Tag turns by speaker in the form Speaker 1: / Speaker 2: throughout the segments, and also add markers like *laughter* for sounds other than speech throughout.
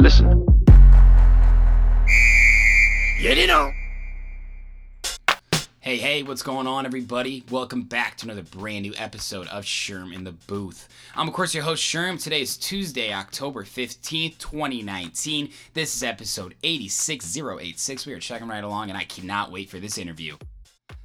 Speaker 1: Listen.
Speaker 2: Hey, hey, what's going on, everybody? Welcome back to another brand new episode of Sherm in the Booth. I'm, of course, your host, Sherm. Today is Tuesday, October 15th, 2019. This is episode 86086. We are checking right along, and I cannot wait for this interview.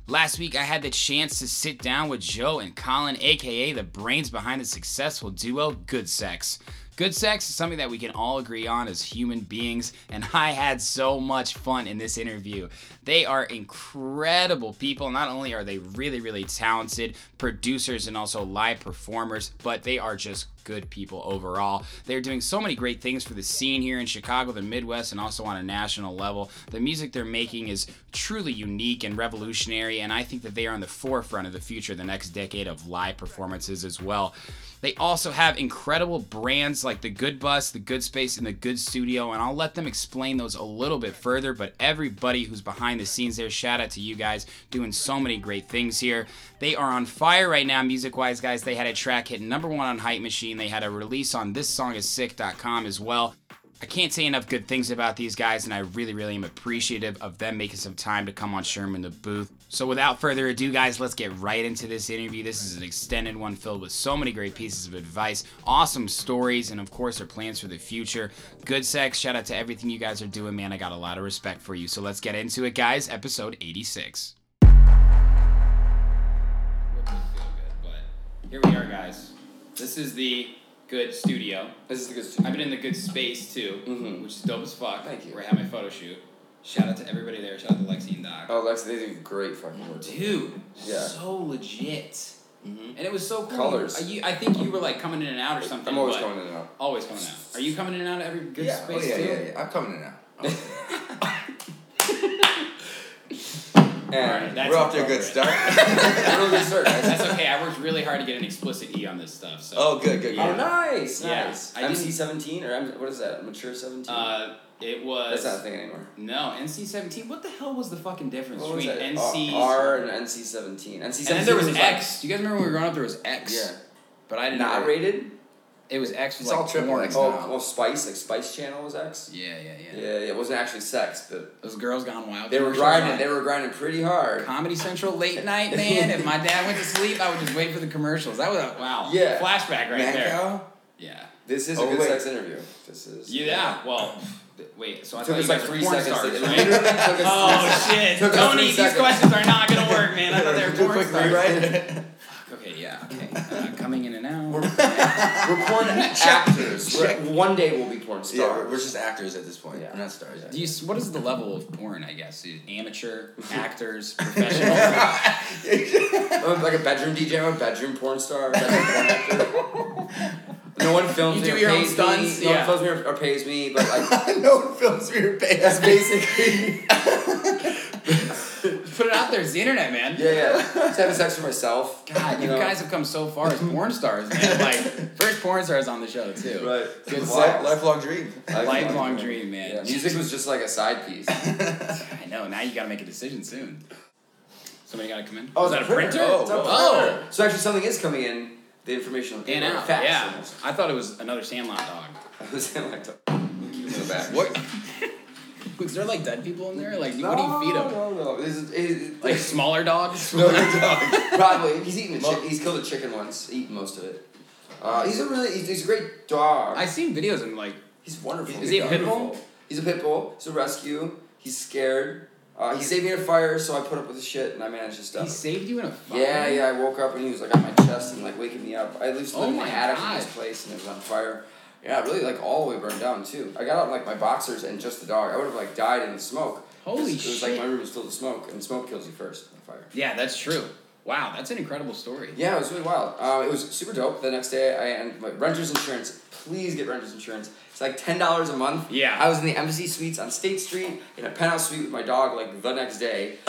Speaker 2: Last week, I had the chance to sit down with Joe and Colin, aka the brains behind the successful duo Good Sex. Good sex is something that we can all agree on as human beings, and I had so much fun in this interview. They are incredible people. Not only are they really, really talented producers and also live performers, but they are just good people overall. They're doing so many great things for the scene here in Chicago, the Midwest, and also on a national level. The music they're making is truly unique and revolutionary, and I think that they are on the forefront of the future the next decade of live performances as well. They also have incredible brands like the Good Bus, the Good Space, and the Good Studio, and I'll let them explain those a little bit further. But everybody who's behind the scenes there, shout out to you guys doing so many great things here. They are on fire right now, music wise, guys. They had a track hit number one on Hype Machine, they had a release on thissongissick.com as well. I can't say enough good things about these guys, and I really, really am appreciative of them making some time to come on Sherman the booth. So, without further ado, guys, let's get right into this interview. This is an extended one filled with so many great pieces of advice, awesome stories, and of course, their plans for the future. Good sex. Shout out to everything you guys are doing, man. I got a lot of respect for you. So, let's get into it, guys. Episode 86. Here we are, guys. This is the good studio.
Speaker 3: This is the good studio. Mm-hmm.
Speaker 2: I've been in the good space too, which is dope as fuck.
Speaker 3: Thank you.
Speaker 2: Where I had my photo shoot. Shout out to everybody there. Shout out to Lexi and Doc.
Speaker 3: Oh, Lex, they do great fucking work.
Speaker 2: Dude,
Speaker 3: Yeah. Mm-hmm.
Speaker 2: so legit. And it was so cool.
Speaker 3: Colours.
Speaker 2: Are you, I think you were like coming in and out or something.
Speaker 3: I'm always
Speaker 2: but-
Speaker 3: going in and out.
Speaker 2: Always coming out. Are you coming in and out of every good
Speaker 3: Yeah, oh,
Speaker 2: space
Speaker 3: yeah,
Speaker 2: too?
Speaker 3: yeah, yeah. I'm coming
Speaker 2: *laughs*
Speaker 3: in now. I'm coming in now. and
Speaker 2: Alright, that's
Speaker 3: we're off to a good
Speaker 2: *laughs*
Speaker 3: start. Real good start, guys.
Speaker 2: That's okay. I worked really hard to get an explicit E on this stuff. So.
Speaker 3: *laughs* Oh, good, good, good.
Speaker 2: Yeah.
Speaker 3: Oh, nice,
Speaker 2: Yeah.
Speaker 3: nice.
Speaker 2: I didn't-
Speaker 3: MC 17 or M- what is that? Mature 17?
Speaker 2: Uh, it was.
Speaker 3: That's not a thing anymore.
Speaker 2: no, NC seventeen. What the hell was the fucking difference
Speaker 3: What was
Speaker 2: between
Speaker 3: that?
Speaker 2: NC
Speaker 3: R and NC 17. NC 17
Speaker 2: and then there was,
Speaker 3: like-
Speaker 2: X? Do you guys remember when we were growing up? There was X.
Speaker 3: yeah.
Speaker 2: But I didn't.
Speaker 3: Not rated?
Speaker 2: It was X. Was
Speaker 4: It's
Speaker 2: like
Speaker 4: all triple
Speaker 2: porn.
Speaker 4: X
Speaker 3: Oh,
Speaker 4: now.
Speaker 3: well, Spice, like Spice Channel was X?
Speaker 2: Yeah, yeah, yeah.
Speaker 3: Yeah, yeah, it wasn't actually sex, but
Speaker 2: Those girls gone wild.
Speaker 3: they were
Speaker 2: commercials
Speaker 3: grinding.
Speaker 2: on
Speaker 3: They were grinding pretty hard.
Speaker 2: Comedy Central
Speaker 3: *laughs*
Speaker 2: late night, man. if my dad went to sleep, I would just wait for the commercials. That was a wow.
Speaker 3: Yeah.
Speaker 2: Flashback right there.
Speaker 3: Macau?
Speaker 2: Yeah.
Speaker 3: This is
Speaker 4: Oh,
Speaker 3: a good
Speaker 4: wait.
Speaker 3: sex interview. This is.
Speaker 2: Yeah. Well. th- Wait. So I
Speaker 3: Took
Speaker 2: thought
Speaker 3: us
Speaker 2: you
Speaker 3: like
Speaker 2: guys were
Speaker 3: three
Speaker 2: porn
Speaker 3: seconds. to-
Speaker 2: stars,
Speaker 3: it
Speaker 2: right?
Speaker 3: *laughs* literally
Speaker 4: *laughs*
Speaker 3: took us
Speaker 2: Oh shit,
Speaker 3: Took us
Speaker 2: Tony!
Speaker 3: three
Speaker 2: These
Speaker 3: seconds.
Speaker 2: questions are not gonna work, man. I thought
Speaker 3: *laughs*
Speaker 2: they were
Speaker 3: Quick,
Speaker 2: porn
Speaker 3: quick
Speaker 2: stars.
Speaker 3: rewrite.
Speaker 2: Okay, yeah, okay. Uh, coming in and out.
Speaker 4: *laughs*
Speaker 3: We're porn actors. We're, one day we'll be porn stars.
Speaker 4: Yeah, we're, we're just actors at this point.
Speaker 3: Yeah.
Speaker 4: We're not stars. yet.
Speaker 2: Do you, what is the level of porn? I guess Is
Speaker 3: *laughs*
Speaker 2: amateur, actors, professional.
Speaker 3: I'm oh, like a bedroom DJ. I'm a bedroom porn star. bedroom porn actor.
Speaker 4: *laughs*
Speaker 3: No one films
Speaker 2: You
Speaker 3: me
Speaker 2: do
Speaker 3: or
Speaker 2: your own
Speaker 3: pays
Speaker 2: stunts,
Speaker 3: me. No
Speaker 2: yeah.
Speaker 3: one films me or, or pays me, but
Speaker 4: *laughs*
Speaker 3: like
Speaker 4: no one films for your pants.
Speaker 3: that's basically
Speaker 4: *laughs*
Speaker 2: Put it out there. It's the internet, man.
Speaker 3: yeah, yeah. Just having sex for myself.
Speaker 2: God, you
Speaker 3: know?
Speaker 2: guys have come so far as porn stars,
Speaker 3: *laughs*
Speaker 2: man. Like first porn stars on the show too.
Speaker 3: Right.
Speaker 2: Good
Speaker 4: Life,
Speaker 2: sex.
Speaker 4: lifelong dream.
Speaker 2: Lifelong dream, man.
Speaker 3: Yeah, music was just like a side
Speaker 2: *laughs*
Speaker 3: piece.
Speaker 2: I know. Now you got to make a decision soon. Somebody got to come in.
Speaker 3: Oh,
Speaker 2: is that a
Speaker 3: it's
Speaker 2: printer?
Speaker 3: Oh,
Speaker 2: Oh.
Speaker 3: oh. so actually, something is coming in. The information will come
Speaker 2: In
Speaker 3: in.
Speaker 2: out.
Speaker 3: Facts.
Speaker 2: Yeah. I thought it was another Sandlot dog.
Speaker 3: *laughs* I was in like the the back.
Speaker 2: What? Is there like dead people in there? Like, what do you feed them?
Speaker 3: No, no, no. This is, it,
Speaker 2: Like smaller dogs?
Speaker 3: no, no, no. *laughs* Probably. He's eaten a chick. He's killed a chicken once. Eaten most of it. Uh, he's a really. He's, he's a great
Speaker 2: *laughs*
Speaker 3: dog.
Speaker 2: I've seen videos and like,
Speaker 3: he's wonderful.
Speaker 2: Is he a
Speaker 3: He's
Speaker 2: pit bull?
Speaker 3: wonderful. He's a pit bull. He's a rescue. He's scared. Uh, he saved me in a fire, so I put up with the shit and I managed to stop.
Speaker 2: he
Speaker 3: it.
Speaker 2: saved you in a fire.
Speaker 3: Yeah, yeah. I woke up and he was like on my chest and like waking me up. I used to
Speaker 2: Oh
Speaker 3: live in
Speaker 2: my
Speaker 3: the attic of
Speaker 2: God.
Speaker 3: this place and it was on fire. Yeah, really like all the way burned down too. I got out in like my boxers and just the dog. I would have like died in the smoke.
Speaker 2: Holy
Speaker 3: 'Cause It was like
Speaker 2: shit.
Speaker 3: my room was filled with smoke and smoke kills you first on fire.
Speaker 2: Yeah, that's true. Wow, that's an incredible story.
Speaker 3: Yeah, it was really wild. Uh, it was super dope. The next day, I and my renter's insurance please get renter's insurance. It's like ten dollars a month.
Speaker 5: Yeah.
Speaker 3: I was in the embassy suites on State Street in a penthouse suite with my dog like the next
Speaker 2: *laughs*
Speaker 3: day,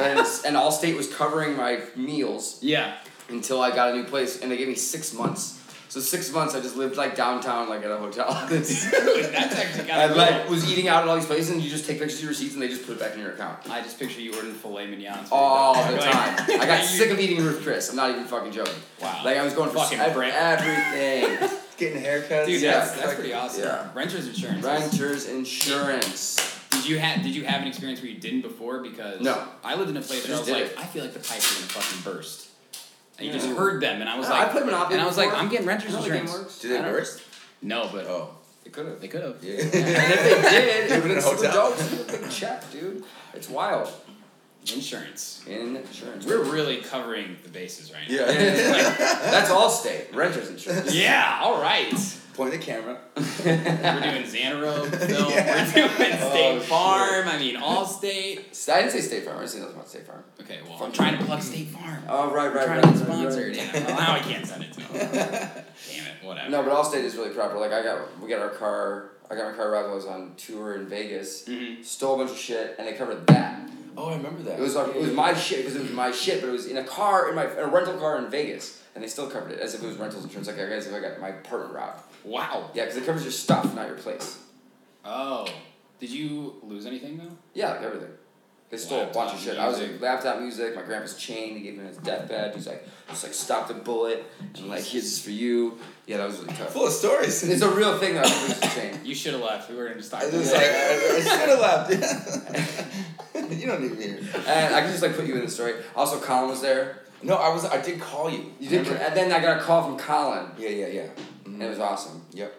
Speaker 3: and and Allstate was covering my meals
Speaker 5: Yeah.
Speaker 3: until I got a new place, and they gave me six months. So six months, I just lived like downtown, like at a hotel. *laughs*
Speaker 5: That's actually
Speaker 3: I
Speaker 5: kind of
Speaker 3: like was eating out at all these places, and you just take pictures of your receipts, and they just put it back in your account
Speaker 2: I just picture you ordering filet mignons.
Speaker 3: *laughs* all the
Speaker 5: Like-
Speaker 3: time. I got sick of eating Ruth Chris. I'm not even fucking joking.
Speaker 5: Wow.
Speaker 3: Like I was going for
Speaker 5: Fucking
Speaker 3: ev-
Speaker 5: prick.
Speaker 3: everything.
Speaker 2: Getting haircuts. Dude,
Speaker 3: Yeah,
Speaker 2: that's, that's
Speaker 3: like-
Speaker 2: pretty awesome.
Speaker 3: yeah.
Speaker 2: Renter's insurance.
Speaker 3: Renters insurance.
Speaker 2: Did you have Did you have an experience where you didn't before? Because
Speaker 3: No.
Speaker 2: I lived in a place where I was
Speaker 3: Just
Speaker 2: like,
Speaker 3: did it.
Speaker 2: I feel like the pipes are gonna fucking burst. And you
Speaker 3: Yeah.
Speaker 2: just heard them, and I was
Speaker 3: No,
Speaker 2: like,
Speaker 3: I played Monopoly
Speaker 2: and I was like,
Speaker 3: before.
Speaker 2: I'm getting renter's
Speaker 3: You know how the game
Speaker 2: insurance.
Speaker 3: works?
Speaker 6: Do they
Speaker 2: I don't-
Speaker 6: burst?
Speaker 2: No, but
Speaker 6: Oh.
Speaker 3: It could have.
Speaker 2: they could have.
Speaker 6: Yeah. yeah.
Speaker 3: And if they did, it
Speaker 6: Living
Speaker 3: would
Speaker 6: *laughs* in a
Speaker 3: have super
Speaker 6: hotel.
Speaker 3: dope. It's a Big check, dude. It's wild.
Speaker 2: Insurance.
Speaker 3: Insurance.
Speaker 2: We're really covering the bases right now.
Speaker 3: *laughs* That's all state. Renters insurance.
Speaker 2: Yeah, all right.
Speaker 6: Point the camera.
Speaker 2: We're doing Xanaro
Speaker 3: *laughs*
Speaker 2: film. We're doing
Speaker 3: Oh,
Speaker 2: State Farm. I mean, Allstate.
Speaker 3: So I didn't say State Farm. I said nothing about State Farm.
Speaker 2: Okay, well, I'm trying to plug State Farm.
Speaker 3: Oh right, right,
Speaker 2: trying
Speaker 3: right.
Speaker 2: to get
Speaker 3: right, right.
Speaker 2: sponsored.
Speaker 6: *laughs*
Speaker 2: Yeah, well, now I can't send it to him. Damn it, whatever.
Speaker 3: No, but Allstate is really proper. Like I got, we got our car. I got my car wrapped. I was on tour in Vegas.
Speaker 2: Mm-hmm.
Speaker 3: Stole a bunch of shit, and they covered that.
Speaker 6: Oh, I remember that.
Speaker 3: It was like it was my shit because it was my shit, but it was in a car in my in a rental car in Vegas, and they still covered it as if it was rentals insurance. Like as if I got my apartment robbed.
Speaker 2: Wow.
Speaker 3: Yeah, because it covers your stuff, not your place.
Speaker 2: Oh. Did you lose anything though?
Speaker 3: Yeah, like everything. They stole a bunch of
Speaker 2: Laptop
Speaker 3: shit. I was
Speaker 2: music.
Speaker 3: like laptop music. My grandpa's chain. He gave me on his deathbed. He's like, just like stopped a bullet. And like, here's this for you. Yeah, that was really tough.
Speaker 6: full of stories.
Speaker 3: It's a real thing though. I lose the
Speaker 6: *laughs*
Speaker 3: chain.
Speaker 2: You should have left. We were gonna just talk
Speaker 6: I
Speaker 2: about
Speaker 6: was
Speaker 2: that.
Speaker 6: like, I, I should have laughed. *laughs* you don't need me. here.
Speaker 3: And I can just like put you in the story. Also, Colin was there.
Speaker 6: No, I was. I did call you.
Speaker 3: You did,
Speaker 6: Remember?
Speaker 3: and then I got a call from Colin,
Speaker 6: Yeah, yeah, yeah.
Speaker 3: and it was awesome.
Speaker 6: Yep.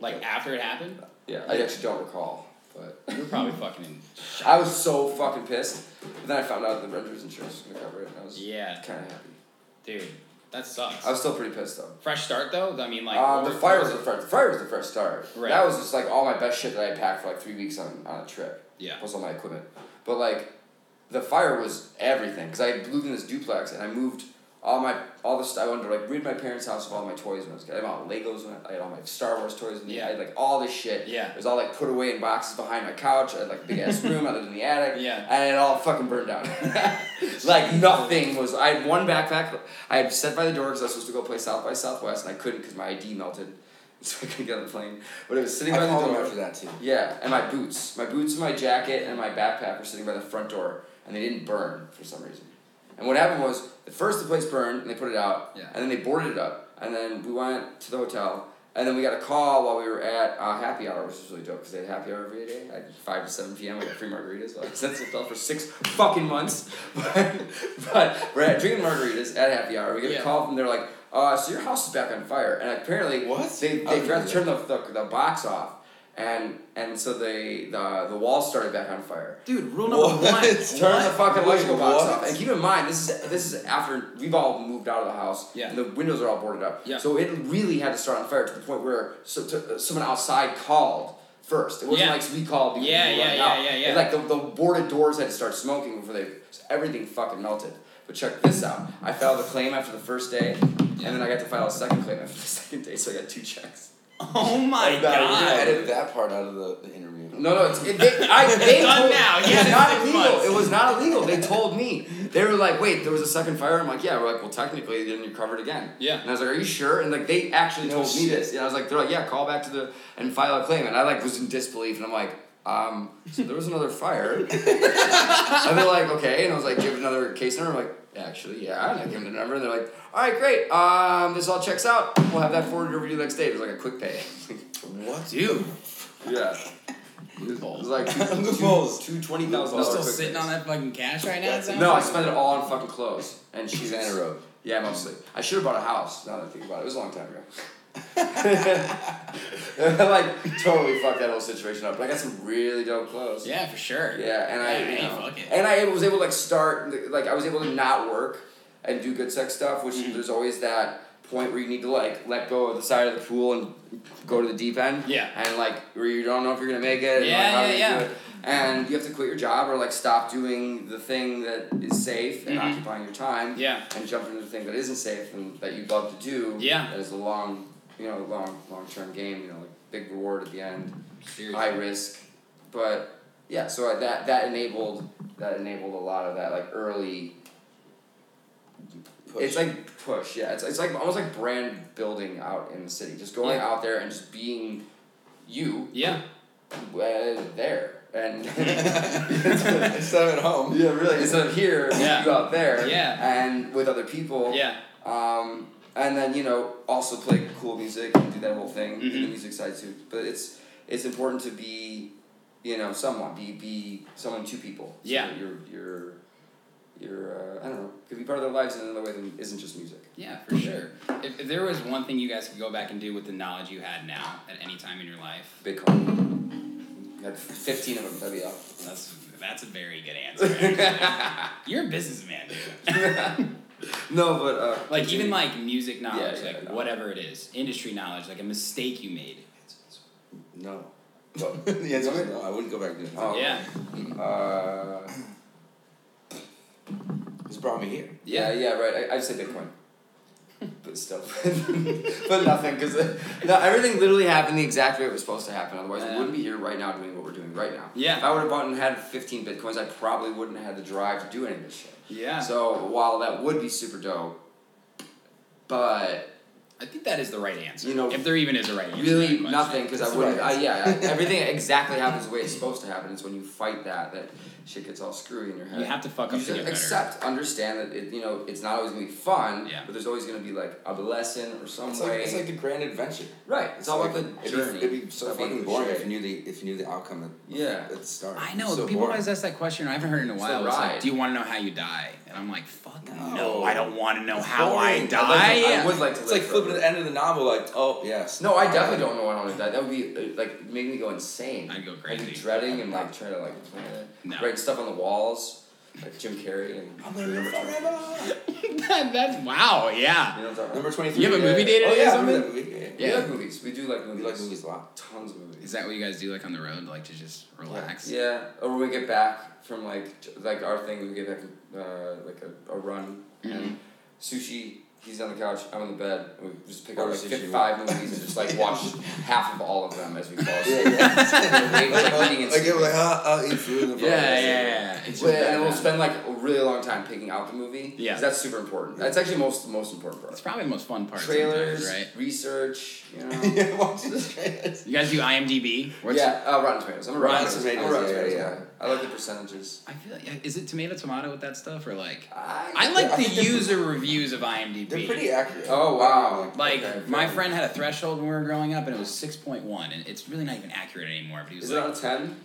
Speaker 2: Like after it happened,
Speaker 3: Yeah, I actually don't recall, but
Speaker 2: you were probably fucking in.
Speaker 3: I was so fucking pissed. But then I found out the renter's insurance was gonna cover it, and I was
Speaker 2: Yeah,
Speaker 3: kind of happy.
Speaker 2: dude, that sucks.
Speaker 3: I was still pretty pissed though.
Speaker 2: Fresh start though. I mean, like
Speaker 3: Uh,
Speaker 2: what
Speaker 3: the
Speaker 2: was-
Speaker 3: fire was the first. The fire was the first start.
Speaker 2: Right.
Speaker 3: That was just like all my best shit that I packed for like three weeks on, on a trip.
Speaker 2: Yeah.
Speaker 3: Plus all my equipment. But like, the fire was everything because I lived in this duplex and I moved all my all the stuff. I wanted to like rid my parents' house of all my toys when I was a kid. I had all my Legos when I, I had all my Star Wars toys. And
Speaker 2: Yeah.
Speaker 3: I had like all this shit.
Speaker 2: Yeah.
Speaker 3: It was all like put away in boxes behind my couch. I had like a big
Speaker 2: *laughs*
Speaker 3: ass room. I lived in the attic.
Speaker 2: Yeah.
Speaker 3: And it all fucking burned down. *laughs* like nothing was. I had one backpack. I had set by the door because I was supposed to go play South by Southwest, and I couldn't because my ID melted, *laughs* so I couldn't get on the plane. But it was sitting
Speaker 6: I
Speaker 3: by the
Speaker 6: called him
Speaker 3: door.
Speaker 6: after that too.
Speaker 3: Yeah, and my boots, my boots, and my jacket, and my backpack were sitting by the front door, and they didn't burn for some reason. And what happened was, at first the place burned, and they put it out,
Speaker 2: Yeah.
Speaker 3: and then they boarded it up, and then we went to the hotel, and then we got a call while we were at uh, happy hour, which was really dope because they had happy hour every day, at five to seven p.m. I got free margaritas. Well, I was at the hotel for six fucking months, *laughs* but, but we're at drinking margaritas at happy hour. We get
Speaker 2: Yeah.
Speaker 3: a call from they're like, uh, so your house is back on fire, and apparently
Speaker 6: What?
Speaker 3: they
Speaker 6: I
Speaker 3: they
Speaker 6: didn't
Speaker 3: forgot
Speaker 6: know
Speaker 3: to turn the, the, the box off, and and so they the the wall started back on fire.
Speaker 5: Dude, rule
Speaker 3: *laughs*
Speaker 5: number one.
Speaker 3: Turn the fucking
Speaker 6: Wait,
Speaker 3: electrical box
Speaker 6: what?
Speaker 3: off. And keep in mind, this is this is after we've all moved out of the house.
Speaker 2: Yeah.
Speaker 3: And the windows are all boarded up.
Speaker 2: Yeah.
Speaker 3: So it really had to start on fire to the point where so to, uh, someone outside called first. It wasn't
Speaker 2: Yeah.
Speaker 3: like we called because
Speaker 2: Yeah,
Speaker 3: we were
Speaker 2: yeah,
Speaker 3: running
Speaker 2: yeah,
Speaker 3: out.
Speaker 2: yeah, yeah.
Speaker 3: It's like the, the boarded doors had to start smoking before they so everything fucking melted. But check this out. I filed a claim after the first day, and then I got to file a second claim after the *laughs* second day, so I got two checks.
Speaker 2: *laughs* Oh my
Speaker 6: No, we're gonna
Speaker 2: god.
Speaker 6: edit that part out of the, the interview.
Speaker 3: No, no, it's, it, they, I, they
Speaker 2: Done
Speaker 3: told,
Speaker 2: now.
Speaker 3: It
Speaker 2: Yeah,
Speaker 3: was
Speaker 2: it's
Speaker 3: not
Speaker 2: six
Speaker 3: illegal.
Speaker 2: months.
Speaker 3: It was not illegal. They told me. They were like, "Wait, there was a second fire." I'm like, "Yeah." We're like, "Well, technically, then you're covered again."
Speaker 2: Yeah.
Speaker 3: And I was like, "Are you sure?" And like, they actually told me this. And I was like, "They're like, yeah, call back to the and file a claim." And I like was in disbelief, and I'm like. Um, so there was another fire.
Speaker 6: *laughs*
Speaker 3: and they're like, okay. And I was like, give another case number. I'm like, actually, yeah. And I gave them the number. And they're like, all right, great. Um, this all checks out. We'll have that forwarded over to you next day. It was like a quick pay. *laughs*
Speaker 6: What?
Speaker 5: Dude,
Speaker 3: yeah. It was like two,
Speaker 6: Loopholes.
Speaker 3: two twenty thousand
Speaker 2: You're
Speaker 3: dollars.
Speaker 2: still sitting on that fucking cash right now. It sounds
Speaker 3: No, I
Speaker 2: like?
Speaker 3: spent it all on fucking clothes and shoes.
Speaker 6: Xana Road.
Speaker 3: Yeah, mostly. I should have bought a house. Now that I think about it, it was a long time ago. *laughs* like totally fucked that whole situation up. But I got some really dope clothes.
Speaker 2: Yeah, for sure.
Speaker 3: Yeah, and I
Speaker 2: Yeah,
Speaker 3: you
Speaker 2: hey,
Speaker 3: know,
Speaker 2: fuck it.
Speaker 3: and I was able to like start like I was able to not work and do good sex stuff, which
Speaker 2: Mm-hmm.
Speaker 3: there's always that point where you need to like let go of the side of the pool and go to the deep end.
Speaker 2: Yeah.
Speaker 3: And like where you don't know if you're gonna make it.
Speaker 2: Yeah,
Speaker 3: and, like,
Speaker 2: yeah,
Speaker 3: how you
Speaker 2: yeah.
Speaker 3: Do it. And you have to quit your job or like stop doing the thing that is safe and occupying your time.
Speaker 2: Mm-hmm. Yeah.
Speaker 3: And jump into the thing that isn't safe and that you love to do.
Speaker 2: Yeah.
Speaker 3: That is a long you know, long long term game. You know, like big reward at the end, high risk, but yeah. So I- that that enabled that enabled a lot of that like early.
Speaker 6: Push.
Speaker 3: It's like push, yeah. It's, it's like almost like brand building out in the city. Just going
Speaker 2: Yeah.
Speaker 3: out there and just being you
Speaker 2: Yeah.
Speaker 3: uh, there and
Speaker 6: *laughs*
Speaker 3: *laughs*
Speaker 6: instead of at home.
Speaker 3: yeah, really instead of here
Speaker 2: Yeah.
Speaker 3: you go out there
Speaker 2: Yeah.
Speaker 3: and with other people
Speaker 2: Yeah.
Speaker 3: um, and then you know also play cool music and do that whole thing do
Speaker 2: Mm-hmm.
Speaker 3: the music side too but it's it's important to be you know someone be be someone to people So
Speaker 2: Yeah.
Speaker 3: you're you're you're uh, I don't know could be part of their lives in another way than isn't just music
Speaker 2: Yeah, for sure. If, if there was one thing you guys could go back and do with the knowledge you had now at any time in your life,
Speaker 3: big home had fifteen of them that'd be awesome.
Speaker 2: that's that's a very good answer. actually. *laughs* You're a businessman. dude. *laughs*
Speaker 3: no but uh,
Speaker 2: like even like music knowledge,
Speaker 3: yeah,
Speaker 2: like
Speaker 3: no.
Speaker 2: whatever it is, industry knowledge, like a mistake you made.
Speaker 3: no
Speaker 6: *laughs* the answer is no. I wouldn't go back to it.
Speaker 3: Oh,
Speaker 2: Yeah.
Speaker 3: uh,
Speaker 6: This brought me here.
Speaker 3: Yeah, yeah, right. I, I'd say Bitcoin. but still. *laughs* but nothing, because no, everything literally happened the exact way it was supposed to happen. Otherwise, we
Speaker 2: Yeah.
Speaker 3: wouldn't be here right now doing what we're doing right now.
Speaker 2: Yeah.
Speaker 3: If I would have bought and had 15 Bitcoins, I probably wouldn't have had the drive to do any of this shit.
Speaker 2: Yeah.
Speaker 3: So while that would be super dope, but
Speaker 2: I think that is the right answer.
Speaker 3: You know,
Speaker 2: if there even is a right answer. to
Speaker 3: really
Speaker 2: that question.
Speaker 3: nothing because I
Speaker 6: That's
Speaker 3: wouldn't.
Speaker 6: right.
Speaker 3: I, yeah, I- everything exactly happens the way it's supposed to happen. It's when you fight that that shit gets all screwy in your head.
Speaker 2: You have to fuck
Speaker 3: You
Speaker 2: up to
Speaker 3: should
Speaker 2: get better.
Speaker 3: accept, understand that it, you know it's not always gonna be fun.
Speaker 2: Yeah.
Speaker 3: But there's always gonna be like a lesson or some
Speaker 6: It's
Speaker 3: way.
Speaker 6: like, it's like the grand adventure.
Speaker 3: right. It's, all
Speaker 6: like,
Speaker 3: about the
Speaker 6: it'd be-
Speaker 3: journey.
Speaker 6: It'd be so
Speaker 3: of being
Speaker 6: fucking
Speaker 3: the
Speaker 6: boring
Speaker 3: shit.
Speaker 6: if you knew the if you knew the outcome. At,
Speaker 3: Yeah.
Speaker 6: At the start.
Speaker 2: I know
Speaker 6: So
Speaker 2: people
Speaker 6: boring.
Speaker 2: always ask that question. I haven't heard in a
Speaker 3: the
Speaker 2: while. It's like,
Speaker 3: ride.
Speaker 2: do you want to know how you die? And I'm like, fuck no,
Speaker 6: No.
Speaker 2: I don't want to know
Speaker 6: It's
Speaker 2: how I
Speaker 6: boring.
Speaker 2: die.
Speaker 3: I'd like to-
Speaker 2: Yeah.
Speaker 3: I would like to.
Speaker 6: It's
Speaker 3: live
Speaker 6: like flipping
Speaker 3: forever.
Speaker 6: the end of the novel. Like, oh yes.
Speaker 3: No, I definitely don't know what I want to die. That would be uh, like make me go insane.
Speaker 2: I'd go
Speaker 3: I'd
Speaker 2: crazy.
Speaker 3: be dreading and like trying to like uh,
Speaker 2: No.
Speaker 3: write stuff on the walls, like Jim Carrey and.
Speaker 6: I'm gonna live forever.
Speaker 2: *laughs* That- that's wow, yeah.
Speaker 3: You know what I'm talking about?
Speaker 6: Number twenty three.
Speaker 2: You have a movie date
Speaker 6: Oh
Speaker 2: or
Speaker 6: yeah, I
Speaker 2: something?
Speaker 6: remember that movie.
Speaker 3: We like movies. We do like movies.
Speaker 6: We like movies a lot.
Speaker 3: Tons of movies.
Speaker 2: Is that what you guys do, like on the road, like to just relax?
Speaker 3: Yeah, or when we get back from like j- like our thing, we get back from, uh, like a, a run
Speaker 2: Mm-hmm.
Speaker 3: and sushi. He's on the couch. I'm on the bed. And we just pick up
Speaker 6: Order
Speaker 3: like
Speaker 6: sushi.
Speaker 3: 55 movies and just like watch half of all of them as we fall asleep. *laughs* We're
Speaker 6: like,
Speaker 3: like eating and
Speaker 6: like, like I'll, I'll eat food. and fall
Speaker 2: yeah, yeah,
Speaker 6: asleep.
Speaker 2: yeah. It's just
Speaker 3: Well,
Speaker 2: that- uh,
Speaker 3: and we'll spend like a really long time picking out the movie. 'cause
Speaker 2: Yeah.
Speaker 3: that's super important. That's actually most most important part.
Speaker 2: It's probably the most fun part.
Speaker 3: Trailers,
Speaker 2: sometimes, right?
Speaker 3: research. You know.
Speaker 6: *laughs* yeah, watch this trailers.
Speaker 2: You guys do IMDb? What's-
Speaker 3: yeah, uh, Rotten Tomatoes. I'm a Rotten,
Speaker 6: Rotten
Speaker 3: I'm a
Speaker 6: Tomatoes,
Speaker 3: Rotten
Speaker 6: yeah,
Speaker 3: Tomatoes
Speaker 6: yeah.
Speaker 3: guy. I like the percentages.
Speaker 2: I feel like is it tomato tomato with that stuff or like?
Speaker 3: I,
Speaker 2: I like
Speaker 6: I think
Speaker 2: the
Speaker 6: they're-
Speaker 2: user reviews of IMDb.
Speaker 6: They're pretty accurate.
Speaker 3: Oh wow!
Speaker 2: Like
Speaker 3: Okay,
Speaker 2: my
Speaker 3: fair.
Speaker 2: friend had a threshold when we were growing up, and it was six point one, and it's really not even accurate anymore. But he was
Speaker 3: Is it
Speaker 2: like,
Speaker 3: on a ten?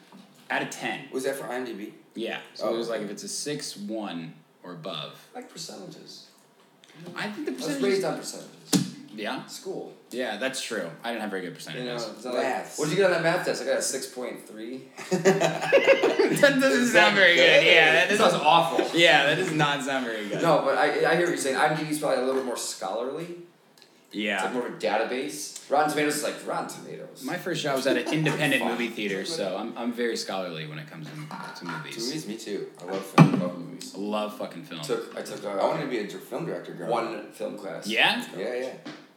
Speaker 2: out of ten,
Speaker 6: Was that for IMDb?
Speaker 2: yeah. So it
Speaker 6: Oh.
Speaker 2: was like if it's a six one or above,
Speaker 3: Like percentages.
Speaker 2: I think the
Speaker 3: I was
Speaker 2: percentage.
Speaker 3: raised on percentages.
Speaker 2: yeah,
Speaker 3: School.
Speaker 2: yeah, that's true. I didn't have very good
Speaker 3: You know,
Speaker 2: percentages.
Speaker 3: it's not like,
Speaker 6: Maths.
Speaker 3: what'd you get on that math test? I got a six point three.
Speaker 2: *laughs* that doesn't sound very good. Yeah, that
Speaker 3: This
Speaker 2: doesn't.
Speaker 3: sounds *laughs*
Speaker 2: *laughs*
Speaker 3: awful.
Speaker 2: Yeah, that does not sound very good.
Speaker 3: No, but I, I hear what you're saying. IMDb's probably a little bit more scholarly. It's like
Speaker 2: Yeah.
Speaker 3: more of a database. Rotten Tomatoes is like Rotten Tomatoes.
Speaker 2: My first job was at an independent movie theater, so I'm, I'm very scholarly when it comes to, to movies.
Speaker 6: me too. I love
Speaker 3: I
Speaker 6: film.
Speaker 3: love movies.
Speaker 2: I love fucking film.
Speaker 3: Took I took uh,
Speaker 6: I wanted to be a dir- film director growing up.
Speaker 3: one film class.
Speaker 2: Yeah?
Speaker 6: Yeah, yeah.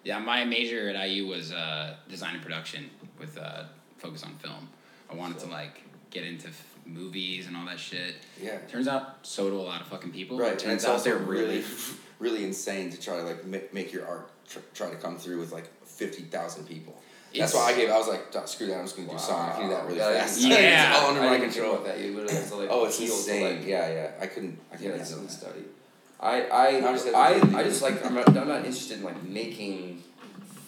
Speaker 2: Yeah, my major at IU was uh, design and production with uh, focus on film. I wanted to like get into f- movies and all that shit.
Speaker 6: Yeah.
Speaker 2: Turns out, so do a lot of fucking people.
Speaker 6: Right. and
Speaker 2: Turns
Speaker 6: it's
Speaker 2: out
Speaker 6: also
Speaker 2: they're really.
Speaker 6: *laughs* really insane to try to like make, make your art tr- try to come through with like fifty thousand people.
Speaker 2: It's-
Speaker 6: That's why I gave. I was like, "Duh, screw that. I'm just gonna do Sonic. I can do that really
Speaker 3: Yeah,
Speaker 6: fast. *laughs*
Speaker 2: yeah.
Speaker 6: it's
Speaker 3: *laughs*
Speaker 6: all
Speaker 3: I
Speaker 6: under my
Speaker 3: didn't
Speaker 6: control.
Speaker 3: About that you literally have to like
Speaker 6: Oh, it's
Speaker 3: peel the,
Speaker 6: insane.
Speaker 3: like,
Speaker 6: yeah, yeah. I couldn't. I
Speaker 3: Yeah,
Speaker 6: couldn't
Speaker 3: it's
Speaker 6: handle
Speaker 3: not
Speaker 6: that.
Speaker 3: study. I I
Speaker 6: I just have
Speaker 3: I,
Speaker 6: to-
Speaker 3: I just like I'm not, I'm not interested in like making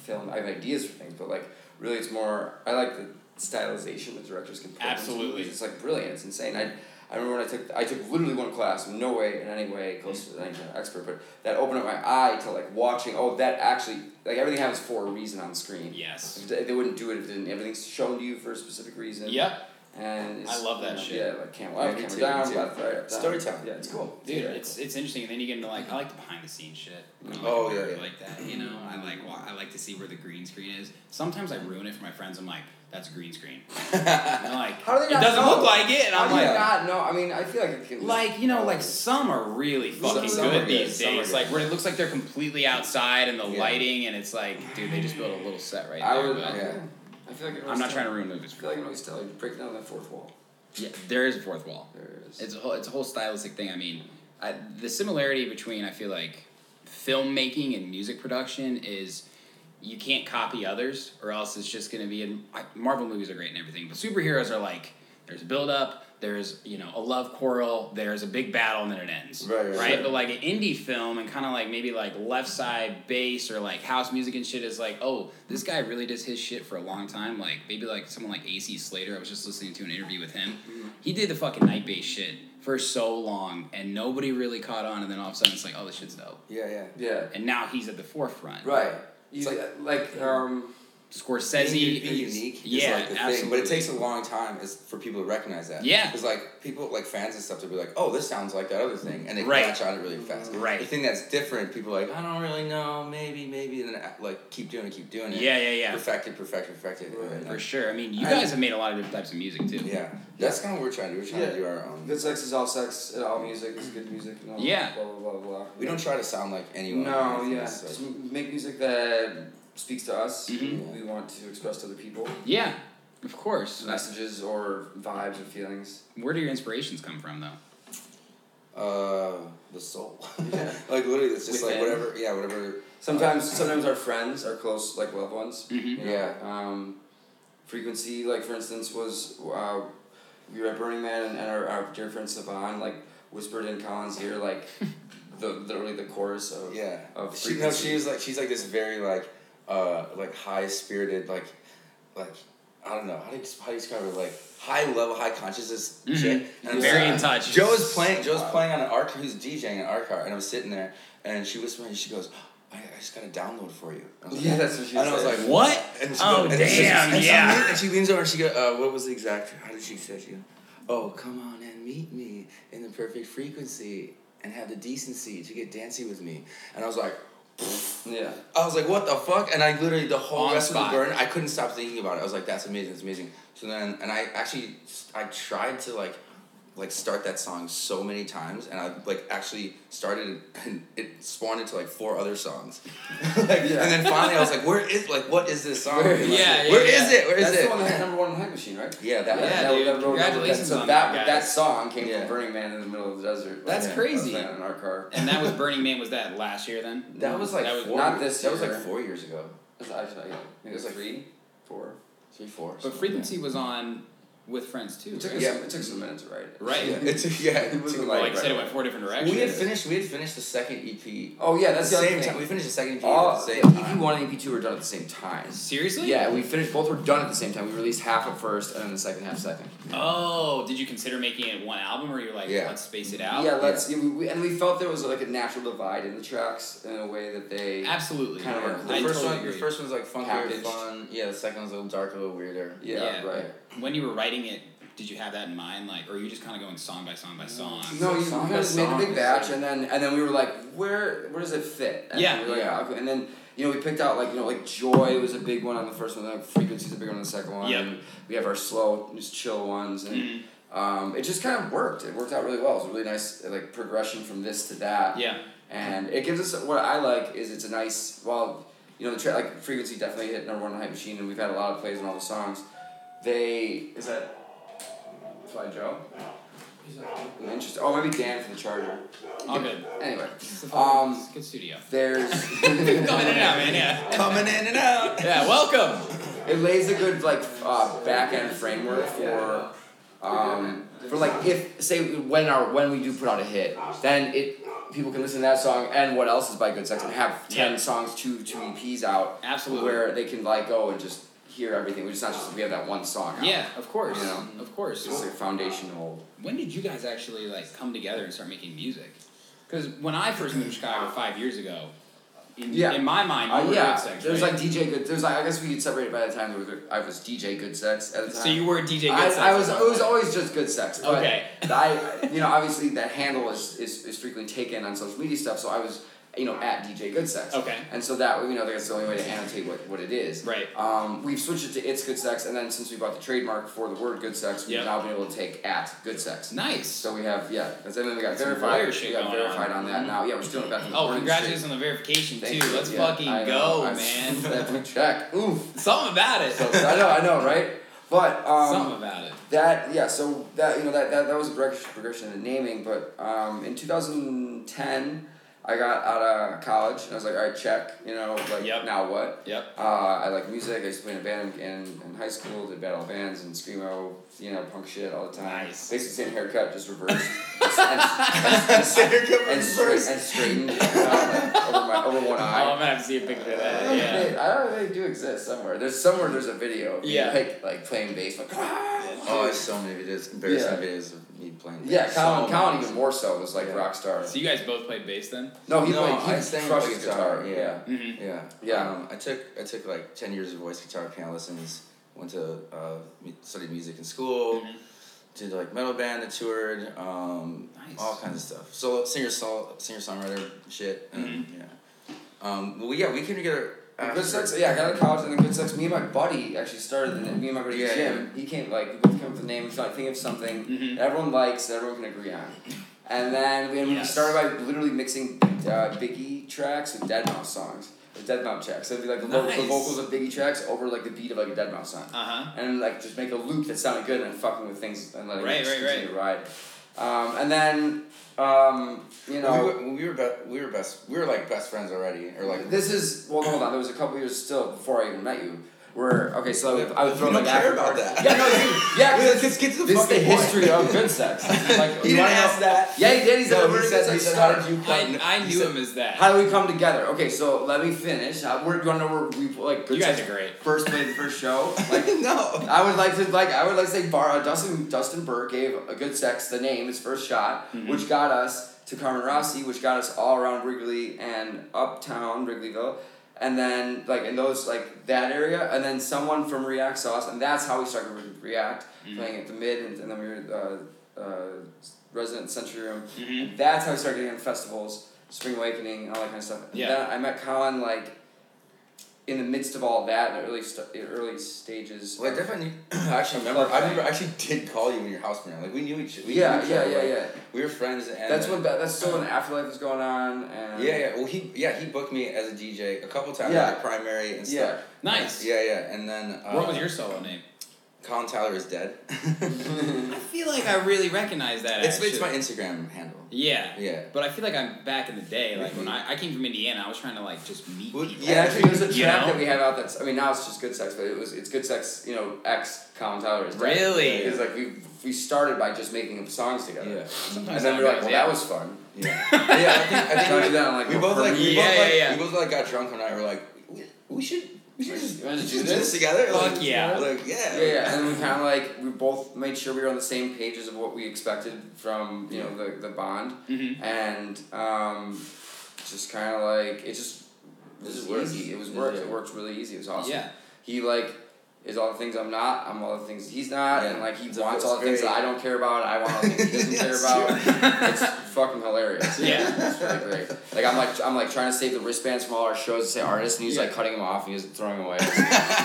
Speaker 3: film. I have ideas for things, but like really, it's more I like the stylization that directors can put. into
Speaker 2: Absolutely.
Speaker 3: movies. it's like brilliant. It's insane. I I remember when I took I took literally one class, no way in any way close to any kind of expert, but that opened up my eye to like watching. Oh, that actually like everything happens for a reason on screen.
Speaker 2: Yes.
Speaker 3: If They, they wouldn't do it if they didn't. Everything's shown to you for a specific reason.
Speaker 2: Yep.
Speaker 3: And it's,
Speaker 2: I love that
Speaker 3: you know,
Speaker 2: shit.
Speaker 3: Yeah, like camera up,
Speaker 6: me
Speaker 3: camera
Speaker 6: too,
Speaker 3: down,
Speaker 6: me too.
Speaker 3: left, right, up, down.
Speaker 6: Storytelling.
Speaker 3: Yeah, it's cool.
Speaker 2: Dude, it's it's interesting, and then you get into like I like the behind the scenes shit. I like
Speaker 6: Oh,
Speaker 2: it
Speaker 6: yeah, yeah.
Speaker 2: like that. You know, I like wa- I like to see where the green screen is. Sometimes I ruin it for my friends. I'm like, that's green screen. And they're like,
Speaker 3: How do they
Speaker 2: it
Speaker 3: not
Speaker 2: doesn't
Speaker 3: know?
Speaker 2: look like it, and
Speaker 3: How
Speaker 2: I'm
Speaker 3: do you
Speaker 2: like,
Speaker 3: not know? I mean, I feel like it can.
Speaker 2: like you know, like some are really fucking
Speaker 3: some are
Speaker 2: good
Speaker 3: good,
Speaker 2: these
Speaker 3: some are
Speaker 2: days.
Speaker 3: good.
Speaker 2: Like where it looks like they're completely outside and the
Speaker 6: Yeah.
Speaker 2: lighting, and it's like, dude, they just built a little set right
Speaker 3: I
Speaker 2: there.
Speaker 3: would.
Speaker 2: but
Speaker 3: Yeah. I feel like it
Speaker 2: I'm not
Speaker 3: always
Speaker 2: trying to
Speaker 3: tell-
Speaker 2: ruin movies.
Speaker 3: I
Speaker 2: For
Speaker 3: feel like it always tell you break down that fourth wall.
Speaker 2: Yeah, there is a fourth wall.
Speaker 3: There is.
Speaker 2: It's a whole, it's a whole stylistic thing. I mean, I, the similarity between I feel like filmmaking and music production is you can't copy others, or else it's just going to be. In, I- Marvel movies are great and everything, but superheroes are like there's a build up, there's you know a love quarrel, there's a big battle, and then it ends.
Speaker 6: Right, right, right.
Speaker 2: But like an indie film and kind of like maybe like left side bass or like house music and shit is like, oh, this guy really does his shit for a long time. Like maybe like someone like AC Slater, I was just listening to an interview with him.
Speaker 6: Mm-hmm.
Speaker 2: He did the fucking night bass shit for so long and nobody really caught on and then all of a sudden it's like, oh, this shit's dope.
Speaker 6: Yeah, yeah.
Speaker 3: Yeah.
Speaker 2: And now he's at the forefront.
Speaker 3: Right. You, like, um,
Speaker 2: Scorsese
Speaker 6: Being- being
Speaker 2: is-
Speaker 6: unique is
Speaker 2: Yeah,
Speaker 6: like the
Speaker 2: absolutely.
Speaker 6: thing, but it takes a long time is for people to recognize that.
Speaker 2: Yeah.
Speaker 6: because like people like fans and stuff to be like, oh, this sounds like that other thing, and they
Speaker 2: Right.
Speaker 6: catch on it really fast.
Speaker 2: Right.
Speaker 6: The thing that's different, people are like, I don't really know, maybe, maybe, and then uh, like keep doing it, keep doing it.
Speaker 2: Yeah, yeah, yeah.
Speaker 6: Perfected, perfected, perfected. and,
Speaker 2: for
Speaker 6: like,
Speaker 2: sure. I mean, you
Speaker 6: I-
Speaker 2: guys have made a lot of different types of music too.
Speaker 6: Yeah, that's kind of what we're trying to do. We're trying
Speaker 3: Yeah.
Speaker 6: to do our own.
Speaker 3: good sex is all sex, and all music is good music, and all
Speaker 2: Yeah.
Speaker 3: blah, blah, blah, blah.
Speaker 6: We don't try to sound like anyone. or
Speaker 3: No,
Speaker 6: anything,
Speaker 3: yeah.
Speaker 6: so-
Speaker 3: Just m- make music that speaks to us.
Speaker 2: Mhm.
Speaker 3: We want to express to other people
Speaker 2: Yeah, of course.
Speaker 3: messages or vibes or feelings.
Speaker 2: Where do your inspirations come from though?
Speaker 6: Uh, the soul.
Speaker 3: Yeah.
Speaker 6: *laughs* like literally, it's just like
Speaker 2: Within.
Speaker 6: whatever. Yeah, whatever.
Speaker 3: Sometimes, sometimes our friends, our close, like loved ones.
Speaker 2: Mhm.
Speaker 3: you know,
Speaker 6: Yeah.
Speaker 3: Um, frequency, like for instance, was uh, we were at Burning Man, and, and our, our dear friend Savan like whispered in Colin's
Speaker 2: *laughs*
Speaker 3: ear like the literally the chorus of
Speaker 6: Yeah.
Speaker 3: of
Speaker 6: she, no,
Speaker 3: frequency.
Speaker 6: she is like she's like this very like uh like high spirited like like I don't know how do you, how do you describe her like high level high consciousness
Speaker 3: Mm-hmm.
Speaker 6: chick. And I'm
Speaker 2: Very
Speaker 6: sitting-
Speaker 2: in touch.
Speaker 6: Joe is playing Joe's playing on an art who's DJing an art car and I'm sitting there and she whispers and she goes. I, I just got a download for you. And I was like-
Speaker 3: Yeah, that's what she
Speaker 6: And I was
Speaker 3: said.
Speaker 6: like,
Speaker 2: What?
Speaker 6: And she
Speaker 2: Oh,
Speaker 6: goes, and she-
Speaker 2: damn,
Speaker 6: and she-
Speaker 2: yeah.
Speaker 6: and she leans over and she goes, uh, "What was the exact? How did she say?" She goes, "Oh, come on and meet me in the perfect frequency and have the decency to get dancey with me." And I
Speaker 2: *laughs*
Speaker 6: was like,
Speaker 3: yeah.
Speaker 6: I was like, "What the fuck?" And I literally the whole
Speaker 2: On
Speaker 6: rest
Speaker 2: spot.
Speaker 6: of the burn, I couldn't stop thinking about it. I was like, "That's amazing, that's amazing." So then, and I actually, I tried to like, like start that song so many times, and I like actually started and it spawned into like four other songs. *laughs* like, And then finally, I was like, "Where is like what is this song?
Speaker 3: Where-
Speaker 6: Like,
Speaker 2: yeah, yeah,
Speaker 6: where
Speaker 2: yeah.
Speaker 6: is it? Where is
Speaker 3: That's
Speaker 6: it?"
Speaker 3: the one that had number one on Hype Machine, right?
Speaker 6: Yeah,
Speaker 3: that,
Speaker 6: that-
Speaker 2: Yeah, dude.
Speaker 3: that, that, wrote number one.
Speaker 2: Congratulations
Speaker 3: so
Speaker 2: on
Speaker 3: that,
Speaker 2: that,
Speaker 3: that
Speaker 2: guys.
Speaker 3: song came
Speaker 6: Yeah.
Speaker 3: from Burning Man in the middle of the desert.
Speaker 2: That's
Speaker 3: Yeah.
Speaker 2: crazy.
Speaker 3: I was playing in our car.
Speaker 2: And that was Burning Man. Was that last year then?
Speaker 6: That was like
Speaker 2: That was
Speaker 6: four
Speaker 3: not
Speaker 6: years-
Speaker 3: this
Speaker 6: That was like
Speaker 3: year.
Speaker 6: four years ago.
Speaker 3: That's actually, yeah, maybe it was
Speaker 6: It's like-
Speaker 3: three, four.
Speaker 6: Three, four.
Speaker 2: But
Speaker 6: something
Speaker 2: Frequency was on with Friends too.
Speaker 3: It took
Speaker 2: right?
Speaker 3: us.
Speaker 6: Yeah.
Speaker 3: It took us a minute to write it.
Speaker 2: Right.
Speaker 6: like that. It's *laughs*
Speaker 3: *laughs*
Speaker 6: yeah. It was
Speaker 3: wasn't
Speaker 2: Well,
Speaker 6: like,
Speaker 2: like I said, it
Speaker 3: right.
Speaker 2: went four different directions.
Speaker 6: we had finished. We had finished the second E EP.
Speaker 3: Oh yeah,
Speaker 6: At
Speaker 3: that's
Speaker 6: the
Speaker 3: the
Speaker 6: same
Speaker 3: other
Speaker 6: time. We
Speaker 3: thing.
Speaker 6: finished the second EP
Speaker 3: All
Speaker 6: at the same
Speaker 3: EP
Speaker 6: time.
Speaker 3: one and EP two were done at the same time.
Speaker 2: Seriously?
Speaker 3: Yeah, we finished. Both were done at the same time. We released half at first, and then the second half second.
Speaker 2: Oh, did you consider making it one album, or you're like,
Speaker 6: Yeah.
Speaker 2: let's space it out?
Speaker 3: yeah, let's. yeah, we- we, and we felt there was like a natural divide in the tracks in a way that they.
Speaker 2: Absolutely.
Speaker 3: Kinda
Speaker 6: Yeah,
Speaker 3: like
Speaker 6: the
Speaker 2: I
Speaker 6: first
Speaker 2: totally
Speaker 6: one,
Speaker 2: agree.
Speaker 6: the first one's like funkier,
Speaker 3: Packaged.
Speaker 6: fun. Yeah, the second one's a little darker, a little weirder.
Speaker 2: Yeah.
Speaker 3: Yeah, right.
Speaker 2: When you were writing it, did you have that in mind, like, or are you just kind of going song by song by song?
Speaker 3: No,
Speaker 6: like
Speaker 3: you
Speaker 6: song
Speaker 3: kind
Speaker 6: by
Speaker 3: of made a
Speaker 6: song,
Speaker 3: big
Speaker 6: it's
Speaker 3: batch,
Speaker 6: like-
Speaker 3: and then and then we were like, where where does it fit? And
Speaker 2: Yeah.
Speaker 3: we were like,
Speaker 6: Yeah.
Speaker 3: okay, And then you know we picked out like you know like joy was a big one on the first one, then frequency's a big one on the second one.
Speaker 2: Yep.
Speaker 3: And we have our slow, just chill ones, and
Speaker 6: Mm-hmm.
Speaker 3: um, it just kind of worked. It worked out really well. It was a really nice like progression from this to that.
Speaker 2: Yeah.
Speaker 3: And it gives us what I like is it's a nice well you know the tra- like frequency definitely hit number one on Hype Machine, and we've had a lot of plays on all the songs. They is that Fly Joe. Interesting. Oh, maybe Dan for the Charger.
Speaker 2: All good.
Speaker 3: Anyway, um,
Speaker 2: It's a good studio.
Speaker 3: there's
Speaker 2: Coming in and out, man. Yeah.
Speaker 6: Coming in and out.
Speaker 2: Yeah. Welcome.
Speaker 3: it lays a good like uh, back end framework for um, for like if say when our when we do put out a hit, then it people can listen to that song and what else is by Good Sex and have ten
Speaker 2: Yeah.
Speaker 3: songs, two two EPs out,
Speaker 2: Absolutely.
Speaker 3: where they can like go and just hear everything. It's not just we have that one song. Out.
Speaker 2: Yeah. Of course.
Speaker 3: You know.
Speaker 2: Of course.
Speaker 3: it's like a foundation to hold.
Speaker 2: When did you guys actually like come together and start making music? Because when I first moved to Chicago five years ago, in,
Speaker 3: Yeah.
Speaker 2: in my mind, you
Speaker 3: Uh,
Speaker 2: were
Speaker 3: yeah,
Speaker 2: good sex,
Speaker 3: there's
Speaker 2: right?
Speaker 3: like DJ Good. There's like I guess we could separate it by the time there was, I was DJ Good Sex at the time.
Speaker 2: so you were DJ Good
Speaker 3: I,
Speaker 2: Sex
Speaker 3: I
Speaker 2: at
Speaker 3: was.
Speaker 2: some
Speaker 3: It was
Speaker 2: point.
Speaker 3: always just good sex. But
Speaker 2: Okay.
Speaker 3: I, you know, obviously that handle is, is, is frequently taken on social media stuff. So I was you know, at DJ Good Sex.
Speaker 2: Okay.
Speaker 3: And so that, you know, that's the only way to annotate what, what it is.
Speaker 2: Right.
Speaker 3: Um, we've switched it to It's Good Sex, and then since we bought the trademark for the word Good Sex, we've
Speaker 2: Yep.
Speaker 3: now been able to take at Good Sex.
Speaker 5: Nice.
Speaker 3: So we have, yeah, and then we got
Speaker 2: Some
Speaker 3: verified.
Speaker 2: lawyer shit
Speaker 3: we got
Speaker 2: going
Speaker 3: verified
Speaker 2: on.
Speaker 3: on, that now. Yeah, we're still back in the
Speaker 5: Oh,
Speaker 3: porn
Speaker 5: congratulations on
Speaker 3: industry.
Speaker 5: the verification too.
Speaker 3: Thank you.
Speaker 5: Let's
Speaker 3: Yeah,
Speaker 5: fucking
Speaker 3: I know.
Speaker 5: go,
Speaker 3: I'm-
Speaker 5: man.
Speaker 2: *laughs*
Speaker 3: *laughs* That blue check. Oof.
Speaker 5: Something about it.
Speaker 3: So, um, I know, I know, right? But um,
Speaker 5: Something about it.
Speaker 3: that yeah, so that you know that that, that was a progression progression in naming, but um, in two thousand ten, I got out of college and I was like, all right, check, you know, like
Speaker 2: Yep.
Speaker 3: now what?
Speaker 2: Yep.
Speaker 3: Uh, I like music. I used to play in a band in, in high school. Did battle bands and screamo, you know, punk shit all the time.
Speaker 2: Nice.
Speaker 3: Basically, same haircut,
Speaker 2: *laughs*
Speaker 3: just reversed. and, and, and, straight, and straightened you know, like, over my over one
Speaker 2: Oh, I'm
Speaker 3: eye.
Speaker 2: gonna have to see a picture of
Speaker 3: I *laughs*
Speaker 2: that.
Speaker 3: don't know if
Speaker 2: Oh, Yeah.
Speaker 3: they- I don't know if they do exist somewhere. There's somewhere there's a video of me,
Speaker 2: Yeah.
Speaker 3: like like playing bass like *laughs*
Speaker 6: Oh, it's so many videos, embarrassing
Speaker 3: Yeah.
Speaker 6: videos of me playing.
Speaker 3: Yeah,
Speaker 6: bass.
Speaker 3: Colin,
Speaker 6: So
Speaker 3: Colin
Speaker 6: many.
Speaker 3: even more so was like rock star.
Speaker 2: So you guys both played bass then?
Speaker 3: No, he
Speaker 6: no,
Speaker 3: played, he
Speaker 6: I sang
Speaker 3: crushed
Speaker 6: like
Speaker 3: guitar.
Speaker 6: guitar.
Speaker 3: Yeah.
Speaker 6: Yeah, yeah,
Speaker 3: Yeah.
Speaker 6: Um, I took I took like ten years of voice guitar piano lessons. Went to uh, mu- studied music in school. Did like metal band. I toured. Um,
Speaker 5: Nice.
Speaker 6: All kinds of stuff. So singer sol- singer songwriter shit. And, Yeah. Um, well, yeah, we came together.
Speaker 2: Uh,
Speaker 3: And
Speaker 6: after-
Speaker 3: Good sex, yeah, I got out of college and then good sex. Me and my buddy actually started, and me and my buddy
Speaker 6: Yeah,
Speaker 3: Jim, he came like we both came up with a name, like think of something
Speaker 2: Mm-hmm.
Speaker 3: that everyone likes, that everyone can agree on. And then we, and we
Speaker 2: Yes.
Speaker 3: started by literally mixing uh, Biggie tracks with Dead Mouse songs, with Dead Mouse tracks. So it'd be like the, vo- the
Speaker 2: Nice.
Speaker 3: vocals of Biggie tracks over like the beat of like a Dead Mouse song.
Speaker 2: Uh-huh.
Speaker 3: and like just make a loop that sounded good and fucking with things and letting
Speaker 2: Right,
Speaker 3: it just
Speaker 2: right,
Speaker 3: continue to ride. Um, and then um, you
Speaker 6: Well,
Speaker 3: know
Speaker 6: we were, we were be- we were best we were like best friends already or like
Speaker 3: this is well hold on there was a couple years still before I even met you where okay so I would, I would throw
Speaker 6: We
Speaker 3: like
Speaker 6: don't care
Speaker 3: after
Speaker 6: about
Speaker 3: parties-
Speaker 6: that.
Speaker 3: yeah no dude,
Speaker 6: *laughs*
Speaker 3: yeah 'cause
Speaker 6: let's get to the
Speaker 3: this is the
Speaker 6: fucking point. *laughs*
Speaker 3: history of good sex like
Speaker 6: He
Speaker 3: you
Speaker 6: didn't
Speaker 3: wanna
Speaker 6: ask
Speaker 3: know-
Speaker 6: that.
Speaker 3: yeah he did he said
Speaker 6: No,
Speaker 3: where
Speaker 6: he
Speaker 3: did
Speaker 6: said,
Speaker 3: good
Speaker 6: he
Speaker 3: sex
Speaker 6: said,
Speaker 3: start?
Speaker 6: how did you
Speaker 2: I, I knew him as that.
Speaker 3: How do we come together? Okay, so let me finish. Uh, we're going to know where we like. Good
Speaker 2: You guys
Speaker 3: Sex
Speaker 2: are great.
Speaker 3: First played the first
Speaker 6: *laughs*
Speaker 3: show. Like
Speaker 6: no.
Speaker 3: I would like to like I would like to say Bar uh, Dustin Dustin Burke gave a good sex the name his first shot, which got us to Carmen Rossi, which got us all around Wrigley and uptown Wrigleyville, and then like in those like that area, and then someone from React saw us, and that's how we started with React playing at the mid, and, and then we were uh, uh, resident Century Room. And that's how we started getting on festivals, Spring Awakening, all that kind of stuff. And
Speaker 2: Yeah.
Speaker 3: then I met Colin like. In the midst of all that, in the early st- early stages,
Speaker 6: Well, I
Speaker 3: of-
Speaker 6: definitely. *clears throat* I actually remember. I remember. I actually did call you in your house man. Like we knew each. We
Speaker 3: Yeah,
Speaker 6: knew each
Speaker 3: yeah,
Speaker 6: other,
Speaker 3: yeah,
Speaker 6: like,
Speaker 3: yeah.
Speaker 6: We were friends, and
Speaker 3: That's when that's still when Afterlife was going on, and
Speaker 6: Yeah, yeah. Well, he yeah he booked me as a DJ a couple times
Speaker 3: Yeah.
Speaker 6: like primary and
Speaker 3: yeah.
Speaker 6: stuff.
Speaker 2: Nice.
Speaker 6: Yeah, yeah. And then uh,
Speaker 2: What was your solo name?
Speaker 6: Colin Tyler is
Speaker 3: *laughs*
Speaker 6: dead.
Speaker 2: I feel like I really recognize that.
Speaker 6: it's
Speaker 2: actually.
Speaker 6: it's my Instagram handle.
Speaker 2: Yeah.
Speaker 6: Yeah.
Speaker 2: But I feel like I'm back in the day, like when I, I came from Indiana, I was trying to like just meet
Speaker 6: Well,
Speaker 2: people.
Speaker 3: Yeah, actually, there's a track
Speaker 2: You know?
Speaker 3: that we have out that's. I mean, now it's just good sex, but it was it's good sex. You know, ex Colin Tyler is dead.
Speaker 2: Really?
Speaker 3: Because like we we started by just making up songs together.
Speaker 6: Yeah.
Speaker 3: And then we were like, well, that was fun.
Speaker 6: Yeah. yeah. I think, I think
Speaker 3: So I
Speaker 6: we,
Speaker 3: did that on, like,
Speaker 6: we
Speaker 3: a
Speaker 6: both like we
Speaker 2: Yeah,
Speaker 6: both
Speaker 2: yeah,
Speaker 6: like
Speaker 2: yeah.
Speaker 6: we both like got drunk one night. and We're like, we, we should we should
Speaker 3: Like,
Speaker 6: just,
Speaker 3: you wanna
Speaker 6: we
Speaker 3: do
Speaker 6: should
Speaker 3: this?
Speaker 6: together.
Speaker 2: Fuck
Speaker 6: like,
Speaker 2: yeah.
Speaker 6: Like yeah.
Speaker 3: Yeah, yeah. And then we kind of like we both made sure we were on the same pages of what we expected from you know the the bond, and um, just kind of like it just it
Speaker 6: This
Speaker 3: was
Speaker 6: works.
Speaker 3: easy. It was
Speaker 6: This
Speaker 3: worked.
Speaker 6: works.
Speaker 3: It worked really easy. It was awesome.
Speaker 2: Yeah.
Speaker 3: He like is all the things I'm not. I'm all the things he's not,
Speaker 6: Yeah.
Speaker 3: and like he
Speaker 6: It's a-
Speaker 3: wants all the things
Speaker 6: it's
Speaker 3: that I
Speaker 6: very-
Speaker 3: don't care about. I want all the things he doesn't care
Speaker 6: Yes,
Speaker 3: about. it's fucking hilarious.
Speaker 2: Yeah.
Speaker 3: It's really great. Like I'm like I'm like trying to save the wristbands from all our shows to say artists, and he's like cutting them off and he's throwing them away. so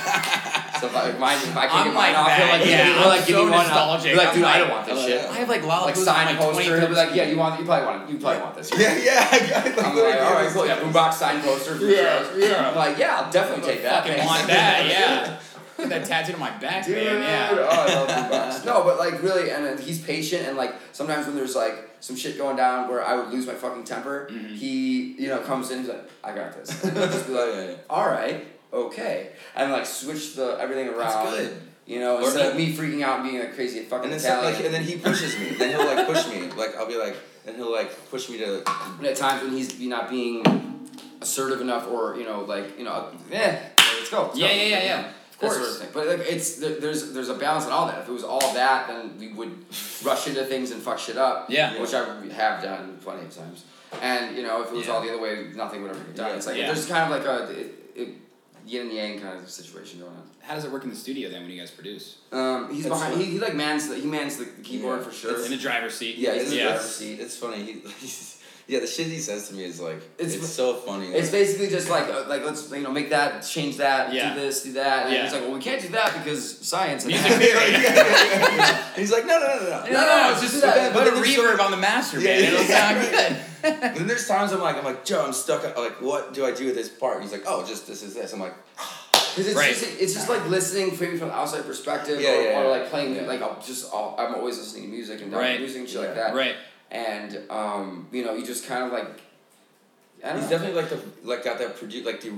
Speaker 3: if I, if mine, if I can't
Speaker 2: I'm
Speaker 3: get mine
Speaker 2: like
Speaker 3: off, he'll,
Speaker 2: that,
Speaker 3: like, give
Speaker 2: yeah,
Speaker 3: me- he'll,
Speaker 2: I'm
Speaker 3: like give
Speaker 2: so
Speaker 3: me one. I'll-
Speaker 2: nostalgic.
Speaker 3: be like,
Speaker 2: I'm
Speaker 3: dude, I
Speaker 2: like,
Speaker 3: don't want this
Speaker 6: oh,
Speaker 3: shit.
Speaker 6: yeah. I
Speaker 2: have, like,
Speaker 3: like
Speaker 2: Lollapalooza on
Speaker 3: sign
Speaker 2: my
Speaker 3: poster. He'll be like, yeah, you want, you probably want, you probably want this.
Speaker 6: *laughs* Yeah, yeah. I got-
Speaker 3: I'm
Speaker 6: literally
Speaker 3: like, all right,
Speaker 6: was
Speaker 3: cool. Yeah,
Speaker 6: like-
Speaker 3: boombox
Speaker 6: *laughs*
Speaker 3: sign poster. For
Speaker 2: Yeah,
Speaker 3: shows.
Speaker 2: yeah.
Speaker 3: I'm like, yeah, I'll definitely take that.
Speaker 2: fucking
Speaker 3: thanks. *laughs*
Speaker 2: want that, yeah. Get that tattooed on my back,
Speaker 3: Dude,
Speaker 2: man. Yeah.
Speaker 3: oh, I love Boombox.
Speaker 6: *laughs*
Speaker 3: No, but like really, and then he's patient, and like sometimes when there's like some shit going down where I would lose my fucking temper,
Speaker 6: Mm-hmm.
Speaker 3: he you know comes in, he's like, I got
Speaker 6: *laughs*
Speaker 3: this. And I'll just be like,
Speaker 6: Yeah, yeah.
Speaker 3: all right, okay, and like switch the everything around.
Speaker 6: good.
Speaker 3: You know,
Speaker 6: Or-
Speaker 3: instead of me freaking out and being like crazy fucking
Speaker 6: And then some,
Speaker 3: Italian.
Speaker 6: like, and then he pushes me. then he'll like push me. Like I'll be like, then he'll like push me to.
Speaker 3: And at times when he's not being assertive enough or you know like you know yeah let's go let's
Speaker 2: Yeah,
Speaker 3: go,"
Speaker 2: yeah, yeah,
Speaker 3: you
Speaker 2: yeah.
Speaker 3: know,
Speaker 2: Of
Speaker 3: that
Speaker 2: course.
Speaker 3: sort of thing. but like it's there, there's there's a balance in all that if it was all that then we would rush into things and fuck shit up
Speaker 2: Yeah.
Speaker 3: which I have done plenty of times and you know if it was
Speaker 2: Yeah.
Speaker 3: all the other way nothing would ever get done
Speaker 6: Yeah.
Speaker 3: it's like
Speaker 2: Yeah.
Speaker 3: there's kind of like a it, it, yin and yang kind of situation going on
Speaker 2: How does it work in the studio then when you guys produce?
Speaker 3: um, he's
Speaker 6: It's
Speaker 3: behind
Speaker 6: fun.
Speaker 3: he, he like mans the, he mans the keyboard
Speaker 6: Yeah.
Speaker 3: for sure
Speaker 2: In the driver's seat. *laughs*
Speaker 6: Yeah, it's,
Speaker 2: yeah.
Speaker 6: It's, it's funny. He, *laughs* he's, yeah, the shit he says to me is like
Speaker 3: It's-
Speaker 6: it's, so funny.
Speaker 3: It's
Speaker 6: like,
Speaker 3: basically just like uh, like let's you know make that change that
Speaker 2: Yeah.
Speaker 3: do this do that and
Speaker 2: Yeah.
Speaker 3: it's like well we can't do that because
Speaker 2: *laughs*
Speaker 3: science and *laughs*
Speaker 2: Music theory.
Speaker 6: he's like, no, no, no, no, no.
Speaker 3: No, no, no,
Speaker 2: it's
Speaker 3: do
Speaker 2: just
Speaker 3: that,
Speaker 2: put
Speaker 3: but
Speaker 2: a
Speaker 3: then there's
Speaker 2: reverb on the master
Speaker 6: Yeah,
Speaker 2: band.
Speaker 6: yeah,
Speaker 2: It'll sound
Speaker 6: yeah.
Speaker 2: good.
Speaker 6: And then there's times I'm like, I'm like, Joe, I'm stuck. I'm like, what do I do with this part? He's like, oh, just this is this. I'm like,
Speaker 3: Because it's
Speaker 2: Right.
Speaker 3: just it's just like listening maybe from an outside perspective
Speaker 6: Yeah,
Speaker 3: or,
Speaker 6: yeah,
Speaker 3: or
Speaker 6: yeah.
Speaker 3: like playing
Speaker 6: Yeah.
Speaker 3: like I'll just I'll, I'm always listening to music and
Speaker 2: Right.
Speaker 3: music and shit like
Speaker 6: Yeah.
Speaker 3: that.
Speaker 2: Right.
Speaker 3: And um, you know, you just kind of like I don't
Speaker 6: he's
Speaker 3: know.
Speaker 6: definitely like the like got that produ- like the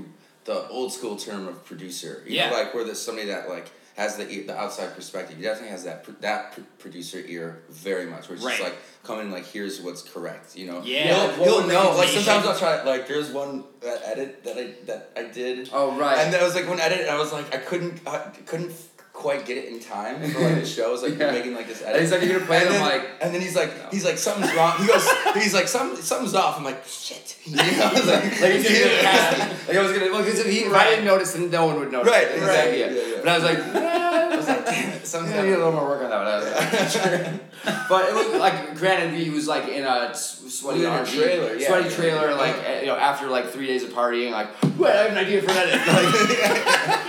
Speaker 6: the old school term of producer. You
Speaker 2: Yeah.
Speaker 6: know, like where there's somebody that like has the ear- the outside perspective. He definitely has that pr- that pr- producer ear very much. Where it's just
Speaker 2: Right.
Speaker 6: like come in like here's what's correct. You know.
Speaker 2: Yeah.
Speaker 6: He'll-
Speaker 2: Like,
Speaker 6: He'll,
Speaker 2: what would
Speaker 6: know.
Speaker 2: they
Speaker 6: Like
Speaker 2: do?
Speaker 6: sometimes I'll try like there's one uh, edit that I that I did.
Speaker 3: Oh right.
Speaker 6: And that was like one edit, and I was like, I couldn't, I couldn't quite get it in time for like the show. I was like,
Speaker 3: Yeah.
Speaker 6: you're making like this edit.
Speaker 3: And he's like, "You're gonna play
Speaker 6: And
Speaker 3: them,
Speaker 6: then-
Speaker 3: like-
Speaker 6: and then he's like, he's like, something's wrong. He goes, he's like, some, something's off. I'm like, shit. *laughs* You know, I
Speaker 3: *laughs*
Speaker 6: was like,
Speaker 3: Like, it's
Speaker 6: Yeah.
Speaker 3: gonna pass. like I was gonna, well, because if, he, if I didn't notice, then no one would notice.
Speaker 6: Right,
Speaker 3: Exactly.
Speaker 6: right.
Speaker 3: Yeah.
Speaker 6: Yeah, yeah.
Speaker 3: But I was like, I was like, damn it,
Speaker 6: Something's
Speaker 3: something's gonna need a little more work on that. One. I was like,
Speaker 6: *laughs*
Speaker 3: but it looked like granted he was like in a s- sweaty
Speaker 6: We were in a
Speaker 3: RV,
Speaker 6: trailer, yeah.
Speaker 3: sweaty trailer, like eh, you know after like three days of partying, like wait, I have an idea for an edit. *laughs* Like,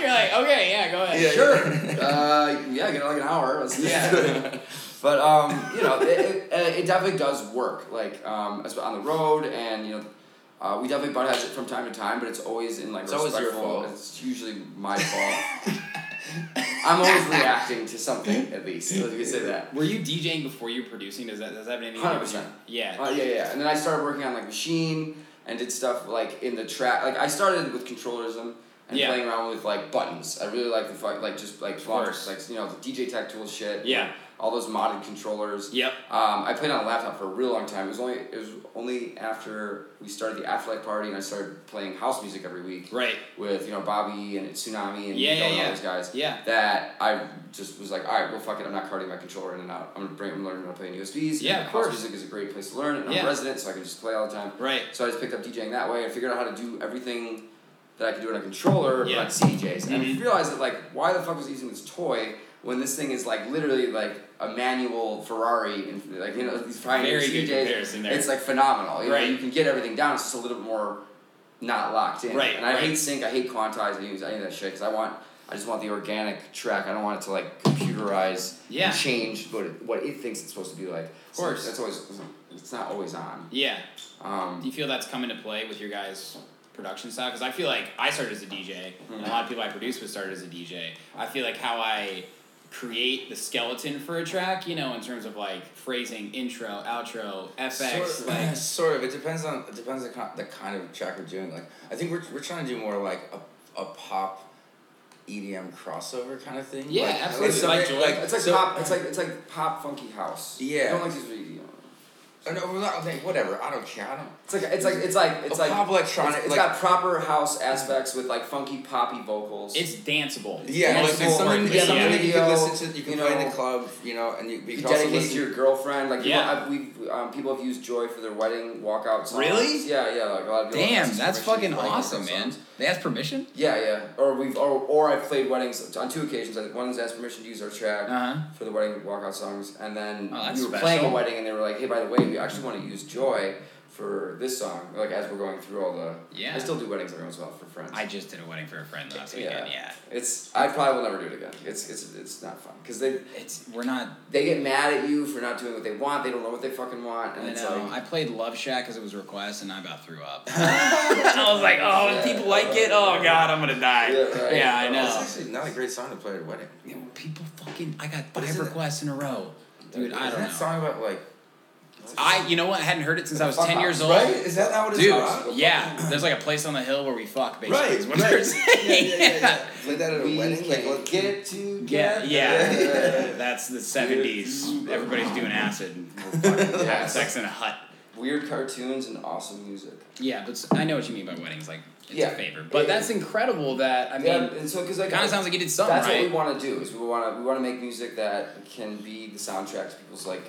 Speaker 2: *laughs* You're like, okay, yeah, go ahead.
Speaker 6: Yeah,
Speaker 3: sure,
Speaker 6: yeah.
Speaker 3: *laughs* uh, yeah, get like an hour. Let's do
Speaker 2: Yeah.
Speaker 3: that. *laughs* But um, you know, it, it, uh, it definitely does work. Like um, as- on the road, and you know, uh, we definitely butt heads from time to time, but it's always in like
Speaker 6: It's always
Speaker 3: respectful.
Speaker 6: your fault.
Speaker 3: It's usually
Speaker 6: *laughs*
Speaker 3: my fault. I'm always reacting to something at least. Let me say that.
Speaker 2: Were you DJing before you were producing? Does that does that have anything? to do with
Speaker 3: 100%.
Speaker 2: you? Yeah.
Speaker 3: Uh, yeah, yeah. And then I started working on like machine and did stuff like in the track. Like I started with controllerism and
Speaker 2: Yeah.
Speaker 3: playing around with like buttons. I really like the fuck like just like
Speaker 2: course.
Speaker 3: blocks, like you know the DJ Tech tool shit.
Speaker 2: Yeah.
Speaker 3: All those modded controllers.
Speaker 2: Yep.
Speaker 3: Um, I played on a laptop for a real long time. It was only it was only after we started the Afterlife party and I started playing house music every week.
Speaker 2: Right.
Speaker 3: With you know Bobby and Tsunami and
Speaker 2: Yeah,
Speaker 3: Miguel and
Speaker 2: yeah,
Speaker 3: all
Speaker 2: yeah.
Speaker 3: those guys.
Speaker 2: Yeah.
Speaker 3: That I just was like, all right, well, fuck it. I'm not carding my controller in and out. I'm gonna bring. I'm learning how to play in USBs.
Speaker 2: Yeah,
Speaker 3: and
Speaker 2: of
Speaker 3: house
Speaker 2: course.
Speaker 3: music is a great place to learn. And I'm
Speaker 2: Yeah.
Speaker 3: a resident, so I can just play all the time.
Speaker 2: Right.
Speaker 3: So I just picked up DJing that way and figured out how to do everything that I could do on a controller
Speaker 2: Yeah. Mm-hmm.
Speaker 3: but on CDJs. And I realized that like, why the fuck was I using this toy when this thing is like literally like a manual Ferrari and like you know these Pioneer
Speaker 2: Very good
Speaker 3: CDJs.
Speaker 2: comparison there.
Speaker 3: It's like phenomenal. You know,
Speaker 2: Right.
Speaker 3: you can get everything down. It's just a little bit more not locked in.
Speaker 2: Right,
Speaker 3: And I
Speaker 2: right.
Speaker 3: hate sync. I hate quantize. I use any of that shit because I want. I just want the organic track. I don't want it to like computerize
Speaker 2: Yeah.
Speaker 3: and change what it, what it thinks it's supposed to be like. Of
Speaker 2: course.
Speaker 3: that's always it's not always on.
Speaker 2: Yeah.
Speaker 3: Um,
Speaker 2: Do you feel that's come into play with your guys' production style? Because I feel like I started as a DJ,
Speaker 6: Mm-hmm.
Speaker 2: and a lot of people I produced with started as a DJ. I feel like how I create the skeleton for a track, you know, in terms of like phrasing, intro, outro, FX,
Speaker 6: Sort of,
Speaker 2: like
Speaker 6: *clears throat* sort of. It depends on it depends on ki- the kind of track we're doing. Like I think we're we're trying to do more like a, a pop. EDM crossover kind of thing.
Speaker 2: Yeah,
Speaker 6: like,
Speaker 2: absolutely.
Speaker 6: It's
Speaker 2: Like
Speaker 6: something-
Speaker 2: Joy.
Speaker 6: like,
Speaker 3: it's like
Speaker 6: so-
Speaker 3: pop. It's like it's like pop funky house.
Speaker 6: Yeah.
Speaker 3: I don't like these video.
Speaker 6: Oh, no, we're not- okay, whatever. I don't care. I don't.
Speaker 3: It's like it's like it's like it's
Speaker 6: A
Speaker 3: like
Speaker 6: pop electronic,
Speaker 3: It's, it's
Speaker 6: like-
Speaker 3: got proper house aspects with like funky poppy vocals.
Speaker 2: it's danceable.
Speaker 6: Yeah,
Speaker 3: Yeah,
Speaker 6: like,
Speaker 3: it's
Speaker 6: it's
Speaker 3: more
Speaker 6: something,
Speaker 3: like
Speaker 6: yeah, something that you
Speaker 3: video,
Speaker 6: can listen to. You can
Speaker 3: you
Speaker 6: play in
Speaker 3: know.
Speaker 6: the club, you know, and you, you
Speaker 3: you
Speaker 6: can also
Speaker 3: dedicate it
Speaker 6: listen
Speaker 3: to your girlfriend. Like people,
Speaker 2: Yeah.
Speaker 3: I've, we've um, people have used joy for their wedding walkout songs.
Speaker 2: Really?
Speaker 3: Yeah, yeah. Like a lot of people. have
Speaker 5: Damn,
Speaker 3: used
Speaker 5: that's
Speaker 3: permission
Speaker 5: fucking
Speaker 3: for wedding
Speaker 5: awesome,
Speaker 3: walkout
Speaker 5: man.
Speaker 3: songs.
Speaker 5: They asked permission?
Speaker 3: Yeah, yeah. Or we've or, or I've played weddings on two occasions. Like one's asked permission to use our track
Speaker 5: Uh-huh.
Speaker 3: for the wedding walkout songs, and then
Speaker 5: Oh, that's
Speaker 3: we were
Speaker 5: special.
Speaker 3: playing a wedding, and they were like, "Hey, by the way, we actually want to use joy." For this song, like as we're going through all the,
Speaker 5: Yeah.
Speaker 3: I still do weddings every once in a while for friends.
Speaker 5: I just did a wedding for a friend last
Speaker 3: yeah.
Speaker 5: weekend, yeah.
Speaker 3: It's I probably will never do it again. It's it's it's not fun because they
Speaker 5: It's we're not
Speaker 3: they get mad at you for not doing what they want. They don't know what they fucking want, and
Speaker 5: I
Speaker 3: it's
Speaker 5: know.
Speaker 3: like
Speaker 5: um, I played Love Shack because it was a request, and I about threw up. *laughs* I was like, "Oh, if people like it. Oh God, I'm gonna die."
Speaker 3: Yeah, right.
Speaker 5: I
Speaker 6: It's
Speaker 5: know.
Speaker 6: actually not a great song to play at a wedding.
Speaker 5: *laughs* Yeah, well, people fucking. I got
Speaker 6: What is
Speaker 5: five
Speaker 6: it?
Speaker 5: requests in a row, dude. I
Speaker 6: Isn't
Speaker 5: don't
Speaker 6: that
Speaker 5: know.
Speaker 6: song about like.
Speaker 5: I, you know what? I hadn't heard it since I was ten years old.
Speaker 6: Right? Is that not what it's
Speaker 5: Dude,
Speaker 6: about?
Speaker 5: yeah. There's like a place on the hill where we fuck, basically.
Speaker 6: Right.
Speaker 5: is what
Speaker 6: right.
Speaker 5: they're saying.
Speaker 6: Yeah, yeah, yeah,
Speaker 2: *laughs*
Speaker 6: yeah. Play that at a
Speaker 3: we
Speaker 6: wedding. Like,
Speaker 3: can
Speaker 6: what-
Speaker 3: get to
Speaker 5: *laughs* Yeah, yeah. That's the '70s. Everybody's doing acid
Speaker 6: *laughs*
Speaker 5: and we're *laughs* fucking having sex in a hut.
Speaker 3: weird cartoons and awesome music.
Speaker 5: Yeah, but s- I know what you mean by weddings. Like, it's
Speaker 3: Yeah.
Speaker 5: a favor, but that's incredible. That I mean,
Speaker 3: yeah, and so because like
Speaker 5: Kinda sounds like you did something,
Speaker 3: That's
Speaker 5: right?
Speaker 3: what we want to do is we want to we want to make music that can be the soundtrack to people's like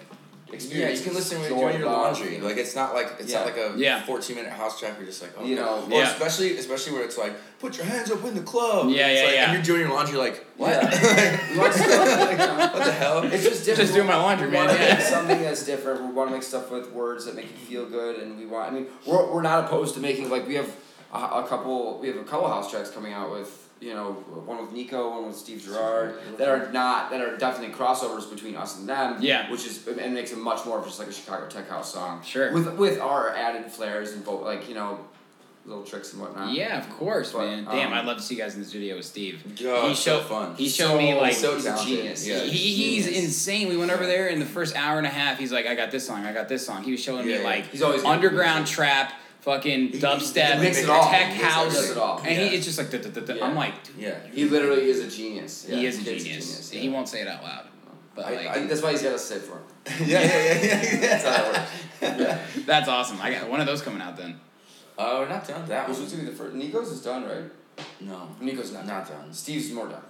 Speaker 6: Yeah,
Speaker 3: experience.
Speaker 6: you can listen when
Speaker 3: Joy,
Speaker 6: you're doing your
Speaker 3: love,
Speaker 6: laundry. Like it's not like it's not
Speaker 3: Yeah.
Speaker 6: like a
Speaker 5: Yeah.
Speaker 6: 14 minute house track. You're just like, oh,
Speaker 3: You
Speaker 6: God.
Speaker 3: know.
Speaker 6: Or
Speaker 5: Yeah.
Speaker 6: especially especially where it's like, put your hands up in the club.
Speaker 5: Yeah,
Speaker 6: It's
Speaker 5: yeah,
Speaker 6: like,
Speaker 5: yeah.
Speaker 6: *laughs* And you're doing your laundry, like,
Speaker 3: Yeah. We want to-
Speaker 6: what the hell?
Speaker 3: It's just different.
Speaker 2: Just doing my laundry,
Speaker 3: we
Speaker 2: man,
Speaker 3: want to
Speaker 2: yeah.
Speaker 3: make something that's different. We want to make stuff with words that make you feel good, and we want. I mean, we're, we're not opposed to making like we have a, a couple. We have a couple house tracks coming out with you know one with Nico, one with Steve Gerard that are not that are definitely crossovers between us and them.
Speaker 2: Yeah.
Speaker 3: which is and makes it much more of just like a Chicago tech house song.
Speaker 2: Sure.
Speaker 3: With with our added flares and vo- like you know little tricks and whatnot.
Speaker 2: *laughs* Yeah, of course,
Speaker 3: But,
Speaker 2: man. Damn,
Speaker 3: um,
Speaker 2: I'd love to see you guys in the studio with Steve.
Speaker 6: God,
Speaker 2: he showed
Speaker 6: so fun.
Speaker 2: He showed me
Speaker 3: So-
Speaker 2: like
Speaker 6: so
Speaker 3: he's a
Speaker 6: talented.
Speaker 3: genius.
Speaker 6: Yeah.
Speaker 2: he, he's
Speaker 3: Genius.
Speaker 2: insane. We went over there in the first hour and a half. He's like, I got this song, I got this song. He was showing
Speaker 6: Yeah,
Speaker 2: me
Speaker 6: yeah.
Speaker 2: like
Speaker 3: He's always good.
Speaker 2: underground trap, fucking
Speaker 6: he
Speaker 2: dubstep,
Speaker 3: mix it
Speaker 2: tech
Speaker 3: all. He does
Speaker 2: house,
Speaker 3: everything. He does it all.
Speaker 2: and
Speaker 3: Yeah.
Speaker 2: he, it's just like, duh, duh, duh, duh.
Speaker 3: Yeah.
Speaker 2: I'm like, dude,
Speaker 6: Yeah.
Speaker 3: He literally is a genius.
Speaker 2: he
Speaker 3: Yeah,
Speaker 2: is a
Speaker 3: kid's
Speaker 2: genius.
Speaker 3: yeah.
Speaker 2: He won't say it out loud, but
Speaker 6: I-
Speaker 2: like,
Speaker 6: I-
Speaker 3: That's why he's got us sit for him. *laughs*
Speaker 6: *laughs* yeah, yeah, yeah, yeah. That's how it works.
Speaker 2: that's awesome. I got one of those coming out then.
Speaker 6: Oh, we're not done with that
Speaker 3: Which
Speaker 6: one.
Speaker 3: was gonna be the first. Nico's is done, right?
Speaker 6: No.
Speaker 3: Nico's not.
Speaker 6: Not done.
Speaker 3: Steve's more done.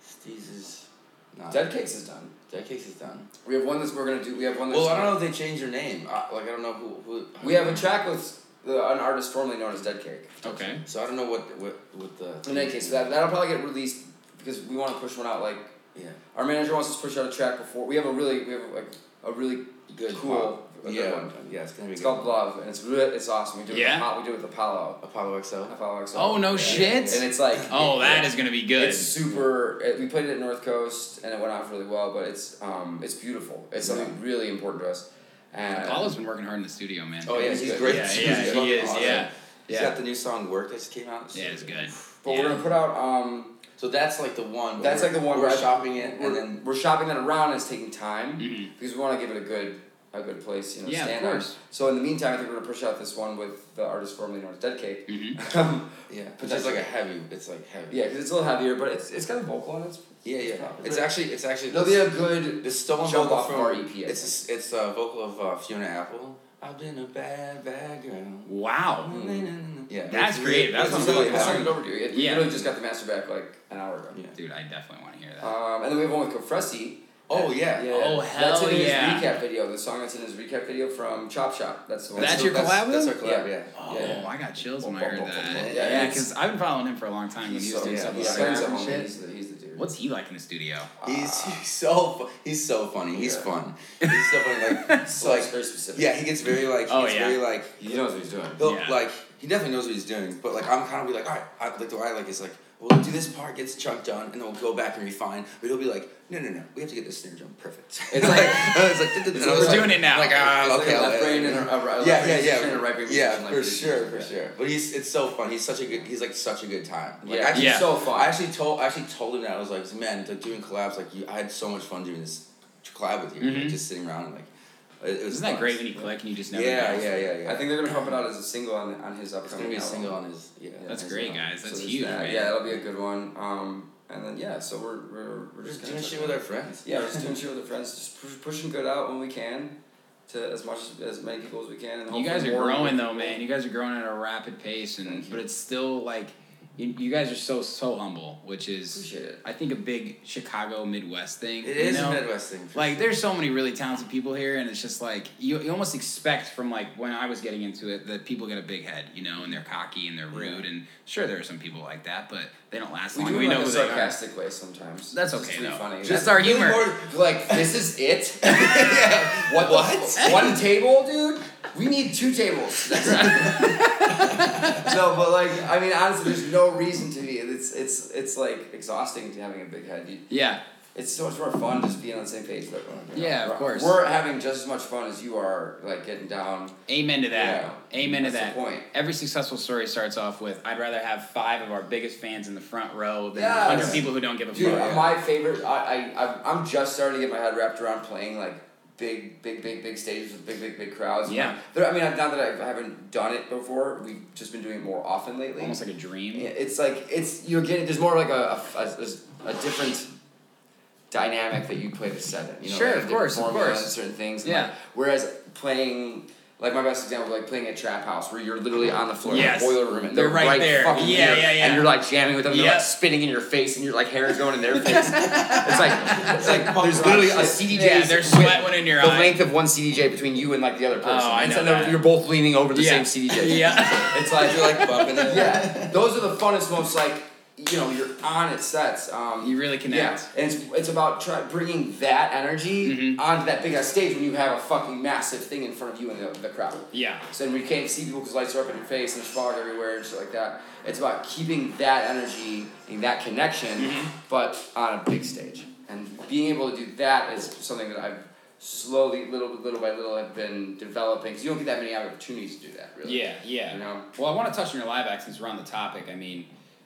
Speaker 6: Steve's is not.
Speaker 3: Dead Cakes is done.
Speaker 6: Dead Cakes is done.
Speaker 3: We have one that's we're gonna do. We have one. That's
Speaker 6: Well, I don't know if they changed their name. I, like, I don't know who. who
Speaker 3: We have a track with the, an artist formerly known as Dead Cake.
Speaker 2: Okay.
Speaker 6: So I don't know what what what the.
Speaker 3: In any case, that that'll probably get released because we want to push one out. Like
Speaker 6: Yeah.
Speaker 3: our manager wants us to push out a track before we have a really we have like a really
Speaker 6: Good.
Speaker 3: cool
Speaker 6: pop.
Speaker 3: a good
Speaker 6: Yeah.
Speaker 3: one.
Speaker 6: Yeah, it's gonna be
Speaker 3: It's
Speaker 6: good.
Speaker 3: called Love and it's really, it's awesome. We do it
Speaker 2: Yeah?
Speaker 3: with Apollo, we do it with Apollo.
Speaker 6: Apollo XL.
Speaker 3: Apollo XL.
Speaker 2: Oh, no
Speaker 3: Yeah.
Speaker 2: shit?
Speaker 3: And it's like
Speaker 2: Oh, that
Speaker 3: yeah.
Speaker 2: is gonna be good.
Speaker 3: It's super. It, we played it at North Coast, and it went off really well. But it's um, it's beautiful. It's something really important to us. And
Speaker 2: Paula's been working hard in the studio, man.
Speaker 6: Oh yeah,
Speaker 3: He's
Speaker 6: he's
Speaker 3: good.
Speaker 6: great.
Speaker 2: Yeah,
Speaker 6: *laughs* He's
Speaker 2: yeah, he
Speaker 6: fucking
Speaker 2: is,
Speaker 6: awesome.
Speaker 2: yeah.
Speaker 6: He's
Speaker 2: Yeah.
Speaker 6: got the new song "Work" that just came out.
Speaker 2: Yeah, it's good.
Speaker 3: but
Speaker 2: Yeah.
Speaker 3: we're gonna put out um,
Speaker 6: So that's like the one.
Speaker 3: that's
Speaker 6: where
Speaker 3: like the one
Speaker 6: we're
Speaker 3: where I-
Speaker 6: shopping it,
Speaker 3: we're,
Speaker 6: and then
Speaker 3: we're shopping that around. and It's taking time because we want to give it a good a good place. You know,
Speaker 2: Mm-hmm. Yeah, of
Speaker 3: stand on.
Speaker 2: course.
Speaker 3: So in the meantime, I think we're gonna push out this one with the artist formerly known as Dead Cake.
Speaker 2: Mm-hmm.
Speaker 3: *laughs* Um,
Speaker 6: yeah, but it's like a heavy. It's like heavy.
Speaker 3: yeah, because it's a little heavier, but it's it's got a vocal on it. It's-
Speaker 6: yeah, yeah.
Speaker 3: proper.
Speaker 6: It's actually, it's actually.
Speaker 3: It'll be a good.
Speaker 6: It's still on
Speaker 3: jump
Speaker 6: vocal
Speaker 3: off
Speaker 6: from
Speaker 3: of our EP, I
Speaker 6: It's a, it's a vocal of uh, Fiona Apple. I've been a bad bad girl. Mm.
Speaker 2: Wow.
Speaker 6: Yeah,
Speaker 2: That's
Speaker 6: it's
Speaker 2: great.
Speaker 6: really-
Speaker 2: That's
Speaker 6: it's
Speaker 2: what I'm talking
Speaker 6: really
Speaker 3: I
Speaker 2: about.
Speaker 6: heavy.
Speaker 3: turned it Mm-hmm. over to you. It,
Speaker 2: Yeah.
Speaker 3: We literally just got the master back like an hour ago.
Speaker 6: Yeah.
Speaker 2: Dude, I definitely want to hear that.
Speaker 6: Uh,
Speaker 3: Um, and then we have one with Compressy.
Speaker 6: Oh yeah.
Speaker 3: Yeah.
Speaker 2: Oh,
Speaker 3: That's
Speaker 2: hell
Speaker 3: in his
Speaker 2: yeah.
Speaker 3: recap video. The song that's in his recap video from Chop Shop. That's the one.
Speaker 2: That's your
Speaker 6: that's,
Speaker 2: collab with
Speaker 6: That's our
Speaker 2: him?
Speaker 6: collab. Yeah.
Speaker 2: Oh,
Speaker 3: Yeah.
Speaker 2: I got chills when I heard that.
Speaker 3: Yeah,
Speaker 2: Yeah,
Speaker 3: it's-
Speaker 2: because I've been following him for a long time when he
Speaker 3: He's
Speaker 2: was
Speaker 3: so,
Speaker 2: doing
Speaker 3: yeah,
Speaker 2: stuff with
Speaker 3: he's,
Speaker 2: Slam
Speaker 3: friends at
Speaker 2: and
Speaker 3: home.
Speaker 2: shit.
Speaker 3: He's the, he's the dude.
Speaker 2: What's he like in the studio?
Speaker 6: He's,
Speaker 2: Ah.
Speaker 6: he's so fu- he's so funny. He's
Speaker 3: Yeah.
Speaker 6: fun. He's so funny.
Speaker 2: *laughs*
Speaker 6: Like it's
Speaker 3: Well,
Speaker 6: like
Speaker 3: it's very specific.
Speaker 6: yeah, he gets very like he
Speaker 2: Oh,
Speaker 6: gets
Speaker 2: yeah.
Speaker 6: very like
Speaker 3: He knows what he's doing.
Speaker 6: he'll
Speaker 2: Yeah.
Speaker 6: like he definitely knows what he's doing. But like I'm kind of be like all right, I, like the way I like is like we'll do this part, gets chunk done, and then we'll go back and refine. But he'll be like no no no, we have to get this snare drum perfect.
Speaker 2: *laughs*
Speaker 3: It's
Speaker 6: like
Speaker 3: like-
Speaker 6: *laughs* it's like duh, duh, duh, and I
Speaker 2: We're
Speaker 6: was like-
Speaker 2: doing it now.
Speaker 6: Like ah
Speaker 3: It's
Speaker 6: okay,
Speaker 3: like a
Speaker 6: I'll-
Speaker 3: left brain and a, a right. a
Speaker 6: yeah,
Speaker 3: left brain
Speaker 6: yeah, yeah,
Speaker 3: musician and a right brain
Speaker 6: yeah,
Speaker 3: musician, like
Speaker 6: for
Speaker 3: this.
Speaker 6: sure, for sure. But he's it's so fun. He's such a good. He's like such a good time. Like,
Speaker 3: Yeah,
Speaker 6: I actually,
Speaker 2: he's
Speaker 3: so fun.
Speaker 6: I actually told I actually told him that I was like, man, like doing collabs. Like you, I had so much fun doing this collab with you. like,
Speaker 2: Mhm.
Speaker 6: just sitting around and like, it, it was.
Speaker 2: Isn't that
Speaker 6: fun.
Speaker 2: great when you click and you just never
Speaker 6: Yeah,
Speaker 2: know?
Speaker 6: yeah, yeah, yeah.
Speaker 3: I think they're gonna pump it out as a single on, on his
Speaker 6: it's gonna
Speaker 3: upcoming.
Speaker 6: be a
Speaker 3: album.
Speaker 6: single on his. Yeah,
Speaker 2: That's
Speaker 6: his
Speaker 2: great,
Speaker 6: album.
Speaker 2: guys. That's
Speaker 3: so there's
Speaker 2: huge,
Speaker 3: that.
Speaker 2: man.
Speaker 3: Yeah, it'll be a good one. Um, and then yeah, so we're we're, we're
Speaker 6: We're
Speaker 3: just
Speaker 6: just
Speaker 3: gonna
Speaker 6: doing
Speaker 3: touch
Speaker 6: shit
Speaker 3: on
Speaker 6: with
Speaker 3: it.
Speaker 6: our friends.
Speaker 3: Yeah, we're just doing shit with our friends. Just push, pushing good out when we can, to as much as many people as we can. And
Speaker 2: You guys are
Speaker 3: hopefully more
Speaker 2: growing
Speaker 3: people.
Speaker 2: though, man. You guys are growing at a rapid pace, and
Speaker 6: Thank you.
Speaker 2: but it's still like, you, you guys are so so humble, which is
Speaker 3: Appreciate it.
Speaker 2: I think a big Chicago Midwest thing.
Speaker 6: It
Speaker 2: you
Speaker 6: is
Speaker 2: know?
Speaker 6: a Midwest thing. for
Speaker 2: like
Speaker 6: sure.
Speaker 2: there's so many really talented people here and it's just like you, you almost expect from like when i was getting into it that people get a big head you know and they're cocky and they're rude and sure there are some people like that but they don't last
Speaker 3: We
Speaker 2: long
Speaker 3: do
Speaker 2: we
Speaker 3: it in
Speaker 2: know
Speaker 3: like a
Speaker 2: who they are
Speaker 3: sarcastic way sometimes.
Speaker 2: That's
Speaker 3: Just
Speaker 2: okay,
Speaker 3: to be
Speaker 2: though.
Speaker 3: Funny.
Speaker 2: Just
Speaker 3: That's
Speaker 2: our humor.
Speaker 3: more- like this is it. *laughs* What? the f- one table, dude. We need two *laughs* tables. *laughs* no, but like I mean, honestly, there's no reason to be. It's it's it's like exhausting to having a big head. You-
Speaker 2: yeah
Speaker 3: It's so much more fun just being on the same page with everyone. you know?
Speaker 2: Yeah, of
Speaker 3: We're-
Speaker 2: course.
Speaker 3: We're having just as much fun as you are, like getting down.
Speaker 2: amen to that
Speaker 3: Yeah.
Speaker 2: amen to that
Speaker 3: That's the point.
Speaker 2: every successful story starts off with i'd rather have five of our biggest fans in the front row than
Speaker 3: Yes.
Speaker 2: 100 people who don't give a
Speaker 3: Dude,
Speaker 2: fuck
Speaker 3: my favorite. I, I I've- I'm just starting to get my head wrapped around playing like big, big, big, big stages with big, big, big crowds.
Speaker 2: Yeah.
Speaker 3: There, I mean, I've- not that I haven't done it before. We've just been doing it more often lately.
Speaker 2: almost like a dream
Speaker 3: Yeah, it's like it's you're getting there's more like a a, a, a different dynamic that you play the set in. You know,
Speaker 2: Sure,
Speaker 3: like
Speaker 2: of
Speaker 3: a different
Speaker 2: course, of
Speaker 3: formula
Speaker 2: course.
Speaker 3: and certain things. and,
Speaker 2: Yeah.
Speaker 3: like, whereas playing. Like my best example, like playing at Trap House, where you're literally on the floor,
Speaker 2: Yes.
Speaker 3: in the boiler room, and
Speaker 2: They're
Speaker 3: they're,
Speaker 2: right there.
Speaker 3: fucking
Speaker 2: Yeah,
Speaker 3: here,
Speaker 2: yeah, yeah.
Speaker 3: and you're like jamming with them, and they're
Speaker 2: Yep.
Speaker 3: like spitting in your face, and your like hair is going
Speaker 2: *laughs*
Speaker 3: in their face. it's like it's like there's literally a CDJ.
Speaker 2: yeah there's sweat went in your
Speaker 3: the
Speaker 2: eye Oh,
Speaker 3: length of one CDJ between you and like the other person.
Speaker 2: I
Speaker 3: and
Speaker 2: know
Speaker 3: so they're-
Speaker 2: that.
Speaker 3: You're both leaning over the
Speaker 2: yeah.
Speaker 3: same CDJ.
Speaker 2: yeah
Speaker 3: It's like you're like
Speaker 6: bumping it.
Speaker 3: yeah, those are the funnest, most like y- you know you're on at sets. Um,
Speaker 2: You really connect.
Speaker 3: Yeah, and it's it's about try, bringing that energy
Speaker 2: Mm-hmm.
Speaker 3: onto that big ass stage when you have a fucking massive thing in front of you and the, the crowd.
Speaker 2: Yeah.
Speaker 3: So and we can't see people because lights are up in your face and there's fog everywhere and shit like that. It's about keeping that energy and that connection,
Speaker 2: Mm-hmm.
Speaker 3: but on a big stage. And being able to do that is something that I've slowly, little little by little, have been developing because you don't get that many opportunities to do that. Really.
Speaker 2: Yeah, yeah.
Speaker 3: You know?
Speaker 2: Well, I want to touch on your live act since we're on the topic. I mean,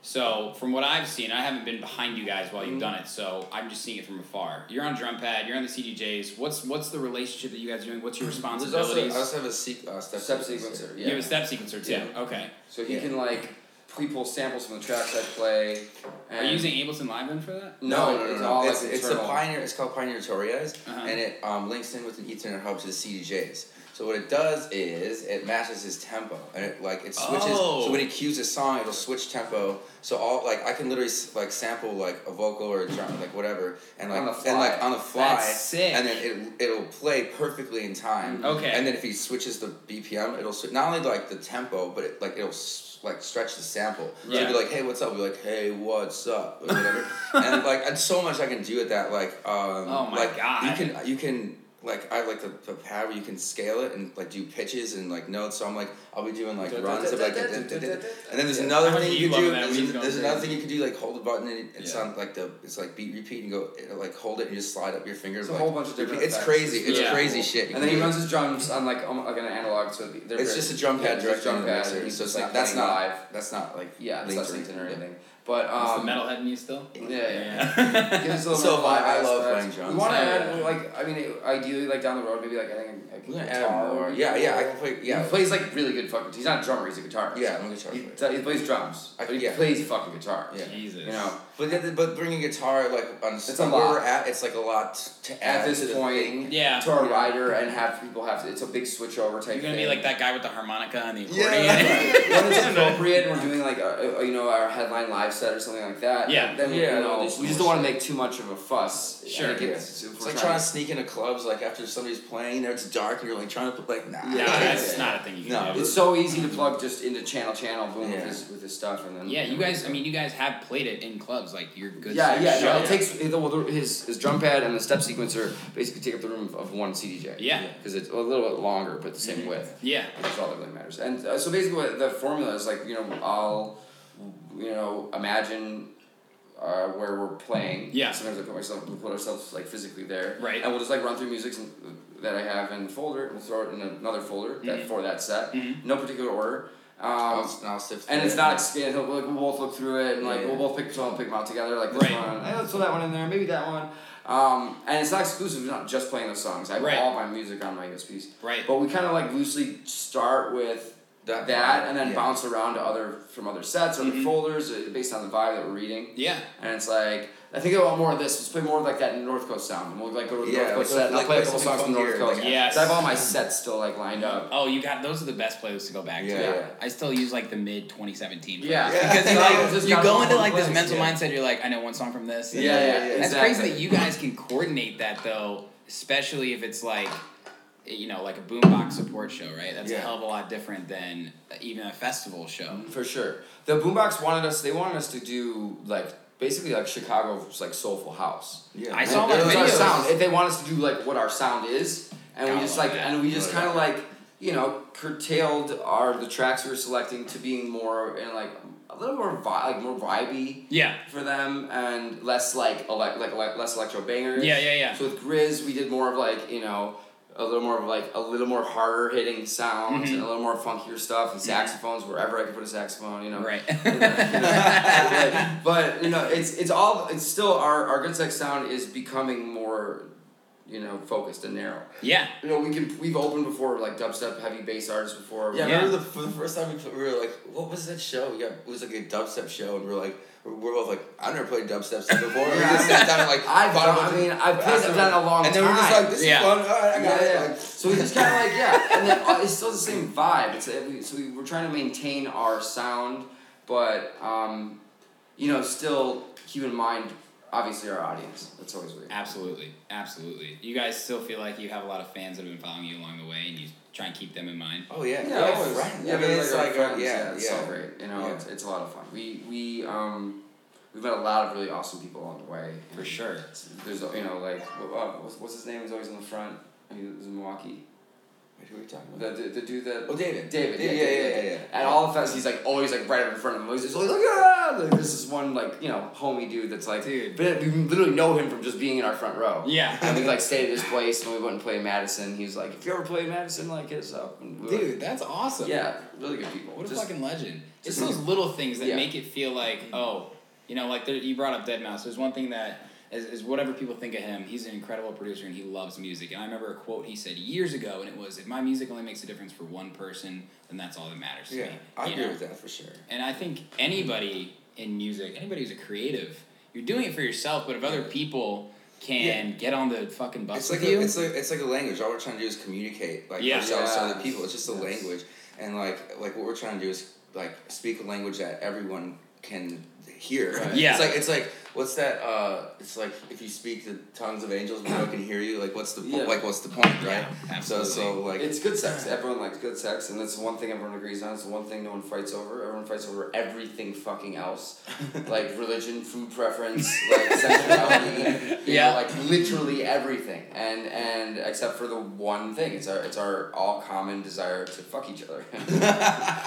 Speaker 2: so from what I've seen, I haven't been behind you guys
Speaker 3: Mm-hmm.
Speaker 2: while you've done it, so I'm just seeing it from afar. You're on drum pad. You're on the CDJs. What's what's the relationship that you guys are doing? What's your
Speaker 3: There's
Speaker 6: I also, I
Speaker 2: responsibilities?
Speaker 6: also have a sequ- uh, step,
Speaker 3: Step
Speaker 6: sequencer.
Speaker 3: sequencer. Yeah.
Speaker 2: You have a step sequencer too.
Speaker 3: Yeah.
Speaker 2: Okay.
Speaker 3: So he can like pre-pull samples from the tracks I play.
Speaker 2: Are
Speaker 3: And
Speaker 2: you using Ableton Live then for that?
Speaker 3: No,
Speaker 6: no, no,
Speaker 3: it's
Speaker 6: no.
Speaker 3: all
Speaker 6: it's,
Speaker 3: like
Speaker 6: it's a
Speaker 3: internal.
Speaker 6: pioneer. It's called Pioneer Torres,
Speaker 2: Uh-huh.
Speaker 6: and it um, links in with an Ethernet hub to the CDJs. So what it does is it matches his tempo, and it like it switches.
Speaker 2: Oh.
Speaker 6: So when he cues a song, it'll switch tempo. So all like I can literally s- like sample like a vocal or a drum, like whatever, and like
Speaker 3: On the
Speaker 6: and like
Speaker 3: fly.
Speaker 6: on the fly,
Speaker 2: That's sick.
Speaker 6: and then it it'll play perfectly in time.
Speaker 2: Okay.
Speaker 6: And then if he switches the BPM, it'll sw- not only like the tempo, but it, like it'll s- like stretch the sample. So
Speaker 2: Yeah.
Speaker 6: it'll be like, hey, what's up? We're like, hey, what's up?
Speaker 2: *laughs*
Speaker 6: Or whatever. and like, and so much I can do with that. Like, um,
Speaker 2: Oh my
Speaker 6: like,
Speaker 2: God.
Speaker 6: you can you can like I have like the, the pad where you can scale it and like do pitches and like notes. So I'm like, I'll be doing like runs of like, and then there's
Speaker 2: How
Speaker 6: another
Speaker 2: much
Speaker 6: thing
Speaker 2: do
Speaker 6: you
Speaker 2: you
Speaker 6: can do.
Speaker 2: love that when
Speaker 6: There's,
Speaker 2: he's going
Speaker 6: there's
Speaker 2: through?
Speaker 6: another thing you can do like hold the button and it- it's
Speaker 2: Yeah.
Speaker 6: on like the it's like beat repeat and go it'll, like hold it and you just slide up your fingers.
Speaker 3: It's a
Speaker 6: like,
Speaker 3: whole bunch of different.
Speaker 6: It's
Speaker 3: effects.
Speaker 6: crazy. It's
Speaker 2: Yeah.
Speaker 6: crazy shit.
Speaker 3: And
Speaker 6: You can
Speaker 3: then he
Speaker 6: do.
Speaker 3: runs his drums on like um, like an analog, so they're
Speaker 6: It's
Speaker 3: very-
Speaker 6: just a drum
Speaker 3: yeah,
Speaker 6: pad
Speaker 3: it's
Speaker 6: directly
Speaker 3: just a
Speaker 6: drum
Speaker 3: drum pad.
Speaker 6: pad.
Speaker 3: and
Speaker 6: So
Speaker 3: he's
Speaker 6: it's
Speaker 3: just
Speaker 6: like that's
Speaker 3: playing
Speaker 6: not
Speaker 3: live.
Speaker 6: That's not like
Speaker 3: Yeah, it's not
Speaker 6: linked or
Speaker 3: synced or
Speaker 6: anything.
Speaker 3: anything. But
Speaker 2: It's the
Speaker 3: um,
Speaker 2: metalhead in you still?
Speaker 3: yeah, yeah.
Speaker 2: Yeah.
Speaker 3: Give us a little
Speaker 6: So
Speaker 3: bit of
Speaker 6: I- I
Speaker 3: live
Speaker 6: love
Speaker 3: aspect.
Speaker 6: playing drums.
Speaker 3: We want to
Speaker 2: Yeah.
Speaker 3: add like I mean it- ideally like down the road maybe like I think I can
Speaker 6: We're gonna add
Speaker 3: guitar
Speaker 6: more.
Speaker 3: would be
Speaker 6: Yeah,
Speaker 3: cool.
Speaker 6: yeah, I can play- yeah.
Speaker 3: He plays like really good fucking. He's not a drummer. He's a guitarist.
Speaker 6: Yeah, I'm a guitar
Speaker 3: He,
Speaker 6: player.
Speaker 3: t- he plays drums.
Speaker 6: I-
Speaker 3: but he
Speaker 6: yeah.
Speaker 3: plays fucking guitar.
Speaker 6: Yeah.
Speaker 2: Jesus.
Speaker 3: You know.
Speaker 6: But the- the- but bringing guitar like on
Speaker 3: It's
Speaker 6: on
Speaker 3: a
Speaker 6: where
Speaker 3: lot.
Speaker 6: we're at, it's like a lot to add
Speaker 3: At
Speaker 6: to
Speaker 3: this
Speaker 6: the
Speaker 3: point,
Speaker 6: thing.
Speaker 2: Yeah.
Speaker 3: to our rider and have people have to, it's a big switchover
Speaker 2: *laughs*
Speaker 3: type.
Speaker 2: You're gonna
Speaker 3: thing.
Speaker 2: be like that guy with the harmonica and the
Speaker 6: Yeah. *laughs*
Speaker 2: accordion.
Speaker 3: *laughs*
Speaker 2: *laughs*
Speaker 3: when it's appropriate, and we're doing like a, a- you know our headline live set or something like that.
Speaker 2: Yeah.
Speaker 3: Then we,
Speaker 6: Yeah,
Speaker 3: you
Speaker 6: no,
Speaker 3: know,
Speaker 6: there's
Speaker 3: we
Speaker 6: no
Speaker 3: just don't want to make too much of a fuss.
Speaker 2: Sure.
Speaker 3: I think it's, if
Speaker 6: It's
Speaker 3: we're
Speaker 6: like trying to sneak into clubs like after somebody's playing there it's dark and you're like trying to put like nah.
Speaker 2: No,
Speaker 6: *laughs*
Speaker 2: that's not a thing you can
Speaker 6: No,
Speaker 2: do.
Speaker 3: It's so easy to plug just into channel channel boom
Speaker 6: Yeah.
Speaker 3: with this with this stuff and then
Speaker 2: Yeah, you guys. I mean, you guys have played it in clubs. Like you're good.
Speaker 3: Yeah, yeah,
Speaker 2: show.
Speaker 3: no, it takes it- well, the- his his drum pad and the step sequencer basically take up the room of, of one CDJ.
Speaker 2: Yeah. Mm-hmm.
Speaker 3: because it's a little bit longer, but the same width.
Speaker 2: Yeah.
Speaker 3: That's all that really matters. And uh, so basically, what the formula is like, you know, I'll, you know, imagine uh, where we're playing.
Speaker 2: Yeah.
Speaker 3: Sometimes I put myself, we put ourselves like physically there.
Speaker 2: Right.
Speaker 3: And we'll just like run through music and- that I have in the folder. We'll throw it in another folder
Speaker 2: Mm-hmm.
Speaker 3: that for that set. No particular order. Um,
Speaker 6: I'll, I'll sift
Speaker 3: and
Speaker 6: through
Speaker 3: it's
Speaker 6: it.
Speaker 3: not expanded. He'll, like, we'll both look through it and like
Speaker 6: Yeah.
Speaker 3: we'll both pick someone pick them out together. Like this
Speaker 2: Right.
Speaker 3: one, eh, let's throw that one in there, maybe that one. Um, and it's not exclusive. It's not just playing those songs. I have
Speaker 2: Right.
Speaker 3: all my music on my USBs.
Speaker 2: Right.
Speaker 3: But we kind of like loosely start with
Speaker 6: That
Speaker 3: that,
Speaker 6: vibe,
Speaker 3: and then
Speaker 6: yeah.
Speaker 3: bounce around to other from other sets or the folders uh, based on the vibe that we're reading.
Speaker 2: Mm-hmm. Yeah.
Speaker 3: And it's like I think I want more of this. Let's play more of like that North Coast sound. And we'll like go to the
Speaker 6: Yeah,
Speaker 3: North Coast
Speaker 6: like,
Speaker 3: set. and
Speaker 6: like,
Speaker 3: I'll play a
Speaker 6: play
Speaker 3: couple songs
Speaker 6: something
Speaker 3: from North
Speaker 6: funkier,
Speaker 3: Coast.
Speaker 6: like-
Speaker 2: Yes.
Speaker 3: So I have all my sets still like lined up.
Speaker 2: Oh, you got those are the best playlists to go back
Speaker 6: Yeah.
Speaker 2: to.
Speaker 6: Yeah.
Speaker 2: I still use like the mid 2017.
Speaker 3: *laughs* Yeah.
Speaker 6: Yeah.
Speaker 2: Because you,
Speaker 6: So
Speaker 2: like,
Speaker 3: just
Speaker 2: you
Speaker 3: got
Speaker 2: go
Speaker 3: all
Speaker 2: into
Speaker 3: over
Speaker 2: like
Speaker 3: the
Speaker 2: this
Speaker 3: place,
Speaker 2: mental
Speaker 3: yeah.
Speaker 2: mindset. You're like, I know one song from this. and
Speaker 3: Yeah,
Speaker 2: then-
Speaker 3: yeah, yeah,
Speaker 2: That's
Speaker 3: exactly.
Speaker 2: crazy that you guys can coordinate that though, especially if it's like, eh, you know, like a boombox support show, right? That's a
Speaker 6: Yeah.
Speaker 2: hell of a lot different than even a festival show.
Speaker 3: For sure. The Boombox wanted us. They wanted us to do like basically like Chicago's like soulful house.
Speaker 6: Yeah.
Speaker 2: I saw
Speaker 3: It
Speaker 2: that
Speaker 3: was our
Speaker 2: video.
Speaker 3: sound. If they want us to do like what our sound is, and
Speaker 2: Gotta
Speaker 3: we just
Speaker 2: love
Speaker 3: like
Speaker 2: that.
Speaker 3: and we just
Speaker 6: Really
Speaker 3: kind of like you know curtailed our the tracks we were selecting to being more and like a little more vi- like more vibey
Speaker 2: Yeah.
Speaker 3: for them and less like elect like, like less electro bangers.
Speaker 2: Yeah, yeah, yeah.
Speaker 3: So with Grizz, we did more of like you know a little more of like a little more harder hitting sounds
Speaker 6: Mm-hmm.
Speaker 3: and a little more funkier stuff and saxophones wherever I could put a saxophone, you know.
Speaker 2: Right.
Speaker 3: But- *laughs* but you know, it's it's all it's still our our good sex sound is becoming more, you know, focused and narrow.
Speaker 2: *laughs* yeah.
Speaker 3: You know, we can we've opened before like dubstep heavy bass artists before.
Speaker 6: Yeah,
Speaker 2: Yeah.
Speaker 6: remember the, for the first time we, pl- we were like, what was that show? Yeah, it was like a dubstep show, and we were like, we are both like, I've never played dubstep
Speaker 3: *laughs*
Speaker 6: stuff before. We just sat down and like,
Speaker 3: I've
Speaker 6: thought
Speaker 3: done-
Speaker 6: about
Speaker 3: I
Speaker 6: it.
Speaker 3: mean, I've played
Speaker 6: After-
Speaker 3: that a long
Speaker 6: And then we're just
Speaker 3: time.
Speaker 6: like, this
Speaker 2: Yeah.
Speaker 6: is fun. All right, I got
Speaker 3: yeah,
Speaker 6: it.
Speaker 3: yeah.
Speaker 6: Like,
Speaker 3: so we just kind of like yeah, and then uh, it's still the same vibe. It's uh, we, so we, we're trying to maintain our sound, but um, you know, still keep in mind obviously our audience. That's always weird.
Speaker 2: Absolutely, absolutely. You guys still feel like you have a lot of fans that have been following you along the way, and you try and keep them in mind.
Speaker 6: oh yeah,
Speaker 3: Yeah,
Speaker 6: they're
Speaker 3: always.
Speaker 6: friends.
Speaker 3: Yeah,
Speaker 6: I mean,
Speaker 3: they're
Speaker 6: it's
Speaker 3: our
Speaker 6: like, uh,
Speaker 3: friends.
Speaker 6: yeah,
Speaker 3: it's
Speaker 6: yeah.
Speaker 3: so great. You know,
Speaker 6: Yeah.
Speaker 3: it's, it's a lot of fun. We we um, we've met a lot of really awesome people along the way.
Speaker 2: For
Speaker 3: and
Speaker 2: sure.
Speaker 3: There's you know like wh- uh, what's, what's his name? He's always in the front. He was in Milwaukee.
Speaker 6: Wait, who are we talking about?
Speaker 3: The, the, the dude that
Speaker 6: Oh, David.
Speaker 3: David,
Speaker 6: David,
Speaker 3: yeah,
Speaker 6: yeah,
Speaker 3: David,
Speaker 6: yeah,
Speaker 3: David.
Speaker 6: yeah, yeah.
Speaker 3: At all the fests, he's like always like right up in front of him. He's just always like, ah! Like, this is one like you know homie dude that's like,
Speaker 2: Dude.
Speaker 3: But we literally know him from just being in our front row.
Speaker 2: Yeah.
Speaker 3: *laughs* and we like stayed at his place when we went and played Madison. He was like, if you ever play Madison, like hit us up. And we were
Speaker 2: Dude, that's awesome.
Speaker 3: like, yeah, really good people.
Speaker 2: What a
Speaker 3: Just-
Speaker 2: fucking legend. It's
Speaker 6: Mm-hmm.
Speaker 2: those little things that
Speaker 3: Yeah.
Speaker 2: make it feel like, oh, you know, like there, you brought up Dead Mouse. There's one thing that is, is whatever people think of him, he's an incredible producer and he loves music. And I remember a quote he said years ago, and it was, if my music only makes a difference for one person, then that's all that matters to
Speaker 6: Yeah,
Speaker 2: me.
Speaker 6: I
Speaker 2: You
Speaker 6: agree
Speaker 2: know?
Speaker 6: with that for sure.
Speaker 2: And I think anybody in music, anybody who's a creative, you're doing it for yourself, but if other people can get on the fucking bus
Speaker 6: It's
Speaker 2: with
Speaker 6: like a,
Speaker 2: you,
Speaker 6: it's like it's like a language. All we're trying to do is communicate, like
Speaker 2: Yeah.
Speaker 6: ourselves to
Speaker 3: Yeah.
Speaker 6: other people. It's just a language, and like like what we're trying to do is like speak a language that everyone can hear.
Speaker 2: Yeah.
Speaker 6: it's like it's like what's that? Uh, it's like if you speak the tongues of angels, but no one can hear you. Like what's the po-
Speaker 3: Yeah.
Speaker 6: like what's the point, right? so
Speaker 2: absolutely.
Speaker 6: so like
Speaker 3: It's good sex. Everyone likes good sex, and that's the one thing everyone agrees on. It's the one thing no one fights over. Everyone fights over everything
Speaker 2: *laughs*
Speaker 3: fucking else, like religion, food preference, like sexuality. you
Speaker 2: Yeah.
Speaker 3: know, like literally everything, and and except for the one thing, it's our it's our all common desire to fuck
Speaker 2: *laughs*
Speaker 3: each other,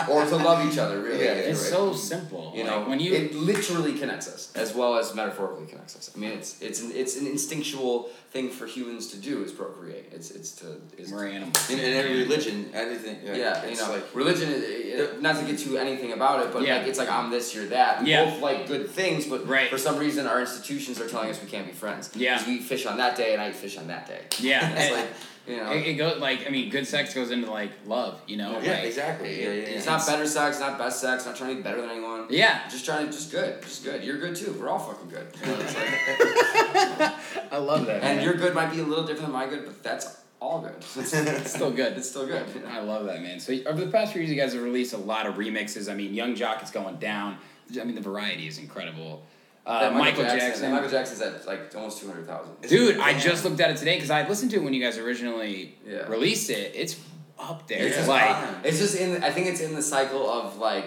Speaker 3: or to love each other. Really,
Speaker 6: Yeah,
Speaker 3: if
Speaker 2: it's
Speaker 3: you're
Speaker 2: so simple.
Speaker 3: you
Speaker 2: Like,
Speaker 3: know,
Speaker 2: when you
Speaker 3: it literally connects us as well as metaphorically connects us. I mean, it's it's an it's an instinctual thing for humans to do is procreate. It's it's to is
Speaker 2: we're
Speaker 3: to,
Speaker 2: animals.
Speaker 6: in, in every religion, everything. Yeah,
Speaker 3: yeah, you
Speaker 6: it's
Speaker 3: know,
Speaker 6: like
Speaker 3: religion. it- it- Not to get to anything about it, but
Speaker 2: Yeah.
Speaker 3: like, it's like I'm this, you're that. We
Speaker 2: Yeah.
Speaker 3: both like good things, but
Speaker 2: Right.
Speaker 3: for some reason, our institutions are telling us we can't be friends.
Speaker 2: Yeah.
Speaker 3: 'Cause you eat fish on that day, and I eat fish on that day.
Speaker 2: *laughs* Yeah,
Speaker 3: It's
Speaker 2: and-
Speaker 3: like you know,
Speaker 2: It, it goes like I mean, good sex goes into like love, you know.
Speaker 6: yeah,
Speaker 2: like,
Speaker 6: exactly. Yeah, yeah, yeah.
Speaker 3: it's not better sex, not best sex, not trying to be better than anyone.
Speaker 2: Yeah.
Speaker 3: Just trying to, just good, just good. You're good too. We're all fucking
Speaker 6: *laughs*
Speaker 3: good. You know, it's like-
Speaker 2: I love that.
Speaker 3: and your good might be a little different than my good, but that's all good. it's
Speaker 2: it's still good.
Speaker 3: still good. you know?
Speaker 2: I love that man. So over the past few years, you guys have released a lot of remixes. I mean, Young Jock is going down. I mean, the variety is incredible. Uh,
Speaker 3: That
Speaker 2: Michael,
Speaker 3: that Michael Jackson's at like almost two hundred thousand.
Speaker 2: Dude, I just looked at it today because I listened to it when you guys originally
Speaker 3: Yeah.
Speaker 2: released it. It's up there.
Speaker 3: It's
Speaker 2: It's
Speaker 3: just
Speaker 2: like
Speaker 3: fine. it's just in. I think it's in the cycle of like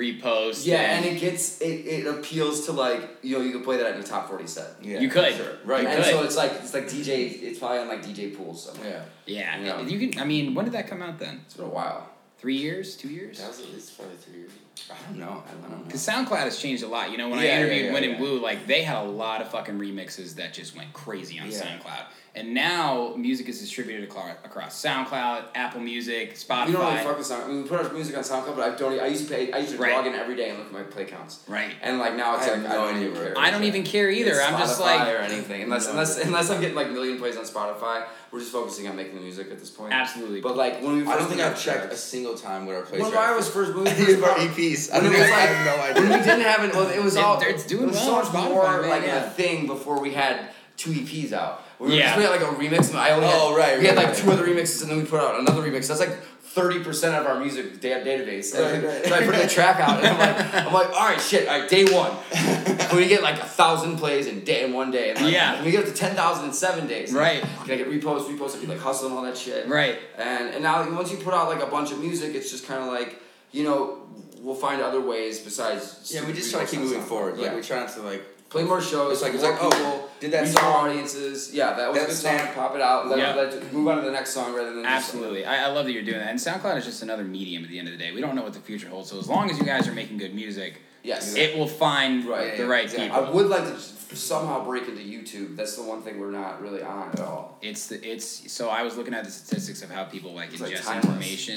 Speaker 2: repost.
Speaker 3: yeah, and it gets it, it appeals to like you know you can play that at your top forty set.
Speaker 6: Yeah,
Speaker 2: you could
Speaker 3: Right,
Speaker 2: You
Speaker 3: and
Speaker 2: could.
Speaker 3: so it's like it's like DJ. It's probably on like DJ pools somewhere.
Speaker 6: Yeah,
Speaker 2: yeah,
Speaker 3: Yeah.
Speaker 2: and you can. I mean, when did that come out then?
Speaker 3: It's been a while.
Speaker 2: Three years? Two years?
Speaker 6: that was at least probably three years. I don't know. I don't know.
Speaker 2: Because SoundCloud has changed a lot. You know, when I
Speaker 3: Yeah, yeah,
Speaker 2: interviewed
Speaker 3: yeah,
Speaker 2: Win and
Speaker 3: yeah.
Speaker 2: Blue, like they had a lot of fucking remixes that just went crazy on
Speaker 6: Yeah.
Speaker 2: SoundCloud. And now music is distributed across, across SoundCloud, Apple Music, Spotify.
Speaker 3: We don't really fuck with sound. I mean, we put our music on SoundCloud, but I don't. e, I used to pay. I used to
Speaker 2: Right.
Speaker 3: log in every day and look at my play counts.
Speaker 2: Right.
Speaker 3: And like now it's
Speaker 6: I
Speaker 3: like
Speaker 6: have
Speaker 3: I
Speaker 6: no
Speaker 3: don't
Speaker 6: idea
Speaker 3: even
Speaker 6: where
Speaker 3: care.
Speaker 6: it
Speaker 2: I don't even care either.
Speaker 3: It's
Speaker 2: I'm just
Speaker 3: Spotify
Speaker 2: like
Speaker 3: or anything. Unless unless unless I'm getting like million plays on Spotify, we're just focusing on making the music at this point.
Speaker 2: Absolutely.
Speaker 3: But like when we first
Speaker 6: I don't think
Speaker 3: made our
Speaker 6: I've checked a
Speaker 3: tracks-
Speaker 6: single time what our place.
Speaker 3: When I was
Speaker 6: *laughs*
Speaker 3: first moving,
Speaker 6: Any of our EPs. I
Speaker 3: When
Speaker 6: don't
Speaker 3: it was
Speaker 6: know. I
Speaker 3: like-
Speaker 6: have no idea.
Speaker 3: When we didn't have it, well, it was
Speaker 2: It-
Speaker 3: all.
Speaker 2: it's doing
Speaker 3: it was
Speaker 2: well
Speaker 3: so much
Speaker 2: on Spotify,
Speaker 3: more
Speaker 2: man,
Speaker 3: like
Speaker 2: yeah.
Speaker 3: a thing before we had two EPs out. We were
Speaker 2: Yeah.
Speaker 3: just we had like a remix, and I only had,
Speaker 6: Oh, right,
Speaker 3: we had
Speaker 6: right,
Speaker 3: like
Speaker 6: right.
Speaker 3: two other remixes, and then we put out another remix. That's like thirty percent of our music da- database. And
Speaker 6: Right, right.
Speaker 3: So I put the track out, and I'm like, I'm like, all right, shit, all right, day one, can we get like a thousand plays in day in one day? And like,
Speaker 2: Yeah.
Speaker 3: can we get up to ten thousand in seven days?
Speaker 2: Right.
Speaker 3: Can I get reposts, reposts, and be like hustling all that shit?
Speaker 2: Right.
Speaker 3: And and now once you put out like a bunch of music, it's just kind of like you know we'll find other ways besides.
Speaker 6: Yeah, we just try to keep moving forward. Like
Speaker 3: yeah.
Speaker 6: we try not to like.
Speaker 3: play more shows.
Speaker 6: It's like- it's
Speaker 3: more
Speaker 6: like, oh,
Speaker 3: people,
Speaker 6: did that
Speaker 3: reach more
Speaker 6: song-
Speaker 3: audiences. Yeah, that was
Speaker 6: That
Speaker 3: a good
Speaker 6: song-
Speaker 3: song. Pop it out. Let,
Speaker 2: Yeah.
Speaker 3: let- move on to the next song rather than just-
Speaker 2: Absolutely. I, I love that you're doing that. And SoundCloud is just another medium at the end of the day. We don't know what the future holds. So as long as you guys are making good music,
Speaker 3: Yes.
Speaker 2: it will find
Speaker 3: Right,
Speaker 2: the
Speaker 6: yeah,
Speaker 2: right
Speaker 6: exactly.
Speaker 2: people.
Speaker 3: I would like to just somehow break into YouTube. That's the one thing we're not really on at all.
Speaker 2: It's the it's so I was looking at the statistics of how people like
Speaker 3: like
Speaker 2: ingest
Speaker 3: timeless.
Speaker 2: information.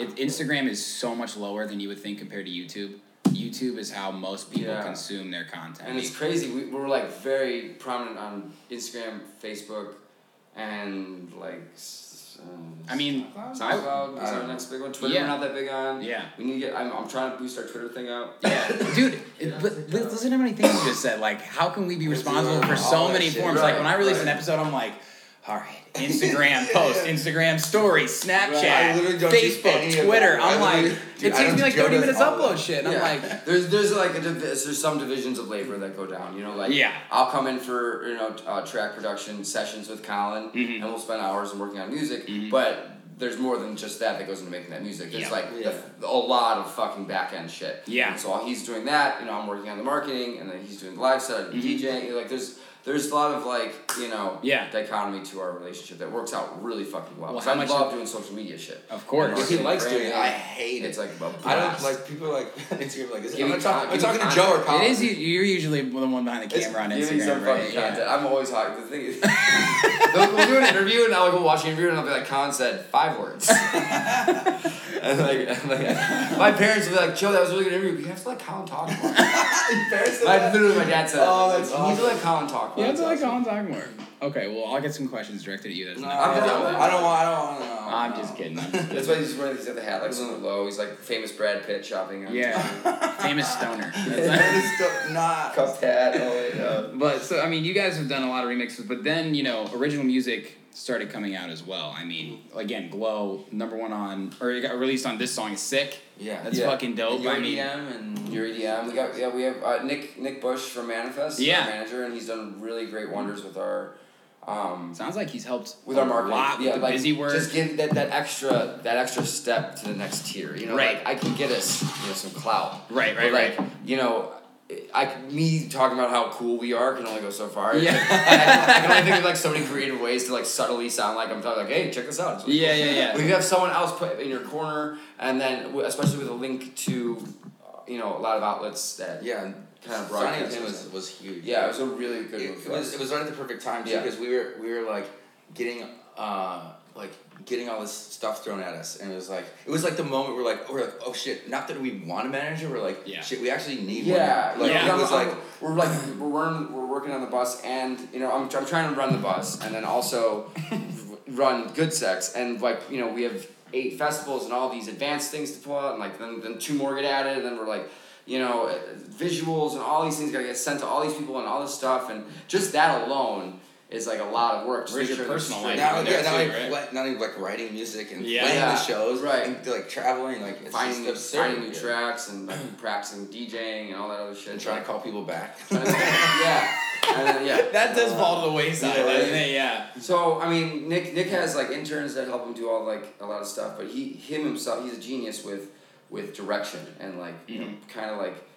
Speaker 2: It, Instagram is so much lower than you would think compared to YouTube. YouTube is how most people
Speaker 3: Yeah.
Speaker 2: consume their content.
Speaker 3: And it's crazy. We, we're like very prominent on Instagram, Facebook, and like. s- Uh,
Speaker 2: I mean,
Speaker 3: SoundCloud is
Speaker 6: I
Speaker 3: uh, our
Speaker 6: don't
Speaker 3: next big one. Twitter
Speaker 2: Um, Yeah.
Speaker 3: we're not that big on.
Speaker 2: Yeah.
Speaker 3: We need to get. I'm, I'm trying to boost our Twitter thing up.
Speaker 2: yeah, dude. It, but, but listen to how many things you just said. Like, how can we be responsible for
Speaker 6: all
Speaker 2: so
Speaker 6: that
Speaker 2: many
Speaker 6: shit.
Speaker 2: forms? like, when I
Speaker 3: Right,
Speaker 2: release
Speaker 3: right.
Speaker 2: an episode, I'm like, all right, Instagram
Speaker 6: *laughs*
Speaker 2: post, Instagram story, Snapchat,
Speaker 6: I literally don't do any of
Speaker 2: Facebook,
Speaker 6: that.
Speaker 2: Twitter.
Speaker 6: I
Speaker 2: I'm
Speaker 6: literally-
Speaker 2: like,
Speaker 6: dude,
Speaker 2: it
Speaker 6: I
Speaker 2: takes
Speaker 6: don't
Speaker 2: me like
Speaker 6: go
Speaker 2: 30
Speaker 6: to
Speaker 2: minutes to
Speaker 6: all
Speaker 2: upload
Speaker 6: that.
Speaker 2: shit, and I'm like,
Speaker 3: there's there's like a div- there's some divisions of labor that go down. You know, like
Speaker 2: Yeah.
Speaker 3: I'll come in for
Speaker 2: Mm-hmm.
Speaker 3: you know uh, track production sessions with Colin, and we'll spend hours working on music, but. there's more than just that that goes into making that music. There's
Speaker 2: Yeah.
Speaker 3: like the-
Speaker 6: Yeah.
Speaker 3: a lot of fucking back end shit.
Speaker 2: Yeah.
Speaker 3: And so while he's doing that, you know, I'm working on the marketing, and then he's doing the live set,
Speaker 2: Mm-hmm.
Speaker 3: and DJing. Like there's there's a lot of like you know
Speaker 2: Yeah.
Speaker 3: dichotomy to our relationship that works out really fucking well.
Speaker 2: Well,
Speaker 3: 'Cause
Speaker 2: how
Speaker 3: I
Speaker 2: much
Speaker 3: love
Speaker 2: of-
Speaker 3: doing social media shit.
Speaker 2: Of course.
Speaker 6: He
Speaker 3: Marketing,
Speaker 6: likes doing it. I
Speaker 3: branding.
Speaker 6: hate it.
Speaker 3: It's like a
Speaker 6: I don't
Speaker 3: blast.
Speaker 6: like people are like on *laughs* Instagram are like this.
Speaker 3: Give
Speaker 6: I'm
Speaker 3: me
Speaker 6: not talking,
Speaker 3: con-
Speaker 6: I'm
Speaker 3: give me
Speaker 6: talking to Joe or Colin.
Speaker 2: It is. u- You're usually the one behind the
Speaker 3: Um, It's
Speaker 2: camera on
Speaker 3: giving
Speaker 2: Instagram,
Speaker 3: some
Speaker 2: right?
Speaker 3: fucking
Speaker 2: Yeah.
Speaker 3: content. I'm always hot. The
Speaker 2: *laughs*
Speaker 3: thing is, *laughs* they'll, we'll do an interview and I'll go watch the interview and I'll be like, Colin said five words. *laughs* and like, and like, my parents would be like, Joe, that was a really good interview. but You have to let Colin talk more. I literally, my dad
Speaker 2: *laughs*
Speaker 3: said, that.
Speaker 6: Oh, that's
Speaker 3: you need to let Colin talk more.
Speaker 2: Yeah, it's like
Speaker 3: awesome.
Speaker 2: Colin Talkmore. Okay, well, I'll get some questions directed at you. That's
Speaker 6: No, I don't want. I don't want. I don't
Speaker 2: I'm
Speaker 6: want to know.
Speaker 2: just kidding.
Speaker 3: *laughs* That's why he's wearing these other hat, like super low. He's like famous Brad Pitt shopping. On
Speaker 2: yeah, famous stoner.
Speaker 6: It's still
Speaker 3: *laughs*
Speaker 6: not.
Speaker 3: Cuffed hat. Oh, uh, all the way up.
Speaker 2: But so I mean, you guys have done a lot of remixes, but then you know, original music started coming out as well. I mean, again, Glow number one on or it got released on this song is sick.
Speaker 6: Yeah.
Speaker 2: that's
Speaker 3: Yeah. E
Speaker 2: fucking dope. I mean,
Speaker 6: UDM and
Speaker 3: Your EDM. We got yeah. We have uh, Nick Nick Bush from Manifest. our
Speaker 2: Yeah.
Speaker 3: manager, and he's done really great wonders with our. Um,
Speaker 2: sounds like he's helped
Speaker 3: with our
Speaker 2: a
Speaker 3: marketing,
Speaker 2: lot with
Speaker 3: yeah,
Speaker 2: the
Speaker 3: like
Speaker 2: busy work.
Speaker 3: just give that, that extra that extra step to the next tier. You know,
Speaker 2: Right.
Speaker 3: Like, I can get us you know some clout.
Speaker 2: Right,
Speaker 3: But,
Speaker 2: right,
Speaker 3: like,
Speaker 2: right.
Speaker 3: You know, I me talking about how cool we are can only go so far.
Speaker 2: Yeah.
Speaker 3: And I, can- I can only think of like so many creative ways to like subtly sound like I'm talking like, hey, check this out. It's really
Speaker 2: Yeah,
Speaker 3: cool.
Speaker 2: yeah, yeah.
Speaker 3: *laughs* We could have someone else put in your corner, and then w- especially with a link to, uh, you know, a lot of outlets that
Speaker 6: yeah.
Speaker 3: kind of
Speaker 6: Signing
Speaker 3: broadcast.
Speaker 6: him was
Speaker 3: stuff.
Speaker 6: was huge.
Speaker 3: yeah, it was a really good
Speaker 6: It,
Speaker 3: move.
Speaker 6: it
Speaker 3: for
Speaker 6: was
Speaker 3: us.
Speaker 6: it was right at the perfect time too
Speaker 3: Yeah.
Speaker 6: because we were we were like getting uh like getting all this stuff thrown at us and it was like it was like the moment we're like we're like oh shit not that we want a manager we're like
Speaker 2: Yeah.
Speaker 6: shit we actually need
Speaker 3: Yeah,
Speaker 6: one like
Speaker 2: Yeah.
Speaker 6: it was like
Speaker 3: we're like we're running, we're working on the bus, and you know I'm, I'm trying to run the bus, and then also run good sex, and like you know we have eight festivals and all these advanced things to pull out, and like then then two more get added, and then we're like you know uh, visuals and all these things gotta get sent to all these people and all this stuff, and just that alone is like a lot of work. Just
Speaker 2: Where's
Speaker 3: make
Speaker 2: your
Speaker 3: sure that's
Speaker 2: personal
Speaker 3: straight.
Speaker 2: life?
Speaker 6: now
Speaker 2: Yeah,
Speaker 6: yeah now
Speaker 2: too,
Speaker 6: like,
Speaker 2: right?
Speaker 6: what- not even like writing music and
Speaker 2: Yeah.
Speaker 6: playing
Speaker 3: Yeah.
Speaker 6: the shows
Speaker 3: Right.
Speaker 6: and like traveling like it's
Speaker 3: Finding,
Speaker 6: just absurd
Speaker 3: finding new
Speaker 6: Yeah.
Speaker 3: tracks and like, practicing DJing and all that other shit.
Speaker 6: and trying to call people back *laughs*
Speaker 3: *laughs* yeah. And then, yeah.
Speaker 2: that does fall to the wayside,
Speaker 3: Yeah, right.
Speaker 2: doesn't it? Yeah.
Speaker 3: So I mean, Nick Nick has like interns that help him do all like a lot of stuff, but he him himself he's a genius with with direction and like you know kind of like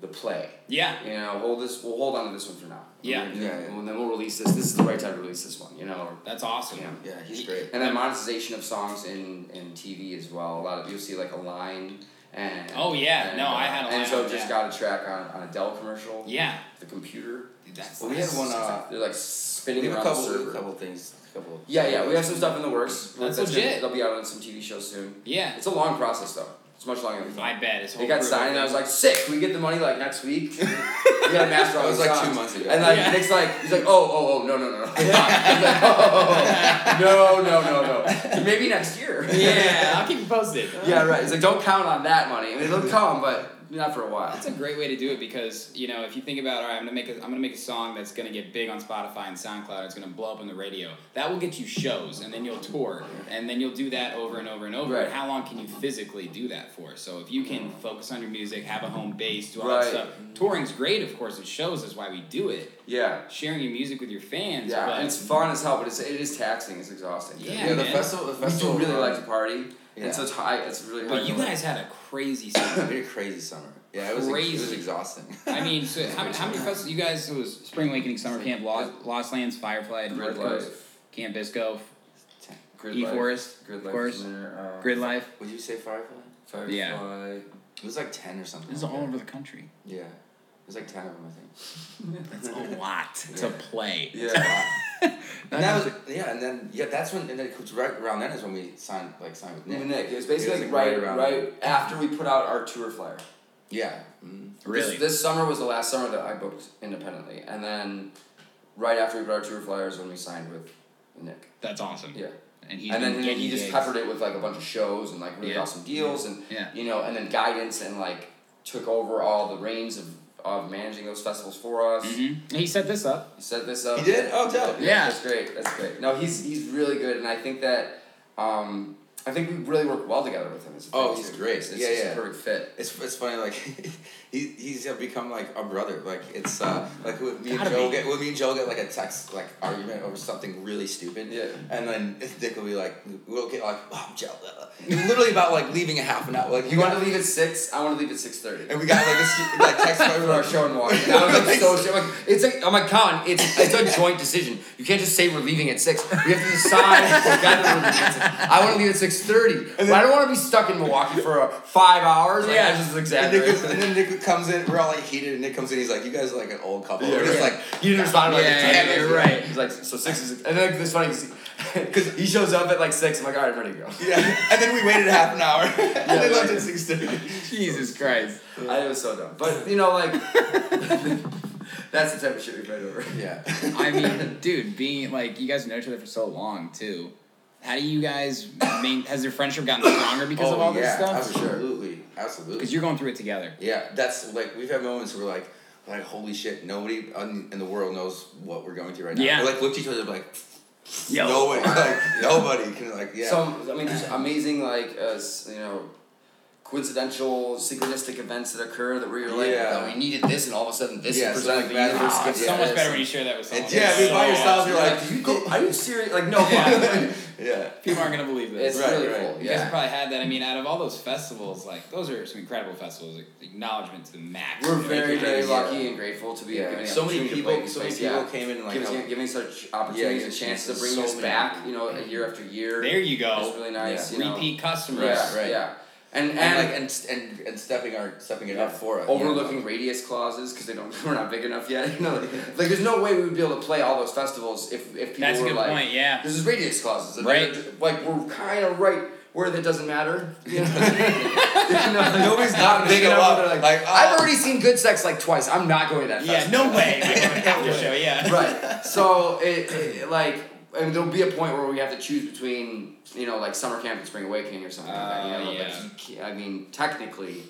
Speaker 3: the play.
Speaker 2: Mm-hmm. Yeah.
Speaker 3: You know, hold this. We'll hold on to this one for now.
Speaker 2: Yeah.
Speaker 3: And
Speaker 6: Yeah,
Speaker 3: then,
Speaker 6: yeah.
Speaker 3: and then we'll release this. This is the right time to release this one. You know. Or,
Speaker 2: That's awesome.
Speaker 3: Yeah.
Speaker 6: yeah he's great
Speaker 3: and then monetization of songs in, in TV as well. A lot of you'll see like a line and
Speaker 2: Oh, yeah.
Speaker 3: and,
Speaker 2: No, I
Speaker 3: uh,
Speaker 2: had a
Speaker 3: and
Speaker 2: line
Speaker 3: so
Speaker 2: on-
Speaker 3: just
Speaker 2: yeah.
Speaker 3: got a track on, on a Dell commercial.
Speaker 2: Yeah.
Speaker 3: The computer.
Speaker 2: Dude, that's
Speaker 6: Well, we had one, uh,
Speaker 3: They're like
Speaker 6: we
Speaker 3: spinning
Speaker 6: have
Speaker 3: around
Speaker 6: a
Speaker 3: the
Speaker 6: couple we
Speaker 3: server.
Speaker 6: have a couple things a couple
Speaker 3: Yeah, yeah, we have some stuff in the works.
Speaker 2: That's
Speaker 3: That's
Speaker 2: legit.
Speaker 3: it. They'll be out on some TV shows soon.
Speaker 2: yeah.
Speaker 3: It's a long process though. It's much longer than we
Speaker 2: I
Speaker 3: thought.
Speaker 2: bet it's.
Speaker 3: They got signed, and I was like, "Sick! We get the money like next week." we got to master all
Speaker 6: That was,
Speaker 3: these
Speaker 6: like,
Speaker 3: songs.
Speaker 6: two months ago.
Speaker 3: And like
Speaker 2: Yeah.
Speaker 3: Nick's like, he's like, "Oh, oh, oh, no, no, no, no, He's like, "Oh, no, no, no, no, maybe next year."
Speaker 2: yeah, I'll keep you posted.
Speaker 3: *laughs* yeah, right. He's like, "Don't count on that money. I mean, it'll come, but not for a while."
Speaker 2: That's a great way to do it because you know if you think about all right, I'm gonna make a, I'm gonna make a song that's gonna get big on Spotify and SoundCloud. It's gonna blow up on the radio. That will get you shows, and then you'll tour, and then you'll do that over and over and over.
Speaker 3: Right.
Speaker 2: And how long can you physically do that for? So if you can focus on your music, have a home base, do all
Speaker 3: Right.
Speaker 2: that stuff. Touring's great, of course. It shows is why we do it.
Speaker 3: Yeah,
Speaker 2: Sharing your music with your fans.
Speaker 3: yeah.
Speaker 2: but
Speaker 3: and it's fun as hell, but it's it is taxing. It's exhausting.
Speaker 2: Yeah,
Speaker 6: yeah the
Speaker 2: man.
Speaker 6: festival the
Speaker 3: we
Speaker 6: festival
Speaker 3: do really
Speaker 6: uh,
Speaker 3: like to party,
Speaker 6: Yeah.
Speaker 3: and so it's high. It's really hard.
Speaker 2: but you
Speaker 3: to, like-
Speaker 2: guys had a crazy summer.
Speaker 6: we had a crazy summer yeah it was it was
Speaker 2: Crazy.
Speaker 6: exhausting *laughs*
Speaker 2: I mean, so how, many- how many festivals? You guys, it was Spring Awakening, Summer Camp, Lost, Lost Lands, Firefly, North Coast,
Speaker 3: Life.
Speaker 2: Camp Bisco,
Speaker 3: Grid
Speaker 2: E
Speaker 3: Life.
Speaker 2: Forest,
Speaker 3: Grid
Speaker 2: of
Speaker 3: Life
Speaker 2: course, Uh,
Speaker 3: was in there, um,
Speaker 2: Grid Life.
Speaker 6: Would you say Firefly?
Speaker 3: Firefly.
Speaker 2: Yeah.
Speaker 6: It was like ten or something.
Speaker 2: This is
Speaker 6: like
Speaker 2: all
Speaker 6: that.
Speaker 2: over the country.
Speaker 6: Yeah, it was like ten of them, I think.
Speaker 2: That's a lot to play.
Speaker 3: Yeah.
Speaker 6: And that was yeah, and then yeah, that's when and then 'cause right around then is when we signed like signed with Nick.
Speaker 3: Nick. Nick. It was basically
Speaker 6: It was,
Speaker 3: like
Speaker 6: like,
Speaker 3: right,
Speaker 6: right around-
Speaker 3: right after we put out our tour flyer.
Speaker 6: Yeah. Mm.
Speaker 3: This, this summer was the last summer that I booked independently, and then right after we put our tour flyers, when we signed with Nick.
Speaker 2: That's awesome.
Speaker 3: Yeah.
Speaker 2: And, he's
Speaker 3: and
Speaker 2: been
Speaker 3: then he,
Speaker 2: getting
Speaker 3: he just
Speaker 2: gigs.
Speaker 3: peppered it with like a bunch of shows and like really
Speaker 2: Yeah.
Speaker 3: awesome deals and
Speaker 2: Yeah.
Speaker 3: you know and then guidance and like took over all the reins of, of managing those festivals for us.
Speaker 2: Mhm. He set this up.
Speaker 3: He set this up.
Speaker 6: He did? Oh, dope.
Speaker 3: Yeah,
Speaker 2: Yeah.
Speaker 3: that's great. That's great. No, he's he's really good, and I think that um, I think we really work well together with him. As a
Speaker 6: Oh,
Speaker 3: thing,
Speaker 6: he's
Speaker 3: too.
Speaker 6: great. It's
Speaker 3: yeah,
Speaker 6: just a
Speaker 3: yeah.
Speaker 6: perfect fit. It's, it's funny, like *laughs* he, he's become like a brother. Like it's uh, like when me and
Speaker 5: Gotta
Speaker 6: Joe
Speaker 5: be.
Speaker 6: get when me and Joe get like a text like argument over something really stupid.
Speaker 3: Yeah.
Speaker 6: And then Dick will be like, we'll get like, oh, I'm jealous. Literally about like leaving a half an hour. Like
Speaker 3: You want to leave at six? I want to leave at six thirty.
Speaker 6: and we got like this like text over
Speaker 3: our
Speaker 6: our
Speaker 3: show
Speaker 6: show.
Speaker 3: and *laughs* walk. I
Speaker 6: *laughs*
Speaker 3: was like so sure. Like, it's like I'm like Colin. It's it's a joint decision. You can't just say we're leaving at six. We have to decide. *laughs* we gotta leave at six. I want to leave at six thirty, but I don't want to be stuck in Milwaukee for uh, five hours. Like, yeah, it's just
Speaker 6: And, Nick is,
Speaker 3: exaggerated.
Speaker 6: and then Nick comes in, we're all like heated, and Nick comes in, he's like, "You guys are like an old couple."
Speaker 3: Yeah,
Speaker 6: we're just
Speaker 3: right.
Speaker 6: like, *laughs*
Speaker 3: You didn't respond like
Speaker 6: Yeah,
Speaker 3: a
Speaker 6: yeah,
Speaker 3: text.
Speaker 6: you're right.
Speaker 3: He's like, so six is, and then like, it's funny because he *laughs* shows up at like six. I'm like, all right, I'm ready to go. *laughs*
Speaker 6: yeah. And then we waited half an hour, *laughs* and they
Speaker 3: like-
Speaker 6: left at six
Speaker 3: *laughs*
Speaker 6: thirty.
Speaker 2: Jesus Christ.
Speaker 3: I was so dumb, but you know,
Speaker 6: *laughs*
Speaker 3: like that's the type of shit we fight over.
Speaker 6: Yeah.
Speaker 2: I mean, dude, being like you guys know each other for so long too. How do you guys? Main, has your friendship gotten stronger because
Speaker 3: Oh,
Speaker 2: of all
Speaker 6: Oh, yeah,
Speaker 2: this stuff?
Speaker 6: Absolutely, absolutely.
Speaker 2: Because you're going through it together.
Speaker 6: Yeah, that's like we've had moments where like like holy shit, nobody on- in the world knows what we're going through right now.
Speaker 2: Yeah.
Speaker 6: we like looked at each other like nobody, *laughs* like nobody can like yeah. *laughs*
Speaker 3: Some, I mean, just amazing, like, uh, s- you know, coincidental, synchronistic events that occur that where you're like,
Speaker 6: Yeah.
Speaker 3: "Oh, we needed this, and all of a sudden this
Speaker 6: Yeah,
Speaker 3: is
Speaker 6: it's
Speaker 3: presented
Speaker 6: like
Speaker 3: to you.
Speaker 6: magic.
Speaker 3: Ah,
Speaker 6: It's
Speaker 3: yeah,
Speaker 2: So much
Speaker 3: it's-
Speaker 2: better when you share that with someone.
Speaker 6: and yeah, I mean, by
Speaker 2: So
Speaker 6: yourself,
Speaker 2: much.
Speaker 6: you're
Speaker 3: You're
Speaker 6: like,
Speaker 3: like, "Did you get- are you serious? Like, no, fuck.
Speaker 6: yeah,
Speaker 2: people aren't gonna believe this.
Speaker 3: *laughs* it's
Speaker 6: Right,
Speaker 3: really
Speaker 6: right.
Speaker 3: cool.
Speaker 2: You guys have
Speaker 3: Yeah.
Speaker 2: probably had that. I mean, out of all those festivals, like those are some incredible festivals. Like, Acknowledgement to the max.
Speaker 3: We're very, very
Speaker 6: Yeah.
Speaker 3: lucky and grateful to be
Speaker 6: Yeah.
Speaker 3: given the
Speaker 6: So many
Speaker 3: opportunity to
Speaker 6: people-
Speaker 3: play in this
Speaker 6: so many
Speaker 3: place,
Speaker 6: people
Speaker 3: yeah.
Speaker 6: came in and, like,
Speaker 3: giving,
Speaker 6: helped.
Speaker 3: giving such opportunities
Speaker 6: Yeah,
Speaker 3: and
Speaker 6: yeah,
Speaker 3: chances to
Speaker 6: so
Speaker 3: bring us
Speaker 6: many
Speaker 3: back,
Speaker 6: people.
Speaker 3: you know, a year after year.
Speaker 2: There you go.
Speaker 3: It's really nice.
Speaker 6: Yeah.
Speaker 3: You know?
Speaker 2: Repeat customers.
Speaker 3: Yeah,
Speaker 6: Right.
Speaker 3: yeah. And, and,
Speaker 6: and like and s- and and stepping our stepping it up for us, you know?
Speaker 3: overlooking radius clauses because they don't *laughs* we're not big enough yet. You know, like, like, there's no way we would be able to play all those festivals if if people
Speaker 2: That's a
Speaker 3: were
Speaker 2: good
Speaker 3: like,
Speaker 2: point, yeah.
Speaker 3: There's radius clauses, and
Speaker 2: Right.
Speaker 3: they're- Like we're kind of right where that doesn't matter. You *laughs* know? Nobody's not
Speaker 6: show up,
Speaker 3: They're like,
Speaker 6: like,
Speaker 3: I've
Speaker 6: "Oh."
Speaker 3: already seen Good Sex like twice. I'm not going to that.
Speaker 2: Yeah.
Speaker 3: festival."
Speaker 2: No
Speaker 3: *laughs*
Speaker 2: way. We're going to After show. Yeah.
Speaker 3: right. So it, it like. And there'll be a point where we have to choose between, you know, like summer camp and spring awakening or something like that. You
Speaker 2: Oh,
Speaker 3: know,
Speaker 2: yeah.
Speaker 3: but you ca- I mean, technically,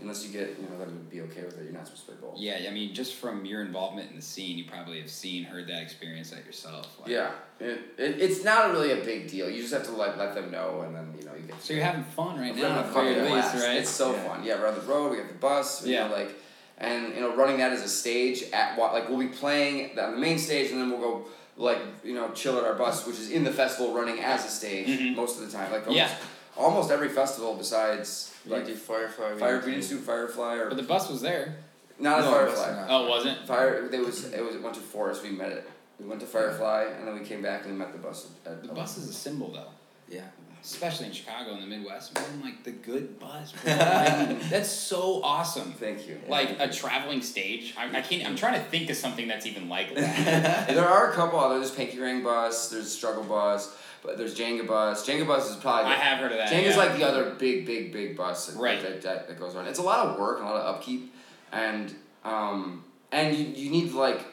Speaker 3: unless you get, you know, that would be okay with it. You're not supposed to play both.
Speaker 2: Yeah, I mean, just from your involvement in the scene, you probably have seen, heard that experience that yourself. Like,
Speaker 3: Yeah, it, it, it's not really a big deal. You just have to let, let them know, and then you know you get.
Speaker 2: So you're having fun right
Speaker 3: We're
Speaker 2: now, at
Speaker 3: having a
Speaker 2: the very
Speaker 3: fucking
Speaker 2: least,
Speaker 3: blast.
Speaker 2: right?
Speaker 3: It's so
Speaker 6: Yeah.
Speaker 3: fun. Yeah, we're on the road. We got the bus.
Speaker 2: Yeah.
Speaker 3: yeah, like, and you know, running that as a stage at what like we'll be playing on the main stage, and then we'll go like you know chill at our bus, which is in the festival running as a stage most of the time. Like almost,
Speaker 2: Mm-hmm. Yeah.
Speaker 3: almost every festival besides
Speaker 6: We
Speaker 3: like
Speaker 6: did Firefly.
Speaker 3: fire. We didn't do Firefly or
Speaker 2: but the bus was there.
Speaker 3: not
Speaker 6: No,
Speaker 3: a
Speaker 6: it
Speaker 3: Firefly.
Speaker 6: wasn't. uh,
Speaker 2: Oh, it wasn't?
Speaker 3: Fire. There was it was it went to Forest. We met it. We went to Firefly, and then we came back and we met the bus. At, at
Speaker 2: The bus is a symbol, though.
Speaker 6: Yeah.
Speaker 2: Especially in Chicago and the Midwest, man, like the good bus.
Speaker 3: *laughs*
Speaker 2: bro. Like, that's so awesome.
Speaker 3: Thank you.
Speaker 2: Like a traveling stage. I, I can't. I'm trying to think of something that's even
Speaker 3: *laughs*
Speaker 2: like that.
Speaker 3: And there are a couple other. There's Pinky Ring Bus. There's Struggle Bus. But there's Jenga Bus. Jenga Bus is probably.
Speaker 2: I have heard of that, yeah.
Speaker 3: Jenga's like the other big, big, big bus. That,
Speaker 2: Right.
Speaker 3: That, that, that goes around. It's a lot of work and a lot of upkeep, and um, and you, you need to like.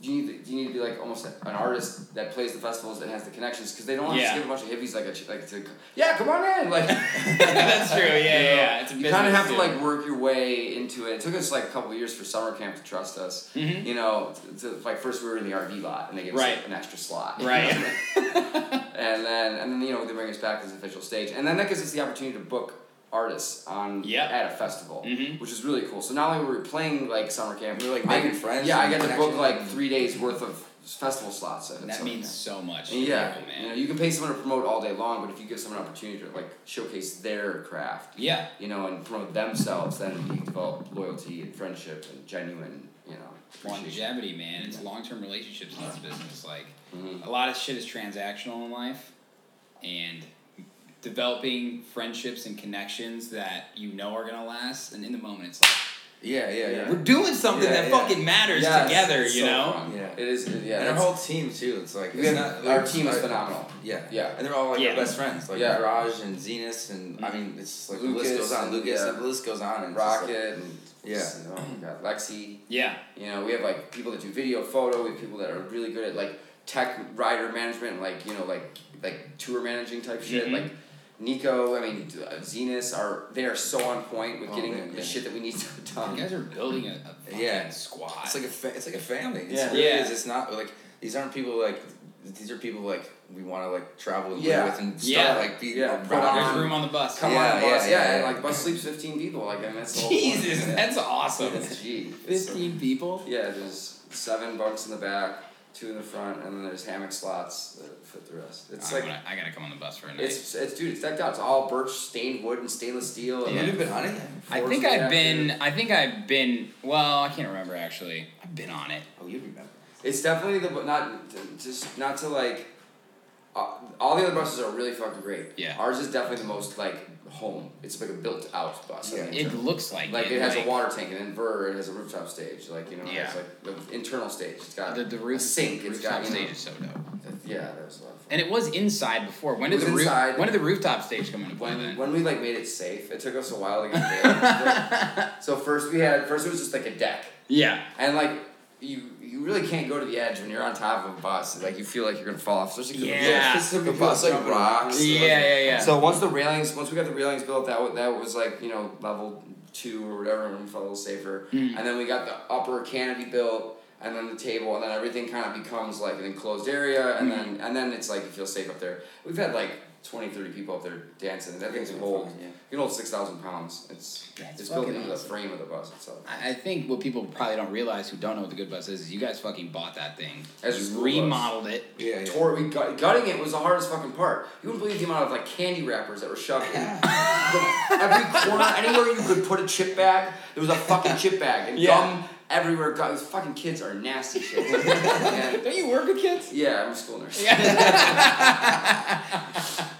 Speaker 3: You need, to, you need to be like almost an artist that plays the festivals and has the connections because they don't want to just
Speaker 2: Yeah.
Speaker 3: give a bunch of hippies like a ch- like to, yeah come on in like
Speaker 2: *laughs* that's true. Yeah, yeah. yeah. It's a
Speaker 3: you
Speaker 2: business.
Speaker 3: kind of have
Speaker 2: too.
Speaker 3: to like work your way into it. It took us like a couple of years for summer camp to trust us. You know, to, to- like first we were in the RV lot and they gave
Speaker 2: Mm-hmm.
Speaker 3: us
Speaker 2: Right.
Speaker 3: like, an extra slot. *laughs*
Speaker 2: Right.
Speaker 3: And then and then you know they bring us back as official stage, and then that gives us the opportunity to book artists on
Speaker 2: Yep. Mm-hmm.
Speaker 3: at a festival, which is really cool. So not only were we playing like summer camp, we were like
Speaker 6: making
Speaker 3: I,
Speaker 6: friends
Speaker 3: Yeah, I
Speaker 6: and
Speaker 3: got to book
Speaker 6: connections.
Speaker 3: like three days worth of festival slots. at
Speaker 2: And that
Speaker 3: summer
Speaker 2: means
Speaker 3: camp.
Speaker 2: so much. to
Speaker 3: And yeah,
Speaker 2: people, man.
Speaker 3: you know you can pay someone to promote all day long, but if you give someone an opportunity to like showcase their craft,
Speaker 2: yeah.
Speaker 3: you know, and promote themselves, then you develop loyalty and friendship and genuine, you know, appreciation.
Speaker 2: longevity, man. It's long-term relationships in this
Speaker 3: Mm-hmm.
Speaker 2: business. Like a lot of shit is transactional in life, and developing friendships and connections that you know are gonna last. And in the moment, it's like
Speaker 6: Yeah, yeah, yeah.
Speaker 2: we're doing something
Speaker 6: Yeah,
Speaker 2: that
Speaker 6: yeah.
Speaker 2: fucking matters
Speaker 3: Yes,
Speaker 2: together.
Speaker 3: it's
Speaker 2: You
Speaker 3: so
Speaker 2: know.
Speaker 3: fun.
Speaker 6: Yeah.
Speaker 3: It is, it- yeah.
Speaker 6: And our
Speaker 3: it's-
Speaker 6: whole team too. It's like
Speaker 3: we
Speaker 6: it's
Speaker 3: have-
Speaker 6: not,
Speaker 3: our
Speaker 6: it's-
Speaker 3: team is
Speaker 6: our-
Speaker 3: phenomenal.
Speaker 6: Yeah,
Speaker 3: Yeah.
Speaker 6: and they're all like
Speaker 2: Yeah.
Speaker 6: our best friends, like
Speaker 3: Yeah.
Speaker 6: Garage and Zenus, and I mean, it's just like the
Speaker 3: Lucas
Speaker 6: list goes on.
Speaker 3: and-
Speaker 6: Lucas,
Speaker 3: yeah.
Speaker 6: and the list goes on, and it's just, like,
Speaker 3: Rocket and
Speaker 6: Yeah.
Speaker 3: just, oh my god, Lexi.
Speaker 2: Yeah.
Speaker 3: You know, we have like people that do video, photo. We have people that are really good at like tech rider management, like you know, like like tour managing type shit.
Speaker 2: Mhm.
Speaker 3: Like Nico, I mean, uh, Zenus are they are so on point with
Speaker 6: Oh,
Speaker 3: getting
Speaker 6: man,
Speaker 3: the
Speaker 6: yeah.
Speaker 3: shit that we need to done.
Speaker 2: You guys are building a, a fucking
Speaker 6: Yeah.
Speaker 2: squad.
Speaker 6: It's like a fa- it's like a family. It's
Speaker 3: Yeah.
Speaker 6: really
Speaker 2: Yeah.
Speaker 6: is. It's not like these aren't people like these are people like we want to like travel and
Speaker 3: Yeah.
Speaker 6: live with and stuff
Speaker 2: Yeah.
Speaker 6: like be
Speaker 3: Yeah.
Speaker 6: around.
Speaker 3: Put
Speaker 2: There's
Speaker 3: on-
Speaker 2: room on the bus.
Speaker 3: Come
Speaker 6: Yeah,
Speaker 3: on, the bus. Yeah,
Speaker 6: yeah, yeah,
Speaker 3: and
Speaker 6: yeah.
Speaker 3: like bus sleeps fifteen people. Like, I mean, that's the whole point.
Speaker 2: *laughs* Jesus,
Speaker 3: Yeah.
Speaker 2: that's awesome.
Speaker 3: Gee,
Speaker 2: *laughs*
Speaker 3: it's-
Speaker 2: Fifteen people.
Speaker 3: Yeah, there's seven bunks in the back, two in the front, and then there's hammock slots that fit the rest. It's
Speaker 2: I,
Speaker 3: like
Speaker 2: gotta, I gotta come on the bus for a night.
Speaker 3: it's it's dude, it's decked out. It's all birch stained wood and stainless steel. And
Speaker 2: Yeah.
Speaker 6: Have you been hunting?
Speaker 2: I think I've been. I think I've been. Well, I can't remember actually. I've been on it.
Speaker 6: Oh, you remember?
Speaker 3: It's definitely the bu- not t- just not to like. Uh, all the other buses are really fucking great.
Speaker 2: Yeah.
Speaker 3: Ours is definitely the most like home. It's like a built out bus. I
Speaker 6: Yeah.
Speaker 3: think.
Speaker 2: It looks like
Speaker 3: like
Speaker 2: it,
Speaker 3: it has
Speaker 2: like-
Speaker 3: a water tank, an inverter, it has a rooftop stage, like you know,
Speaker 2: Yeah.
Speaker 3: it's like the internal stage. It's got
Speaker 2: The, the roof
Speaker 3: a sink. It's
Speaker 2: Rooftop
Speaker 3: got you know,
Speaker 2: stage is so dope.
Speaker 3: yeah, that was a lot of fun.
Speaker 2: And it was inside before. When did
Speaker 3: It was
Speaker 2: the roof?
Speaker 3: inside.
Speaker 2: When did the rooftop stage come into play?
Speaker 3: when,
Speaker 2: then?
Speaker 3: when we like made it safe, it took us a while to get there. so first we had first it was just like a deck,
Speaker 2: yeah.
Speaker 3: and like you you really can't go to the edge when you're on top of a bus. Like you feel like you're gonna fall off, especially 'cause
Speaker 2: Yeah.
Speaker 3: the,
Speaker 6: It's
Speaker 3: the bus like rocks.
Speaker 2: Yeah, yeah, yeah.
Speaker 3: So once the railings, once we got the railings built, that wa- that was like you know level two or whatever, and we felt a little safer.
Speaker 2: Mm.
Speaker 3: And then we got the upper canopy built, and then the table, and then everything kind of becomes like an enclosed area,
Speaker 2: Mm.
Speaker 3: and then and then it's like you feel safe up there. We've had like 20, 30 people up there dancing. That thing's
Speaker 6: Yeah,
Speaker 3: old.
Speaker 6: fun, yeah.
Speaker 3: You can hold six thousand pounds. It's
Speaker 2: That's
Speaker 3: it's built
Speaker 2: fucking
Speaker 3: into the
Speaker 2: awesome.
Speaker 3: frame of the bus itself.
Speaker 2: I I think what people probably don't realize who don't know what the good bus is is you guys fucking bought that thing.
Speaker 3: As a
Speaker 2: You
Speaker 3: school bus.
Speaker 2: remodeled it.
Speaker 6: Yeah, yeah.
Speaker 3: Tore, we gut, gutting it was the hardest fucking part. You wouldn't believe the amount of like candy wrappers that were shoved in The- every corner, anywhere you could put a chip bag. There was a fucking chip bag and
Speaker 2: Yeah.
Speaker 3: gum everywhere. God, these fucking kids are
Speaker 2: *laughs*
Speaker 3: nasty shit. And-
Speaker 2: Don't you work with kids?
Speaker 3: yeah, I'm a school nurse. *laughs*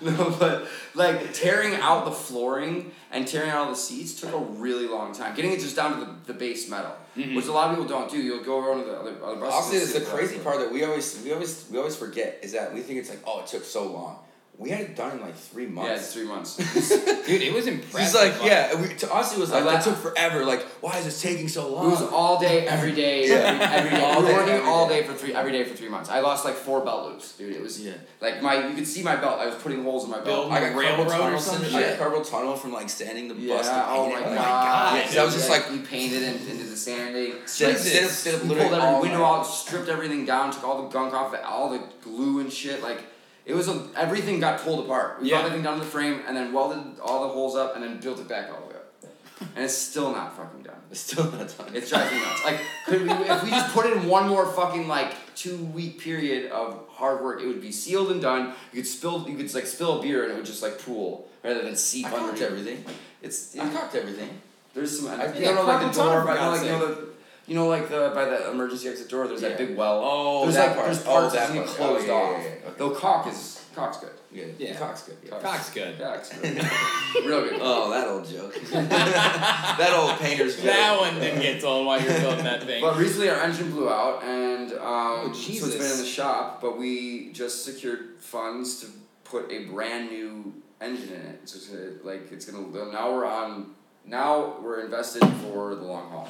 Speaker 3: no, but like tearing out the flooring and tearing out all the seats took a really long time. Getting it just down to the, the base metal,
Speaker 2: Mm-hmm.
Speaker 3: which a lot of people don't do. You'll go around to the other, other buses.
Speaker 6: Obviously,
Speaker 3: and
Speaker 6: it's
Speaker 3: see
Speaker 6: the
Speaker 3: what
Speaker 6: crazy
Speaker 3: happens.
Speaker 6: part that we always we always we always forget is that we think it's like oh it took so long. We had it done in like three months.
Speaker 3: Yeah, it's three months.
Speaker 2: Dude, it was
Speaker 6: He's
Speaker 2: impressive.
Speaker 6: like, yeah. We, to us, it was like
Speaker 3: I
Speaker 6: that
Speaker 3: la-
Speaker 6: took forever. Like, why is this taking so long?
Speaker 3: It was all day, every
Speaker 6: *laughs*
Speaker 3: day, every, every day.
Speaker 6: Uh, All
Speaker 3: we were
Speaker 6: day,
Speaker 3: working
Speaker 6: every
Speaker 3: all
Speaker 6: day.
Speaker 3: day for three, every day for three months. I lost like four belt loops, dude. It was
Speaker 6: Yeah.
Speaker 3: like my, you could see my belt. I was putting holes in my belt.
Speaker 2: Building
Speaker 6: I got
Speaker 2: Railroad
Speaker 6: carpal
Speaker 2: or
Speaker 6: tunnel
Speaker 2: some
Speaker 6: syndrome. I got carpal tunnel from like standing the
Speaker 3: yeah.
Speaker 6: bus. to
Speaker 3: oh my
Speaker 6: paint it.
Speaker 3: god.
Speaker 6: Like,
Speaker 2: God,
Speaker 3: dude,
Speaker 6: that was just like
Speaker 3: we painted and, and did the sanding.
Speaker 6: sit up,
Speaker 3: Like,
Speaker 6: sit up, sit up.
Speaker 3: we
Speaker 6: literally
Speaker 3: pulled every
Speaker 6: all
Speaker 3: window
Speaker 6: night.
Speaker 3: out, stripped everything down, took all the gunk off, it, all the glue and shit. Like it was a, everything got pulled apart. We
Speaker 2: Yeah.
Speaker 3: got everything down to the frame and then welded all the holes up and then built it back all the way up. And it's still not fucking done.
Speaker 6: It's still not done.
Speaker 3: It's driving me nuts. Like, could we, if we just put in one more fucking like two week period of hard work, it would be sealed and done. You could spill, you could like spill a beer and it would just like pool rather than seep
Speaker 6: I cocked
Speaker 3: under
Speaker 6: everything.
Speaker 3: It's
Speaker 6: I cocked everything.
Speaker 3: there's some. I
Speaker 6: Yeah,
Speaker 3: you know, like
Speaker 6: carpal
Speaker 3: the door,
Speaker 6: tunnel,
Speaker 3: by
Speaker 6: for
Speaker 3: the, like
Speaker 6: God's
Speaker 3: you know the. You know, like the by the emergency exit door, there's that
Speaker 6: Yeah.
Speaker 3: big well.
Speaker 6: Oh,
Speaker 3: there's
Speaker 6: that
Speaker 3: like
Speaker 6: part.
Speaker 3: there's
Speaker 6: Oh,
Speaker 3: parts
Speaker 6: that
Speaker 3: that's being
Speaker 6: part. Oh,
Speaker 3: closed
Speaker 6: yeah,
Speaker 3: off.
Speaker 6: yeah, yeah, okay.
Speaker 3: Though cock is cock's good.
Speaker 6: Yeah,
Speaker 2: Yeah.
Speaker 6: cock's good. Yeah.
Speaker 2: Cock's good.
Speaker 3: Cock's good.
Speaker 6: *laughs*
Speaker 3: Real good.
Speaker 6: *laughs* Oh, that old joke. *laughs* that old painter's joke.
Speaker 2: That one didn't get told while you were building that thing.
Speaker 3: But recently our engine blew out, and um,
Speaker 6: Oh,
Speaker 3: so it's been
Speaker 2: Jesus.
Speaker 3: in the shop. But we just secured funds to put a brand new engine in it. So it's gonna, like it's gonna now we're on now we're invested for the long haul.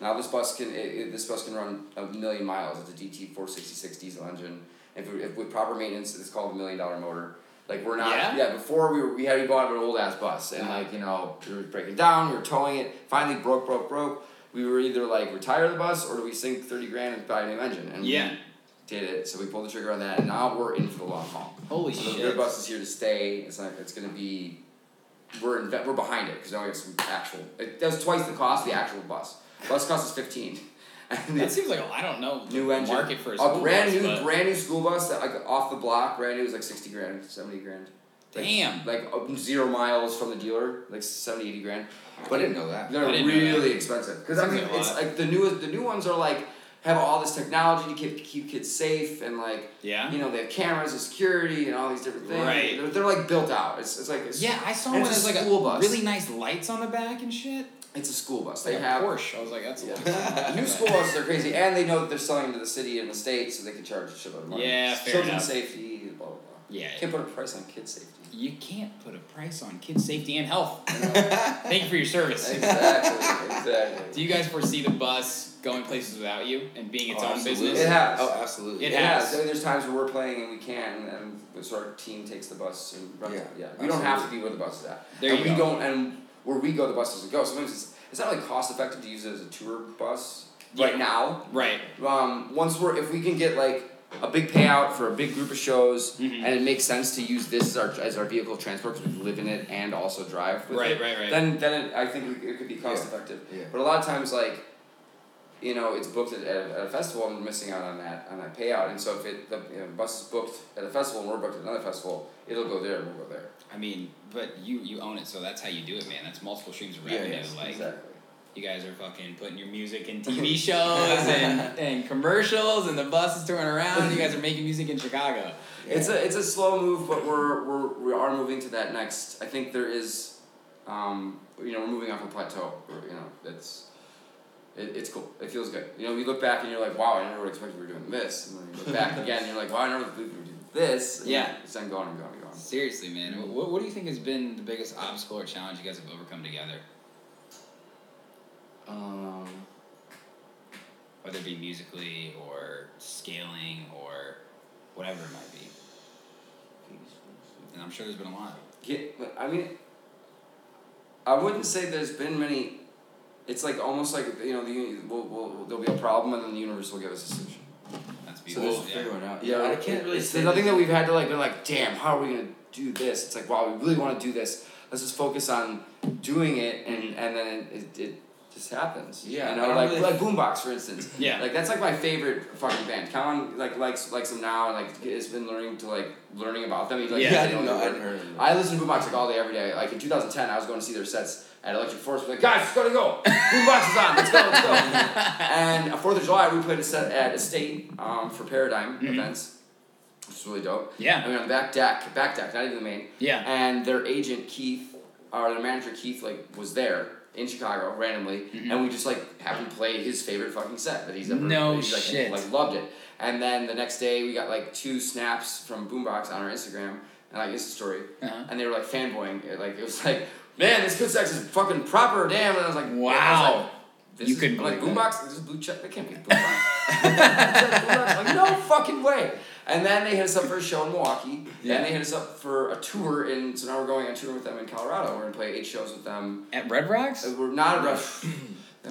Speaker 3: Now this bus can it, it- this bus can run a million miles. It's a DT four sixty six diesel engine. If, we, if with proper maintenance, it's called a million dollar motor. Like we're not
Speaker 2: Yeah?
Speaker 3: before we were, we had we bought an old ass bus and like you know we were breaking down, we were towing it. Finally broke, broke, broke. We were either like retire the bus or do we sink thirty grand and buy a new engine? And
Speaker 2: Yeah.
Speaker 3: we did it. So we pulled the trigger on that. And now we're in for the long haul.
Speaker 2: Holy
Speaker 3: so
Speaker 2: shit.
Speaker 3: The good bus is here to stay. It's like it's gonna be. We're in, we're behind it because now we have some actual. It does twice the cost of the actual bus. Bus cost is fifteen. *laughs* And
Speaker 2: that
Speaker 3: the-
Speaker 2: seems like a, I don't know the
Speaker 3: new engine.
Speaker 2: market for a,
Speaker 3: a
Speaker 2: school
Speaker 3: brand
Speaker 2: bus,
Speaker 3: new,
Speaker 2: but-
Speaker 3: brand new school bus that like off the block, brand new is like sixty grand, seventy grand. Like-
Speaker 2: Damn.
Speaker 3: Like uh, zero miles from the dealer, like 70, 80 grand. But
Speaker 6: I didn't
Speaker 3: it-
Speaker 6: know that.
Speaker 3: They're
Speaker 2: I didn't know
Speaker 3: really
Speaker 2: that.
Speaker 3: expensive because I
Speaker 2: Seems
Speaker 3: mean
Speaker 2: like a
Speaker 3: it's
Speaker 2: lot.
Speaker 3: like the newest, the new ones are like have all this technology to keep keep kids safe and like
Speaker 2: Yeah.
Speaker 3: you know they have cameras and security and all these different things.
Speaker 2: Right.
Speaker 3: They're, they're like built out. It's, it's like it's,
Speaker 2: Yeah, I saw
Speaker 3: and
Speaker 2: one
Speaker 3: it's
Speaker 2: that was
Speaker 3: a
Speaker 2: like
Speaker 3: school
Speaker 2: a
Speaker 3: bus.
Speaker 2: really nice lights on the back and shit.
Speaker 3: It's a school bus.
Speaker 2: Like
Speaker 3: They
Speaker 2: a
Speaker 3: have *laughs*
Speaker 2: Porsche. I was like, that's a lot.
Speaker 3: New school buses are crazy, and they know that they're selling them to the city and the state, so they can charge a shitload of money.
Speaker 2: Yeah, fair
Speaker 3: Children's
Speaker 2: enough.
Speaker 3: safety, blah blah blah.
Speaker 2: Yeah.
Speaker 3: Can't put a price on kids'
Speaker 2: *laughs*
Speaker 3: safety.
Speaker 2: You can't put a price on kids' safety and
Speaker 3: *laughs*
Speaker 2: health. Thank you for your service.
Speaker 3: Exactly, exactly.
Speaker 2: Do you guys foresee the bus going places without you and being its
Speaker 6: Oh,
Speaker 2: own
Speaker 6: absolutely.
Speaker 2: business?
Speaker 3: It has.
Speaker 6: Oh, absolutely.
Speaker 2: It
Speaker 3: yeah,
Speaker 2: has.
Speaker 3: so there's times where we're playing and we can't, and, and so our team takes the bus and runs.
Speaker 6: Yeah,
Speaker 3: it. yeah. We don't have to
Speaker 6: absolutely.
Speaker 3: be where the bus is at.
Speaker 2: There
Speaker 3: and
Speaker 2: you
Speaker 3: we
Speaker 2: go.
Speaker 3: don't, and where we go, the bus doesn't go. Sometimes it's, it's not really cost effective to use it as a tour bus right
Speaker 2: Yeah.
Speaker 3: now.
Speaker 2: Right.
Speaker 3: Um, once we're if we can get like a big payout for a big group of shows,
Speaker 2: Mm-hmm.
Speaker 3: and it makes sense to use this as our as our vehicle of transport because we live in it and also drive. With
Speaker 2: Right,
Speaker 3: it,
Speaker 2: right, right.
Speaker 3: Then then it, I think it could be cost effective.
Speaker 6: yeah.
Speaker 3: But a lot of times, like you know, it's booked at, at, a- at a festival and we're missing out on that on that payout. And so if it the you know, bus is booked at a festival and we're booked at another festival, it'll go there and we'll go there.
Speaker 2: I mean, but you you own it, so that's how you do it, man. That's multiple streams of
Speaker 6: Yeah,
Speaker 2: revenue.
Speaker 6: yes,
Speaker 2: like
Speaker 3: exactly.
Speaker 2: you guys are fucking putting your music in TV shows and, and commercials, and the bus is touring around. You guys are making music in Chicago.
Speaker 3: It's a it's a slow move, but we're we're we are moving to that next. I think there is, um, you know, we're moving off a plateau. We're, you know, that's. It, it's cool. It feels good. You know, you look back and you're like, wow, I never would expect we were doing this. And then you look back again and you're like, wow, I never believed we were doing this. And
Speaker 2: Yeah.
Speaker 3: It's then going and going and going.
Speaker 2: Seriously, man. wh- What, what do you think has been the biggest obstacle or challenge you guys have overcome together?
Speaker 6: Um,
Speaker 2: Whether it be musically or scaling or whatever it might be. And I'm sure there's been a lot.
Speaker 3: Yeah, but I mean, I wouldn't say there's been many. It's like almost like you know the uni- we'll, we'll, there'll be a problem and then the universe will give us a solution.
Speaker 2: That's
Speaker 6: so
Speaker 2: beautiful.
Speaker 6: there's figuring out. Yeah, I can't really
Speaker 3: It's
Speaker 6: say
Speaker 3: nothing
Speaker 6: this.
Speaker 3: that we've had to like be like, damn, how are we gonna do this? It's like, wow, we really want to do this. Let's just focus on doing it, and and then it, it just happens.
Speaker 6: Yeah,
Speaker 3: you
Speaker 6: I
Speaker 3: know,
Speaker 6: don't
Speaker 3: like
Speaker 6: really-
Speaker 3: like Boombox for instance.
Speaker 2: Yeah.
Speaker 3: like that's like my favorite fucking band. Calvin like likes likes them now, and like has been learning to like learning about them. He, like,
Speaker 2: Yeah,
Speaker 3: doesn't
Speaker 2: I
Speaker 6: didn't
Speaker 3: know
Speaker 6: know- I
Speaker 3: the
Speaker 6: didn't
Speaker 3: word.
Speaker 6: hear them.
Speaker 3: I listened to Boombox like all day, every day. Like in 2010, I was going to see their sets at Electric Forest. Like, guys, it's gotta go. Boombox is on. Let's
Speaker 2: *laughs*
Speaker 3: go. Let's go. and uh, Fourth of July, we played a set at Estate um, for Paradigm events, which is really dope.
Speaker 2: Mm-hmm. Yeah.
Speaker 3: I mean, on the back deck, back deck, not even the main.
Speaker 2: Yeah.
Speaker 3: And their agent Keith, or their manager Keith, like was there in Chicago randomly,
Speaker 2: Mm-hmm.
Speaker 3: and we just like happened to play his favorite fucking set that he's ever.
Speaker 2: No
Speaker 3: that he's, like,
Speaker 2: shit.
Speaker 3: Like loved it. And then the next day, we got like two snaps from Boombox on our Instagram and like Insta story,
Speaker 2: Uh-huh.
Speaker 3: and they were like fanboying. It, like it was like, man, this good sex is fucking proper, damn. And I was like, I was
Speaker 2: Wow.
Speaker 3: like, this
Speaker 2: You
Speaker 3: is,
Speaker 2: couldn't
Speaker 3: I'm like
Speaker 2: believe
Speaker 3: Boombox. This is blue check. That can't be Boombox. *laughs* I'm like, no fucking way. And then they hit us up for a show in Milwaukee.
Speaker 2: Yeah.
Speaker 3: And they hit us up for a tour in, so now we're going on tour with them in Colorado. We're going to play eight shows with them.
Speaker 2: At Red Rocks?
Speaker 3: Uh, We're not
Speaker 2: *clears throat*
Speaker 3: at Rush. no.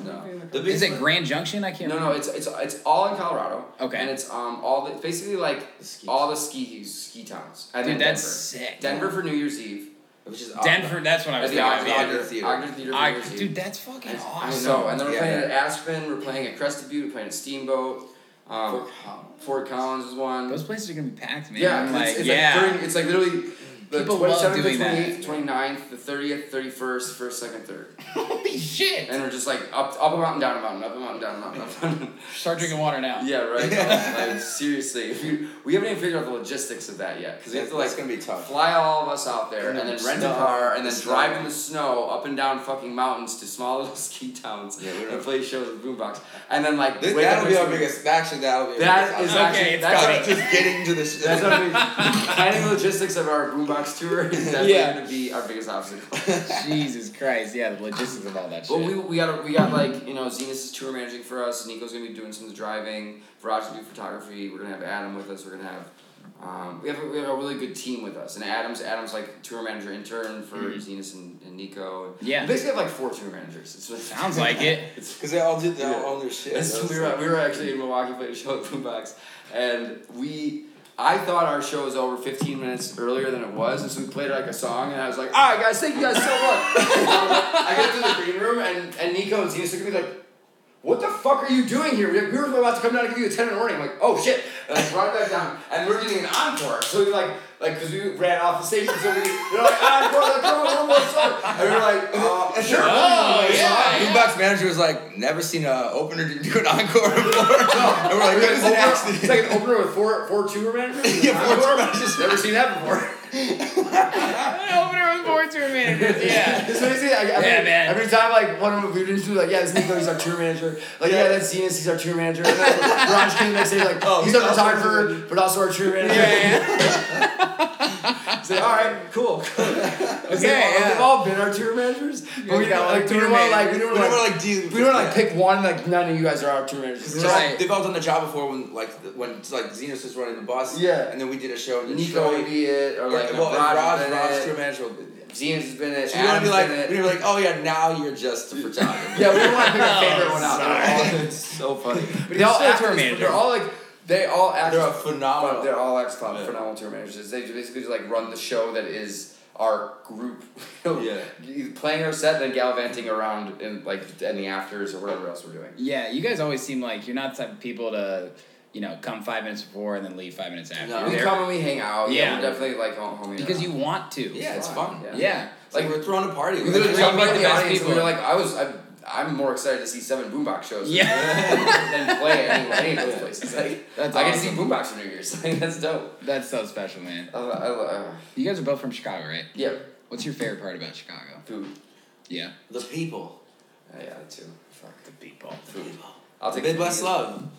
Speaker 6: The
Speaker 2: Is
Speaker 6: biggest
Speaker 2: it Grand Junction? I can't
Speaker 3: No, no,
Speaker 2: remember.
Speaker 3: it's it's it's all in Colorado.
Speaker 2: Okay.
Speaker 3: And it's um all the basically like
Speaker 6: ski
Speaker 3: all the ski ski towns. And
Speaker 2: Dude,
Speaker 3: then
Speaker 2: that's
Speaker 3: Denver.
Speaker 2: sick.
Speaker 3: Denver for New Year's Eve.
Speaker 6: which is
Speaker 2: Denver, that's what I
Speaker 3: At
Speaker 2: was
Speaker 3: the
Speaker 2: thinking. of, yeah.
Speaker 3: Ogden,
Speaker 6: Ogden
Speaker 3: Ogden
Speaker 6: Theater.
Speaker 3: Theater. Ogden Theater for New
Speaker 2: I,
Speaker 3: Year's Eve.
Speaker 2: dude, that's fucking
Speaker 3: I
Speaker 2: awesome.
Speaker 3: know, and then we're
Speaker 6: Yeah.
Speaker 3: playing at Aspen, we're playing at Crested Butte, we're playing at Steamboat, um, Fort, Collins. is one.
Speaker 2: Those places are gonna be packed, man.
Speaker 3: yeah,
Speaker 2: I'm
Speaker 3: it's,
Speaker 2: like,
Speaker 3: it's
Speaker 2: yeah.
Speaker 3: like during, it's like literally the
Speaker 2: People
Speaker 3: twenty
Speaker 2: love
Speaker 3: seventh,
Speaker 2: doing that.
Speaker 3: eighth, twenty ninth, the thirtieth, thirty first, first, second, third,
Speaker 2: Holy shit!
Speaker 3: and we're just like up, up a mountain, down a mountain, up a mountain, down a mountain, up a mountain.
Speaker 2: Start drinking water now.
Speaker 3: yeah,
Speaker 6: *laughs*
Speaker 3: right. like seriously, if you, we haven't even figured out the logistics of that yet, because we have to like
Speaker 6: that's gonna be tough.
Speaker 3: fly all of us out there
Speaker 6: And
Speaker 3: and,
Speaker 6: then
Speaker 3: then rent
Speaker 6: snow.
Speaker 3: a car and then
Speaker 6: The snow.
Speaker 3: drive in the snow up and down fucking mountains to small little *laughs* ski towns
Speaker 6: Yeah, we
Speaker 3: and
Speaker 6: don't-
Speaker 3: play shows with boombox. And then like
Speaker 6: Th-
Speaker 3: wake up
Speaker 6: that'll be
Speaker 3: next
Speaker 6: our
Speaker 3: week-
Speaker 6: biggest. Actually, that'll be. our
Speaker 3: That
Speaker 6: biggest
Speaker 3: is
Speaker 6: obstacle.
Speaker 3: actually
Speaker 2: it's
Speaker 6: *laughs*
Speaker 3: that's,
Speaker 2: gotta
Speaker 3: our,
Speaker 6: just getting to the shit.
Speaker 3: that's
Speaker 6: *laughs*
Speaker 3: our big *laughs* planning the logistics of our boombox tour is definitely
Speaker 2: Yeah.
Speaker 3: gonna be our biggest obstacle.
Speaker 2: *laughs* Jesus Christ! Yeah, the logistics of all that
Speaker 3: But we we got we got like you know Zenas is tour managing for us. Nico's gonna be doing some of the driving. Viraj will do photography. We're gonna have Adam with us. We're gonna have um, we have a, we have a really good team with us. And Adam's Adam's like tour manager intern for Zenas and, and Nico.
Speaker 2: Mm-hmm. Yeah.
Speaker 3: we basically have like four tour managers. It's really, *laughs*
Speaker 2: Sounds like it.
Speaker 6: Because they all did their
Speaker 3: Yeah.
Speaker 6: own
Speaker 3: *laughs*
Speaker 6: their shit.
Speaker 3: That's-
Speaker 6: That was
Speaker 3: we were we were actually in Milwaukee playing a show at Boombox, and we. I thought our show was over 15 minutes earlier than it was, and so we played like a song, and I was like, "All right, guys, thank you guys so much." *laughs* I get to the green room, and, and Nico and Zenas look at me like, "What the fuck are you doing here? We we were about to come down and give you a 10 in the morning." I'm like, "Oh shit!" And I brought it back down, and we we're getting an encore. So we like, like, cause we ran off the station, so we they're like, "Encore, like, come on, one more song," and we we're like, uh, "Sure."
Speaker 2: Oh, yeah,
Speaker 6: Boombox manager was like, never seen an opener do an encore before. *laughs* and we're like,
Speaker 3: Like
Speaker 6: this is
Speaker 3: an
Speaker 6: an
Speaker 3: opener-
Speaker 6: accident.
Speaker 3: It's like an opener with four four tour managers.
Speaker 6: Yeah, four tour
Speaker 3: managers. Never seen
Speaker 2: *laughs*
Speaker 3: that before.
Speaker 2: Opener with four tour managers.
Speaker 3: *laughs*
Speaker 2: Yeah.
Speaker 3: That's what I say. Like, every,
Speaker 2: Yeah, man.
Speaker 3: Every time, like one of them we didn't do, like, yeah, this Nico, he's our tour manager. Like, yeah, that's Zenas, he's our tour manager. And then like, Raj came next day, like, oh, he's
Speaker 6: he's
Speaker 3: our
Speaker 6: also our tour
Speaker 3: photographer, but also our tour manager.
Speaker 2: Yeah.
Speaker 3: *laughs* It's like, all right, cool.
Speaker 2: Okay.
Speaker 3: They've
Speaker 2: Yeah.
Speaker 3: all been our tour managers, but we
Speaker 2: got
Speaker 3: don't
Speaker 2: one
Speaker 3: like we
Speaker 2: tour
Speaker 3: don't want like
Speaker 2: manager.
Speaker 3: we
Speaker 6: *laughs* We
Speaker 3: don't
Speaker 6: don't
Speaker 3: want
Speaker 6: wanna,
Speaker 3: like
Speaker 6: like deal.
Speaker 3: we don't like pick one like none of you guys are our tour managers.
Speaker 6: They've all-
Speaker 2: Right.
Speaker 6: They've all done the job before when like th- when it's like Xenos was running the bus.
Speaker 3: Yeah.
Speaker 6: And then we did a show in
Speaker 3: Nico
Speaker 6: Detroit.
Speaker 3: would be it, or
Speaker 6: Or,
Speaker 3: like
Speaker 6: well,
Speaker 3: Raj,
Speaker 6: Raj, Raj,
Speaker 3: has
Speaker 6: tour
Speaker 3: been it.
Speaker 6: manager.
Speaker 3: Zenas has been it.
Speaker 6: So you want
Speaker 3: Adam's
Speaker 6: to be like,
Speaker 3: been it.
Speaker 6: we were like, oh yeah, now you're just
Speaker 3: *laughs*
Speaker 6: a photographer. *laughs*
Speaker 3: Yeah, we don't want to pick a favorite one out. They're all- It's so funny. But they all
Speaker 2: still a tour
Speaker 3: actors, but
Speaker 2: manager.
Speaker 3: They're all like They all act.
Speaker 6: They're a phenomenal-
Speaker 3: They're all ex ph-
Speaker 6: Yeah.
Speaker 3: phenomenal tour managers. They ju- basically just like run the show that is our group. *laughs* you know,
Speaker 6: Yeah.
Speaker 3: you- Playing our set, then gallivanting around in like in the afters or whatever else we're doing.
Speaker 2: Yeah, you guys always seem like you're not the type of people to, you know, come five minutes before and then leave five minutes after. You're
Speaker 3: we
Speaker 2: there
Speaker 3: come and we hang out. Yeah,
Speaker 2: Yeah.
Speaker 3: we're definitely like home. homing
Speaker 2: because
Speaker 3: around.
Speaker 2: you want to.
Speaker 6: Yeah, it's fun.
Speaker 3: Yeah.
Speaker 2: Yeah.
Speaker 6: Like we're throwing a party.
Speaker 3: We literally
Speaker 2: Three
Speaker 3: jump out
Speaker 2: of
Speaker 3: of
Speaker 2: the
Speaker 3: the
Speaker 2: best
Speaker 3: audience and we
Speaker 2: people.
Speaker 3: were like, I was, I, I'm more excited to see seven boombox shows than-
Speaker 2: *laughs* Yeah.
Speaker 3: than play any, any of those places. Like,
Speaker 2: That's
Speaker 3: I
Speaker 2: awesome.
Speaker 3: can see boombox for New Year's. *laughs* Like, that's dope.
Speaker 2: That's so special, man.
Speaker 3: I, I, uh,
Speaker 2: You guys are both from Chicago, right?
Speaker 3: yeah,
Speaker 2: What's your favorite part about Chicago?
Speaker 3: food.
Speaker 2: Yeah.
Speaker 6: the people.
Speaker 3: Uh, yeah, that too. Fuck.
Speaker 2: The people.
Speaker 6: The people.
Speaker 3: I'll take
Speaker 6: Midwest
Speaker 3: food.
Speaker 6: love.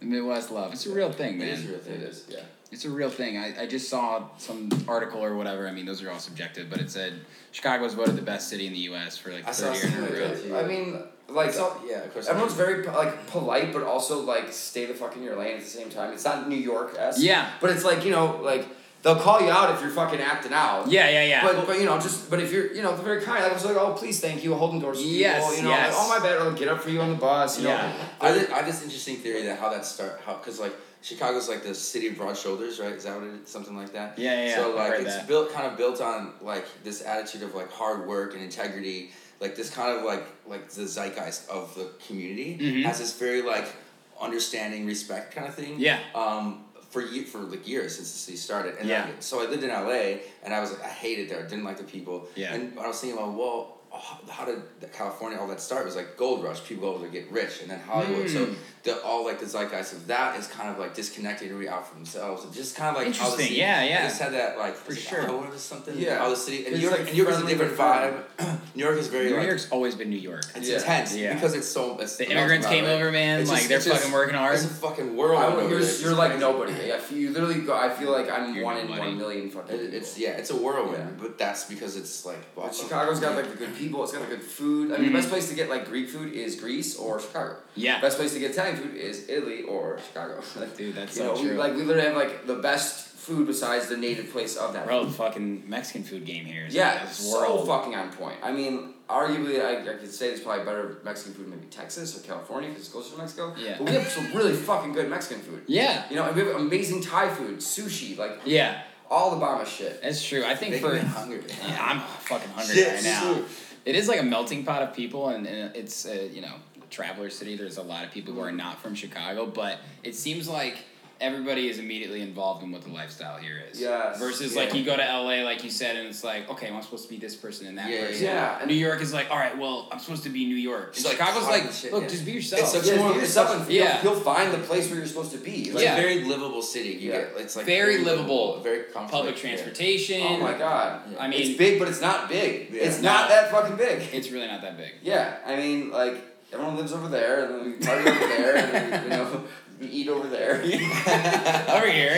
Speaker 2: The Midwest love. It's a real thing, man.
Speaker 6: It is real thing.
Speaker 3: It is. Yeah.
Speaker 2: It's a real thing. I, I just saw some article or whatever. I mean, those are all subjective, but it said Chicago was voted the best city in the U.S. for like
Speaker 6: I saw
Speaker 2: 30 years in a
Speaker 6: something
Speaker 2: row.
Speaker 6: like that. Yeah.
Speaker 3: I mean, like,
Speaker 6: It's all- yeah, of course.
Speaker 3: everyone's very like polite, but also like stay the fuck in your lane at the same time. It's not New York esque.
Speaker 2: Yeah.
Speaker 3: But it's like you know, like they'll call you out if you're fucking acting out.
Speaker 2: Yeah, yeah, yeah.
Speaker 3: But, but you know just but if you're you know they're very kind like I was like oh please thank you holding doors for
Speaker 2: Yes,
Speaker 3: people you know
Speaker 2: yes.
Speaker 3: like, oh my bad I'll get up for you on the bus you
Speaker 2: Yeah.
Speaker 3: know
Speaker 6: I did, I have this interesting theory that how that start how because like Chicago's like the city of broad shoulders, right? Is that what it is? Something like that.
Speaker 2: Yeah, yeah, yeah.
Speaker 6: So
Speaker 2: I've
Speaker 6: like
Speaker 2: heard
Speaker 6: it's
Speaker 2: that.
Speaker 6: built kind of built on like this attitude of like hard work and integrity, like this kind of like like the zeitgeist of the community
Speaker 2: Mm-hmm.
Speaker 6: has this very like understanding respect kind of thing.
Speaker 2: Yeah.
Speaker 6: Um. For ye for like years since the city started, and
Speaker 2: Yeah.
Speaker 6: like, so I lived in LA, and I was like, I hated there, didn't like the people,
Speaker 2: Yeah.
Speaker 6: and I was thinking about well, how, how did California all that start? It was like gold rush, people over to get rich, and then Hollywood.
Speaker 2: Hmm.
Speaker 6: So the all like the zeitgeist of that is kind of like disconnected, really out for themselves, and just kind of like how the
Speaker 2: Interesting,
Speaker 6: city,
Speaker 2: yeah, yeah.
Speaker 6: I just had that like
Speaker 2: For sure.
Speaker 6: Oh, what is something?
Speaker 3: Yeah.
Speaker 6: how the city. And
Speaker 3: It's
Speaker 6: New York,
Speaker 3: like
Speaker 6: and New York is a
Speaker 3: friendly
Speaker 6: different
Speaker 3: but friendly.
Speaker 6: vibe. *clears throat* New York is very
Speaker 2: New
Speaker 6: like
Speaker 2: York's always been New York.
Speaker 6: it's
Speaker 3: Yeah.
Speaker 6: intense
Speaker 2: Yeah.
Speaker 6: because it's so. It's
Speaker 2: The
Speaker 6: melting
Speaker 2: immigrants
Speaker 6: pot,
Speaker 2: came
Speaker 6: right?
Speaker 2: over, man.
Speaker 6: It's
Speaker 2: like
Speaker 6: just-
Speaker 2: they're
Speaker 6: it's just-
Speaker 2: fucking working hard.
Speaker 6: It's a fucking
Speaker 3: I,
Speaker 6: world.
Speaker 3: would-
Speaker 6: over
Speaker 3: you're,
Speaker 6: there.
Speaker 3: you're,
Speaker 6: It's
Speaker 3: like
Speaker 6: crazy.
Speaker 3: nobody I feel you literally go I feel like I'm
Speaker 2: You're
Speaker 3: one in
Speaker 2: nobody.
Speaker 3: one million fucking
Speaker 6: It- it's
Speaker 3: people.
Speaker 6: yeah, it's a whirlwind,
Speaker 3: Yeah.
Speaker 6: but that's because it's like.
Speaker 3: But Chicago's got like the good people it's got the good food I mean the best place to get like Greek food is Greece or Chicago
Speaker 2: Mm-hmm. Yeah.
Speaker 3: best place to get Italian food is Italy or Chicago *laughs* like
Speaker 2: Dude, that's
Speaker 3: you
Speaker 2: so
Speaker 3: know we,
Speaker 2: true.
Speaker 3: like we literally have like the best food besides the native place of that
Speaker 2: Bro, the fucking Mexican food game here is
Speaker 3: Yeah,
Speaker 2: out of
Speaker 3: it's
Speaker 2: this
Speaker 3: so
Speaker 2: world.
Speaker 3: fucking on point. I mean, arguably, I, I could say there's probably better Mexican food in maybe Texas or California because it's closer to Mexico.
Speaker 2: Yeah.
Speaker 3: But we have some really fucking good Mexican food.
Speaker 2: yeah,
Speaker 3: You know, and we have amazing Thai food, sushi, like
Speaker 2: yeah,
Speaker 3: all the Bama shit.
Speaker 2: that's true. I think
Speaker 6: Making
Speaker 2: for
Speaker 6: me hungry.
Speaker 2: Yeah, I'm fucking hungry
Speaker 6: Shit,
Speaker 2: right now.
Speaker 6: shoot.
Speaker 2: It is like a melting pot of people, and, and it's uh, you know a traveler city. There's a lot of people who are not from Chicago, but it seems like everybody is immediately involved in what the lifestyle here is.
Speaker 3: Yes,
Speaker 2: Versus
Speaker 3: yeah.
Speaker 2: like you go to LA, like you said, and it's like okay, well, I'm supposed to be this person and that
Speaker 6: Yeah,
Speaker 2: person.
Speaker 3: yeah.
Speaker 2: And New York is like all right, well I'm supposed to be New York. And
Speaker 6: It's like
Speaker 2: Chicago's
Speaker 6: hard
Speaker 2: like
Speaker 6: and shit,
Speaker 2: look,
Speaker 6: yeah.
Speaker 2: just be yourself.
Speaker 6: It's such
Speaker 3: Yeah,
Speaker 6: more
Speaker 3: do
Speaker 6: of a
Speaker 3: yourself
Speaker 6: social-
Speaker 3: and you'll-
Speaker 2: yeah.
Speaker 3: You'll, find the place where you're supposed to be. Like,
Speaker 6: It's
Speaker 2: Yeah.
Speaker 6: a very livable city. You
Speaker 3: Yeah.
Speaker 6: get it's like
Speaker 2: Very livable.
Speaker 6: very comfortable.
Speaker 2: Public transportation.
Speaker 3: Oh my god.
Speaker 2: I mean-
Speaker 3: it's big, but it's not big.
Speaker 6: Yeah.
Speaker 3: It's not that fucking big.
Speaker 2: It's really not that big.
Speaker 3: Yeah, I mean, like everyone lives over there, and then we party over there, and then we, you know, *laughs* we eat over there.
Speaker 2: Over
Speaker 3: *laughs*
Speaker 2: here,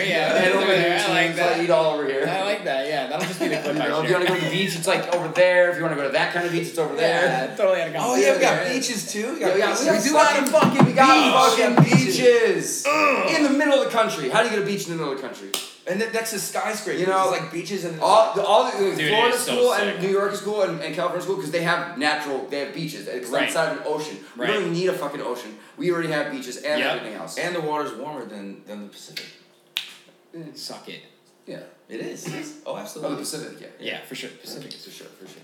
Speaker 2: yeah.
Speaker 3: And
Speaker 2: over there,
Speaker 3: here,
Speaker 2: I like
Speaker 3: it's
Speaker 2: that.
Speaker 3: eat all over here.
Speaker 2: I like that. Yeah, that'll just be the clip
Speaker 3: *laughs* You
Speaker 2: I
Speaker 3: know, if you
Speaker 2: share.
Speaker 3: want to go to the beach, it's like over there. If you want to go to that kind of beach, it's over there.
Speaker 2: Yeah, totally had a
Speaker 6: Oh yeah, we got
Speaker 2: conversation.
Speaker 6: beaches too.
Speaker 3: Yeah,
Speaker 6: We got
Speaker 3: we got, we got
Speaker 6: beaches.
Speaker 3: fucking, fucking, we got
Speaker 6: beach.
Speaker 3: fucking beaches in the middle of the country. How do you get a beach in the middle of the country?
Speaker 6: And then next to skyscrapers,
Speaker 3: You know,
Speaker 6: it's like beaches and
Speaker 2: oh.
Speaker 3: *laughs* All, the, all the, like,
Speaker 2: Dude, it
Speaker 3: Florida
Speaker 2: is so
Speaker 3: school
Speaker 2: sick.
Speaker 3: and New York is cool and, and California school because they have natural, they have beaches. It's
Speaker 2: Right.
Speaker 3: outside of an ocean. We
Speaker 2: Right.
Speaker 3: don't even need a fucking ocean. We already have beaches and
Speaker 2: Yep.
Speaker 3: everything else.
Speaker 6: and the water's warmer than than the Pacific.
Speaker 2: Suck it.
Speaker 3: yeah,
Speaker 6: It is. Oh,
Speaker 3: oh, the
Speaker 6: absolutely.
Speaker 3: Pacific, yeah.
Speaker 2: Yeah, for sure. Pacific is
Speaker 3: for sure, for sure.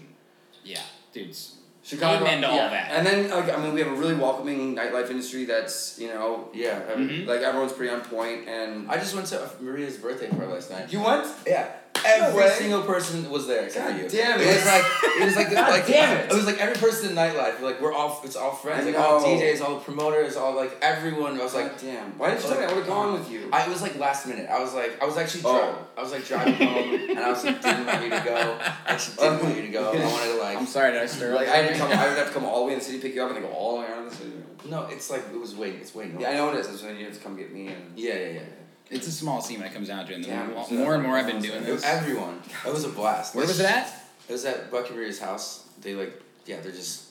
Speaker 2: yeah, dudes.
Speaker 3: Chicago,
Speaker 2: Amen to all
Speaker 3: yeah.
Speaker 2: that.
Speaker 3: And then, like, I mean, we have a really welcoming nightlife industry that's, you know,
Speaker 6: Yeah. I
Speaker 2: Mm-hmm.
Speaker 6: mean,
Speaker 3: like everyone's pretty on point and
Speaker 6: I just went to Maria's birthday party last night.
Speaker 3: you went?
Speaker 6: yeah. Every
Speaker 3: way.
Speaker 6: single person was there. except for
Speaker 3: God
Speaker 6: you.
Speaker 3: damn it.
Speaker 6: It was like it was
Speaker 3: *laughs*
Speaker 6: like,
Speaker 3: God
Speaker 6: like
Speaker 3: damn it.
Speaker 6: was like every person in nightlife. Like we're all it's all friends,
Speaker 3: I
Speaker 6: like all
Speaker 3: know.
Speaker 6: DJs, all promoters, all like everyone. I was like,
Speaker 3: Like, damn. Why did you tell me I would have gone with you?
Speaker 6: I it was like last minute. I was like, I was actually
Speaker 3: Oh.
Speaker 6: driving. I was like driving home, and I was like, didn't want you to go. I actually didn't want you to go. I wanted to
Speaker 2: I'm
Speaker 6: like.
Speaker 2: sorry, did I stir
Speaker 3: *laughs* like I had to come I would have to come all the way in the city, pick you up, and then go all the way around the city.
Speaker 6: No, it's like it was waiting. It's waiting.
Speaker 3: Yeah, I know it is. That's when you have to come get me and
Speaker 6: yeah, yeah, yeah.
Speaker 2: It's a small scene when it comes down to it. And the
Speaker 3: Yeah,
Speaker 2: more,
Speaker 3: so-
Speaker 2: more and more I've been doing this.
Speaker 6: Everyone. It was a blast.
Speaker 2: Where was it at?
Speaker 6: It was at Buccaneers' house. They like, yeah, they're just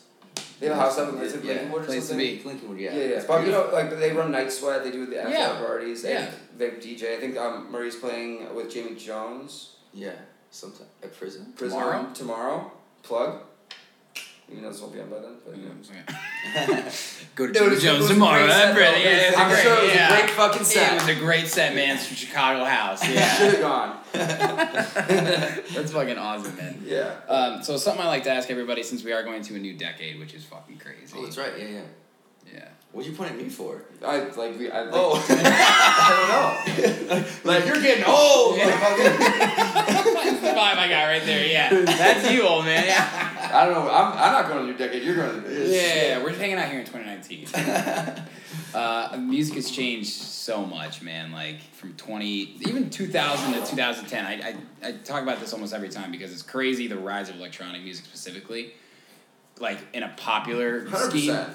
Speaker 3: they have a house up in the
Speaker 6: Yeah.
Speaker 3: Lincolnwood or
Speaker 2: Place to
Speaker 3: something.
Speaker 2: be.
Speaker 6: Lincolnwood. Yeah.
Speaker 3: Yeah, yeah.
Speaker 6: It's
Speaker 3: But you
Speaker 6: beautiful.
Speaker 3: know, like they run night sweat, they do the after
Speaker 2: Yeah.
Speaker 3: parties, they
Speaker 2: Yeah.
Speaker 3: they DJ. I think um, Murray's playing with Jamie Jones.
Speaker 6: Yeah. Sometime at prison.
Speaker 3: Prison
Speaker 2: Tomorrow?
Speaker 3: tomorrow. Plug. Even though this won't be on by then, but
Speaker 2: Mm-hmm.
Speaker 3: yeah.
Speaker 5: Go to
Speaker 3: Dude,
Speaker 5: Jimmy
Speaker 3: it
Speaker 5: Jones
Speaker 3: was a
Speaker 5: tomorrow.
Speaker 3: great
Speaker 5: That
Speaker 3: set,
Speaker 5: really-
Speaker 3: though.
Speaker 5: yeah, it was
Speaker 3: I'm
Speaker 5: great,
Speaker 3: sure it was a
Speaker 5: yeah.
Speaker 3: great fucking set.
Speaker 5: It was a great set, man. It's from Chicago House.
Speaker 3: *laughs* Should
Speaker 5: Yeah,
Speaker 3: have gone.
Speaker 2: That's fucking awesome, man.
Speaker 3: Yeah.
Speaker 2: Um, so something I like to ask everybody since we are going to a new decade, which is fucking crazy.
Speaker 6: Oh, that's right. Yeah, yeah.
Speaker 2: Yeah.
Speaker 6: What you pointing at me for?
Speaker 3: I like we. I, like,
Speaker 6: Oh,
Speaker 3: *laughs* I don't know.
Speaker 6: *laughs* like you're getting old.
Speaker 2: That's the vibe I got right there. Yeah. That's you, old man. Yeah.
Speaker 3: *laughs* I don't know. I'm, I'm not going to your decade. You're going to.
Speaker 2: *laughs* Yeah, yeah, yeah. we're just hanging out here in
Speaker 3: *laughs*
Speaker 2: 2019. uh, music has changed so much, man. Like from 20, even 2000 to 2010. I, I, I talk about this almost every time because it's crazy the rise of electronic music specifically, like in a popular
Speaker 3: Hundred
Speaker 2: scheme.
Speaker 3: percent.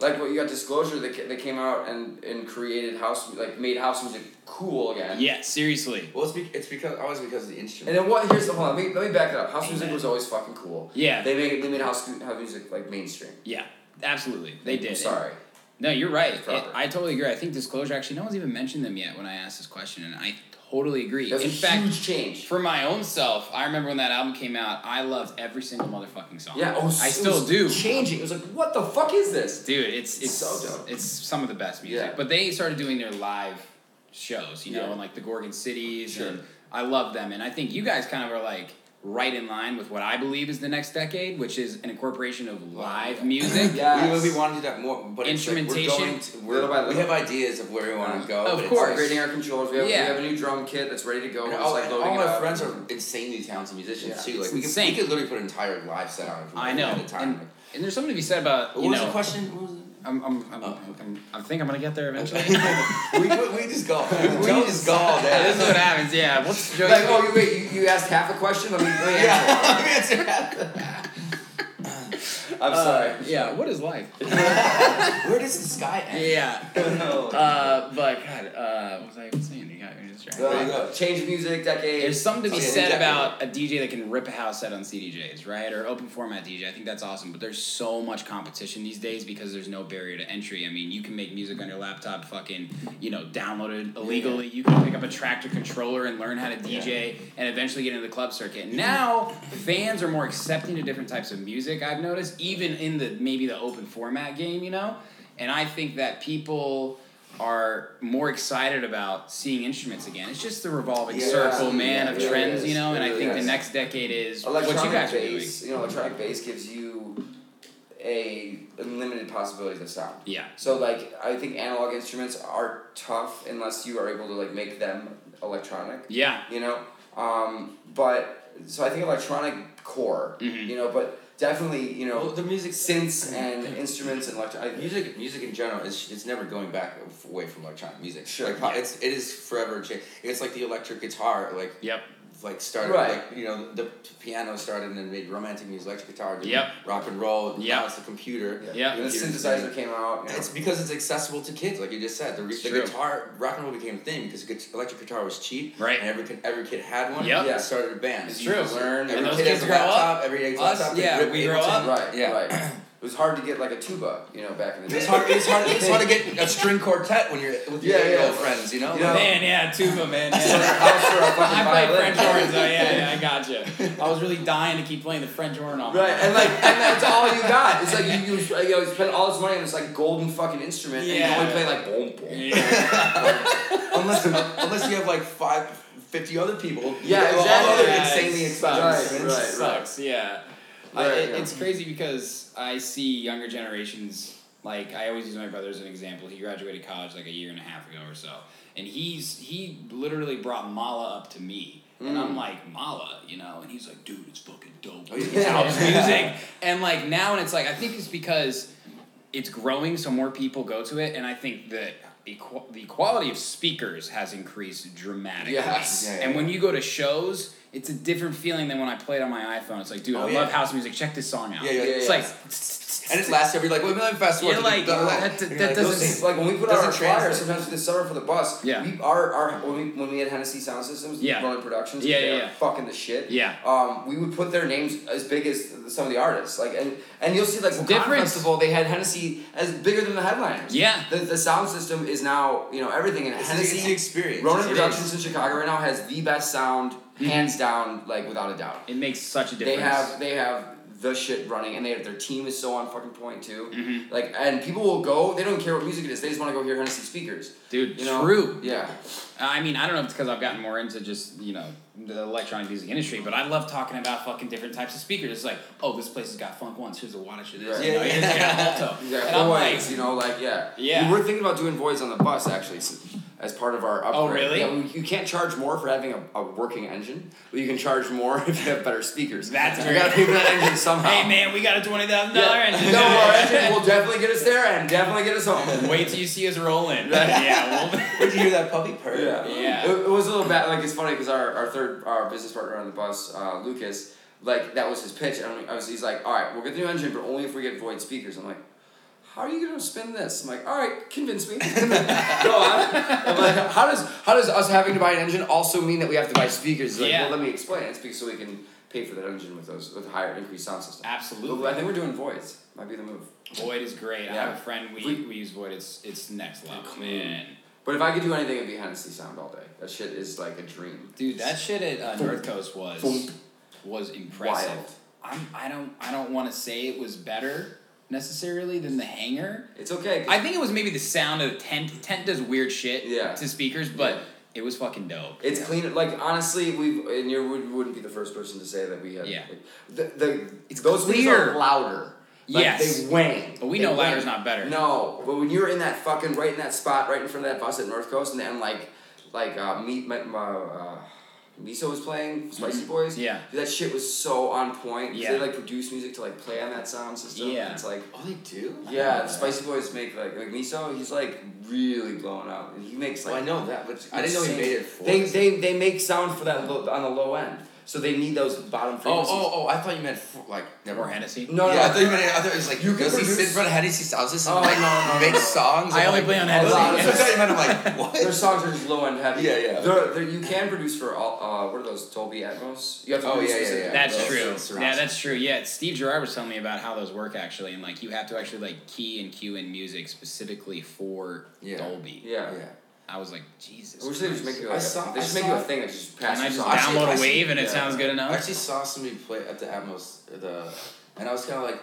Speaker 3: Like what you got disclosure that, ca- that came out and, and created house like made house music cool again.
Speaker 2: Yeah, seriously.
Speaker 6: well, it's, be- it's because always because of the
Speaker 3: And
Speaker 6: instrument.
Speaker 3: then what? Here's the hold on. Let me, let me back it up. House music was always fucking cool.
Speaker 2: Yeah.
Speaker 3: They made they made house house music like mainstream.
Speaker 2: Yeah, absolutely. They did.
Speaker 3: I'm sorry.
Speaker 2: No, you're right.
Speaker 3: It's proper.
Speaker 2: It- I totally agree. I think disclosure. Actually, no one's even mentioned them yet when I asked this question, and I totally agree.
Speaker 3: That's
Speaker 2: In
Speaker 3: a
Speaker 2: fact,
Speaker 3: huge change.
Speaker 2: for my own self, I remember when that album came out. I loved every single motherfucking song.
Speaker 3: Yeah. Oh,
Speaker 2: I
Speaker 3: it
Speaker 2: still
Speaker 3: was
Speaker 2: do.
Speaker 3: Changing. It was like what the fuck is this?
Speaker 2: Dude, it's it's
Speaker 3: So dope.
Speaker 2: it's some of the best music.
Speaker 3: Yeah.
Speaker 2: But they started doing their live shows, you know,
Speaker 3: Yeah.
Speaker 2: in like the Gorgon Cities,
Speaker 3: Sure.
Speaker 2: and I love them. And I think you guys kind of are like right in line with what I believe is the next decade, which is an incorporation of live music.
Speaker 3: Yeah.
Speaker 6: We, we want to do that more, but it's like we're
Speaker 2: Instrumentation,
Speaker 6: going to- we're-
Speaker 3: little by
Speaker 6: we
Speaker 3: little.
Speaker 6: have ideas of where we want to go.
Speaker 2: Of
Speaker 6: but it's
Speaker 2: course.
Speaker 6: like-
Speaker 3: Upgrading our controls. We have,
Speaker 2: Yeah.
Speaker 3: we have a new drum kit that's ready to go.
Speaker 6: And
Speaker 3: We're
Speaker 6: all,
Speaker 3: just like
Speaker 6: all
Speaker 3: loading it
Speaker 6: my
Speaker 3: up.
Speaker 6: friends are insanely talented musicians
Speaker 3: Yeah.
Speaker 6: too. Like
Speaker 2: It's
Speaker 6: we could, we
Speaker 2: insane.
Speaker 6: could literally put an entire live set on. if we
Speaker 2: I
Speaker 6: wanted
Speaker 2: know.
Speaker 6: At a time.
Speaker 2: And, and there's something to be said about
Speaker 6: what
Speaker 2: you
Speaker 6: was
Speaker 2: know.
Speaker 6: the question? What was it?
Speaker 2: I'm, I'm, I'm,
Speaker 6: Oh.
Speaker 2: I'm, I think I'm gonna get there eventually.
Speaker 6: we, we, we just
Speaker 3: *laughs*
Speaker 6: go. We just go all
Speaker 2: *laughs*
Speaker 6: day.
Speaker 2: this is what happens. Yeah. What's Joey?
Speaker 3: Like, oh, you, wait, you, you asked half a question? Let me, let me answer.
Speaker 6: Let me answer that.
Speaker 3: I'm sorry.
Speaker 2: yeah. What is life?
Speaker 6: uh, Where does the sky end?
Speaker 2: *laughs* yeah. Uh, but God, uh, what was I even saying? You got me distracted.
Speaker 6: There you go.
Speaker 3: Change of music, decade.
Speaker 2: There's something to be
Speaker 6: Yeah,
Speaker 2: said
Speaker 6: exactly.
Speaker 2: about a DJ that can rip a house set on CDJs, right? Or open format DJ. I think that's awesome. But there's so much competition these days because there's no barrier to entry. I mean, you can make music on your laptop, fucking, you know, downloaded illegally. You can pick up a tractor controller and learn how to DJ and eventually get into the club circuit. Now, fans are more accepting to different types of music, I've noticed, even in the maybe the open format game, you know? And I think that people are more excited about seeing instruments again. It's just the revolving
Speaker 3: Yeah.
Speaker 2: circle, man,
Speaker 3: Yeah,
Speaker 2: of
Speaker 3: it
Speaker 2: trends,
Speaker 3: is.
Speaker 2: you know. And
Speaker 3: It
Speaker 2: I
Speaker 3: really
Speaker 2: think the
Speaker 3: is.
Speaker 2: next decade is what you
Speaker 3: electronic
Speaker 2: guys are doing.
Speaker 3: bass, you know, electronic bass gives you a unlimited possibilities of sound.
Speaker 2: Yeah.
Speaker 3: So like, I think analog instruments are tough unless you are able to like make them electronic.
Speaker 2: Yeah,
Speaker 3: You know, um, but so I think electronic core. You know, but definitely you know
Speaker 6: Well, the music-
Speaker 3: *coughs* synths and instruments and electronic
Speaker 6: Music, music in general is it's never going back away from electronic music.
Speaker 3: Sure.
Speaker 6: like, it's it is forever changing. It's like the electric guitar, like
Speaker 2: Yep.
Speaker 6: like started
Speaker 3: Right.
Speaker 6: like you know the piano started and then made romantic music, electric guitar, did
Speaker 2: Yep.
Speaker 6: rock and roll.
Speaker 2: Yep.
Speaker 6: now it's the computer.
Speaker 2: Yeah.
Speaker 3: And the
Speaker 6: Computer's
Speaker 3: synthesizer
Speaker 6: thing.
Speaker 3: came out. You know.
Speaker 6: It's because it's accessible to kids, like you just said. The, re-
Speaker 2: It's
Speaker 6: the
Speaker 2: true.
Speaker 6: guitar, rock and roll became a thing because gu- electric guitar was cheap,
Speaker 2: Right.
Speaker 6: And every kid, every kid had one.
Speaker 2: Yep.
Speaker 6: and started a band.
Speaker 2: It's
Speaker 6: You
Speaker 2: true.
Speaker 6: just Learn.
Speaker 2: And
Speaker 6: Every
Speaker 2: those
Speaker 6: kid
Speaker 2: kids
Speaker 6: has a
Speaker 2: grow up.
Speaker 6: laptop. Every kid's
Speaker 2: Us,
Speaker 6: laptop.
Speaker 2: yeah,
Speaker 6: they rip
Speaker 2: we grow
Speaker 6: Ableton.
Speaker 2: up.
Speaker 3: right.
Speaker 6: Yeah.
Speaker 3: Right. It was hard to get like a tuba, you know, back in the day.
Speaker 6: It's hard. It's hard. It's hard to get a string quartet when you're with your
Speaker 3: Yeah, yeah.
Speaker 6: old friends. You know.
Speaker 3: Yeah.
Speaker 2: man, yeah, tuba, man.
Speaker 3: *laughs*
Speaker 2: yeah.
Speaker 3: House for a fucking
Speaker 2: I played
Speaker 3: violin.
Speaker 2: French horn, so yeah, yeah, I
Speaker 3: *laughs*
Speaker 2: gotcha. I was really dying to keep playing the French horn all
Speaker 3: Right, and like, and that's all you got. It's like you, you, you know, spend all this money on this like golden fucking instrument,
Speaker 2: Yeah.
Speaker 3: and you only play like boom boom.
Speaker 2: Yeah.
Speaker 6: unless unless you have like five, fifty other people.
Speaker 3: Yeah,
Speaker 6: Well,
Speaker 3: exactly.
Speaker 6: All other
Speaker 2: Yeah,
Speaker 6: insanely
Speaker 2: it
Speaker 6: expensive.
Speaker 3: sucks.
Speaker 6: instruments.
Speaker 3: Right,
Speaker 2: sucks. Yeah, I,
Speaker 3: Right,
Speaker 2: it-
Speaker 3: yeah.
Speaker 2: it's crazy because I see younger generations. Like I always use my brother as an example. He graduated college like a year and a half ago or so, and he's he literally brought Mala up to me, and I'm like Mala, you know, and he's like, dude, it's fucking dope. It's house music, and like now, and it's like I think it's because it's growing, so more people go to it, and I think that. equa- The quality of speakers has increased dramatically,
Speaker 3: Yes.
Speaker 6: Yeah, yeah,
Speaker 2: and
Speaker 6: yeah.
Speaker 2: when you go to shows, it's a different feeling than when I played on my iPhone. It's like, dude,
Speaker 6: Oh,
Speaker 2: I
Speaker 6: yeah.
Speaker 2: love house music. Check this song out.
Speaker 6: Yeah, yeah, yeah,
Speaker 2: It's
Speaker 3: yeah.
Speaker 2: like,
Speaker 6: And it's last every like, wait, let me fast forward.
Speaker 2: You're like, that- that- that
Speaker 6: those
Speaker 2: doesn't-
Speaker 6: things-
Speaker 3: It's like when we put out
Speaker 6: Doesn't
Speaker 3: our
Speaker 6: translate.
Speaker 3: flyers sometimes this summer for the bus.
Speaker 2: Yeah.
Speaker 3: We our, our when we when we had Hennessy Sound Systems,
Speaker 2: Yeah.
Speaker 3: running productions,
Speaker 2: Yeah,
Speaker 3: they
Speaker 2: yeah,
Speaker 3: were
Speaker 2: yeah.
Speaker 3: fucking the shit.
Speaker 2: Yeah.
Speaker 3: Um, we would put their names as big as some of the artists, like and and you'll see like Wakanda
Speaker 2: different.
Speaker 3: Festival, they had Hennessy as bigger than the headliners.
Speaker 2: Yeah.
Speaker 3: The, the sound system is now you know everything in
Speaker 6: It's the-
Speaker 3: Hennessy.
Speaker 6: it's the experience. Mm-hmm.
Speaker 3: Ronan
Speaker 6: It is.
Speaker 3: Productions in Chicago right now has the best sound, hands down, like without a doubt.
Speaker 2: it makes such a
Speaker 3: They
Speaker 2: difference.
Speaker 3: have they have the shit running, and they their team is so on fucking point too.
Speaker 2: Mm-hmm.
Speaker 3: Like, and people will go. They don't care what music it is. They just want to go hear Hennessy speakers.
Speaker 2: Dude,
Speaker 3: you know?
Speaker 2: true.
Speaker 3: Yeah.
Speaker 2: I mean, I don't know if it's because I've gotten more into just, you know, the electronic music industry, but I love talking about fucking different types of speakers. It's like, oh, this place has got funk once, here's a wattage of this,
Speaker 3: Right.
Speaker 2: you know,
Speaker 6: Yeah, *laughs*
Speaker 2: here's
Speaker 6: yeah.
Speaker 2: a got alto.
Speaker 3: Yeah,
Speaker 2: And I'm like,
Speaker 3: voids, you know, like yeah.
Speaker 2: Yeah.
Speaker 3: We were thinking about doing voids on the bus actually, s- as part of our upgrade.
Speaker 2: Oh, really?
Speaker 3: Yeah, we- you can't charge more for having a, a working engine, but you can charge more *laughs* if you have better speakers.
Speaker 2: That's
Speaker 3: you
Speaker 2: very-
Speaker 3: gotta pay for that engine somehow.
Speaker 2: hey man, we got a $20,000
Speaker 3: Yeah.
Speaker 2: engine.
Speaker 3: No, our engine will definitely get us there and definitely get
Speaker 2: *laughs*
Speaker 3: us home.
Speaker 2: Wait till you see us roll in. yeah, we'll
Speaker 6: Did you hear that puppy purr?
Speaker 3: Yeah.
Speaker 2: Yeah.
Speaker 3: It, it was a little bad. Like it's funny because our, our third our business partner on the bus, uh, Lucas, like that was his pitch. And I was he's like, all right, we'll get the new engine, but only if we get void speakers. I'm like. How are you gonna spin this? I'm like, all right, convince me. *laughs* Go on. I'm like, how does how does us having to buy an engine also mean that we have to buy speakers? He's like,
Speaker 2: Yeah.
Speaker 3: well, let me explain. It's because so we can pay for that engine with those with higher increased sound system.
Speaker 2: Absolutely.
Speaker 3: I think we're doing voids. Might be the move.
Speaker 2: Void is great. I
Speaker 3: Yeah.
Speaker 2: have a friend we,
Speaker 3: We-
Speaker 2: we use Void. It's it's next level. Man,
Speaker 3: But if I could do anything, it'd be Hennessy sound all day. That shit is like a dream.
Speaker 2: dude, that shit at uh, North Coast was
Speaker 3: Thump.
Speaker 2: was impressive.
Speaker 3: Wild.
Speaker 2: I'm, I don't I don't want to say it was better necessarily than the hangar.
Speaker 3: It's okay. 'cause
Speaker 2: I think it was maybe the sound of the tent. Tent does weird shit
Speaker 3: Yeah.
Speaker 2: to speakers, but
Speaker 3: Yeah.
Speaker 2: it was fucking dope.
Speaker 3: It's clean. Like honestly, we and you would- wouldn't be the first person to say that we have.
Speaker 2: Yeah.
Speaker 3: The, the
Speaker 2: It's
Speaker 3: those things
Speaker 2: clear.
Speaker 3: are louder. Like,
Speaker 2: Yes.
Speaker 3: They wane.
Speaker 2: But we
Speaker 3: They
Speaker 2: know louder's
Speaker 3: wane.
Speaker 2: not better.
Speaker 3: No, but when you're in that fucking right in that spot right in front of that bus at North Coast and then like like uh, meet my, my uh, Miso was
Speaker 6: Mm-hmm.
Speaker 3: playing Spicy Boys.
Speaker 2: Yeah.
Speaker 3: Dude, that shit was so on point. 'cause
Speaker 2: Yeah.
Speaker 3: They like produce music to like play on that sound system.
Speaker 2: Yeah.
Speaker 3: It's like
Speaker 6: Oh, they do.
Speaker 3: yeah, the Spicy Boys make like like Miso. He's like really blowing up. He makes like
Speaker 6: Well, I know that, but I didn't know he
Speaker 3: insane-
Speaker 6: made it for.
Speaker 3: They
Speaker 6: us.
Speaker 3: they they make sound for that low, on the low end, so they need those bottom
Speaker 6: oh,
Speaker 3: frequencies.
Speaker 6: oh, oh! I thought you meant for, like never
Speaker 2: Or Hennessy.
Speaker 3: No, no,
Speaker 6: yeah, I
Speaker 3: no.
Speaker 6: thought you meant. I thought it was like
Speaker 3: You
Speaker 6: you
Speaker 3: can
Speaker 6: does he sit in
Speaker 3: produce-
Speaker 6: front of Hennessy's houses and
Speaker 3: Oh,
Speaker 6: like
Speaker 3: no, no,
Speaker 6: make
Speaker 3: no.
Speaker 6: songs?
Speaker 2: I
Speaker 6: I'm
Speaker 2: only
Speaker 6: like,
Speaker 2: play on
Speaker 6: oh,
Speaker 2: Hennessy.
Speaker 6: that's what I thought you meant.
Speaker 3: *laughs*
Speaker 6: I'm like what?
Speaker 3: Their songs are just low end heavy.
Speaker 6: Yeah, yeah.
Speaker 3: They're, they're, you can produce for all. Uh, what are those Dolby Atmos? You have to
Speaker 6: Oh,
Speaker 3: produce
Speaker 6: yeah, yeah,
Speaker 3: specific-
Speaker 6: yeah.
Speaker 2: That's
Speaker 6: those
Speaker 2: true.
Speaker 6: surrounds.
Speaker 2: Yeah, that's true. Yeah, Steve Gerard was telling me about how those work actually, and like you have to actually like key and cue in music specifically for
Speaker 6: Yeah.
Speaker 2: Dolby.
Speaker 3: Yeah.
Speaker 6: Yeah.
Speaker 2: I was like, Jesus.
Speaker 3: I wish they would just make
Speaker 2: Christ.
Speaker 3: you. Like,
Speaker 6: I saw-
Speaker 3: a, they
Speaker 6: I
Speaker 3: should make
Speaker 6: saw-
Speaker 3: you a thing that just
Speaker 2: and I
Speaker 3: passes
Speaker 2: just
Speaker 3: your
Speaker 6: I see-
Speaker 2: download
Speaker 6: I
Speaker 2: a
Speaker 6: see-
Speaker 2: wave and it
Speaker 6: yeah.
Speaker 2: sounds good enough.
Speaker 6: I actually saw somebody play at the Atmos, at the, and I was kind of like,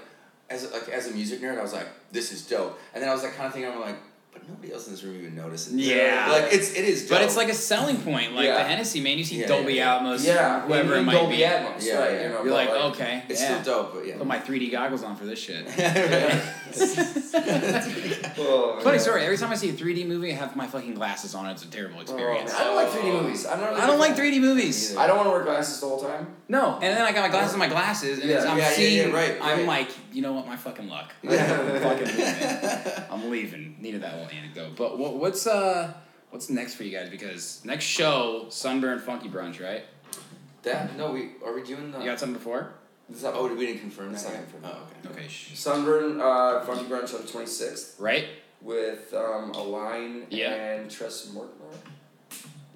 Speaker 6: as a, like as a music nerd, I was like, this is dope. And then I was like, kind of thinking, I'm like, but nobody else in this room even noticed. it.
Speaker 2: Yeah.
Speaker 6: like it's it is. Dope.
Speaker 2: but it's like a selling point, like the
Speaker 3: Yeah.
Speaker 2: Hennessy man. You see
Speaker 6: Yeah,
Speaker 2: Dolby
Speaker 6: yeah,
Speaker 2: Atmos,
Speaker 3: Yeah,
Speaker 2: whoever
Speaker 3: in,
Speaker 2: it
Speaker 3: in
Speaker 2: might
Speaker 3: Dolby
Speaker 2: be.
Speaker 3: Atmos.
Speaker 6: Yeah,
Speaker 3: right,
Speaker 6: yeah.
Speaker 3: You know,
Speaker 2: You're
Speaker 3: but,
Speaker 2: like, okay,
Speaker 6: it's
Speaker 2: yeah.
Speaker 6: still dope, but yeah.
Speaker 2: Put my *laughs* 3D goggles on for this shit.
Speaker 3: *laughs* oh,
Speaker 2: Funny
Speaker 3: yeah.
Speaker 2: story. Every time I see a 3D movie, I have my fucking glasses on. It's a terrible
Speaker 3: Oh,
Speaker 2: experience.
Speaker 3: man, I don't like 3D movies. I'm not. Really
Speaker 2: I don't like
Speaker 3: good.
Speaker 2: 3D movies.
Speaker 3: I don't want to wear glasses the whole time.
Speaker 2: No, and then I got my glasses and my glasses, and
Speaker 3: Yeah,
Speaker 2: as I'm
Speaker 6: yeah, yeah, yeah,
Speaker 2: seeing,
Speaker 6: right,
Speaker 2: I'm
Speaker 6: right.
Speaker 2: like, you know what, my fucking luck. I'm fucking
Speaker 6: *laughs*
Speaker 2: leaving. I'm leaving. Needed that little anecdote. But what, what's uh, what's next for you guys? Because next show, Sunburn Funky Brunch, right?
Speaker 6: *laughs* that. No, we are we doing the.
Speaker 2: You got something before?
Speaker 6: this up, oh, we didn't confirm that.
Speaker 3: It's not
Speaker 6: yet.
Speaker 3: confirmed.
Speaker 6: Oh, okay.
Speaker 2: Okay. Shh.
Speaker 3: Sunburn, uh, Funky Brunch on the 26th
Speaker 2: Right?
Speaker 3: with um, Align
Speaker 2: Yeah.
Speaker 3: and Tress Mortimer.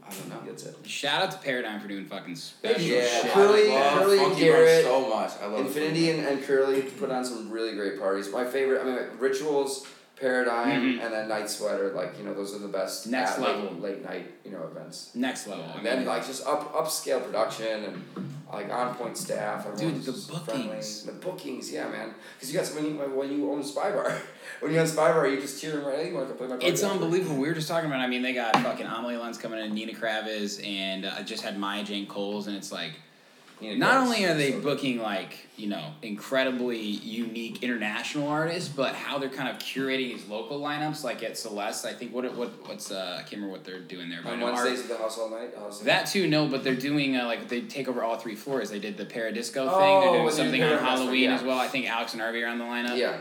Speaker 6: I don't know.
Speaker 3: That's it.
Speaker 2: Shout out to Paradigm for doing fucking special shit.
Speaker 6: Yeah,
Speaker 3: Curly-
Speaker 6: I love
Speaker 3: Curly and
Speaker 6: Funky Bunch
Speaker 3: Garrett,
Speaker 6: so much. I love
Speaker 3: Infinity and, and Curly put on some really great parties. My favorite, I mean, Rituals, Paradigm, and then Night Sweater. Like, you know, those are the best
Speaker 2: Mm-hmm. Next
Speaker 3: at late-
Speaker 2: level.
Speaker 3: late, night, you know, events.
Speaker 2: Next level. I
Speaker 3: And then
Speaker 2: mean,
Speaker 3: like just up upscale production and like on point staff. everyone's
Speaker 2: the
Speaker 3: just
Speaker 2: bookings.
Speaker 3: Friendly. The bookings, yeah, man. Because you got so many when you own Spy Bar, *laughs* when you own Spy Bar, you just cheer them right. Hey, you want to play my?
Speaker 2: It's
Speaker 3: podcast?"
Speaker 2: unbelievable. We were just talking about. I mean, they got fucking Amelie Lenz coming in, Nina Kravis, and uh, I just had Maya Jane Coles, and it's like,
Speaker 3: You know,
Speaker 2: not
Speaker 3: it's-
Speaker 2: only are they
Speaker 3: so-
Speaker 2: booking like you know incredibly unique international artists, but how they're kind of curating these local lineups. Like at Celeste, I think what what what's uh, I can't remember what they're doing there, but I
Speaker 3: On
Speaker 2: know our-
Speaker 3: Wednesdays at the house all night. House all
Speaker 2: that too, no, but they're doing uh, like they take over all three floors. They did the Paradisco
Speaker 3: Oh,
Speaker 2: thing. They're doing
Speaker 3: they did
Speaker 2: something on
Speaker 3: Paradisco,
Speaker 2: Halloween
Speaker 3: yeah.
Speaker 2: as well. I think Alex and Arby are on the lineup.
Speaker 3: night. Yeah,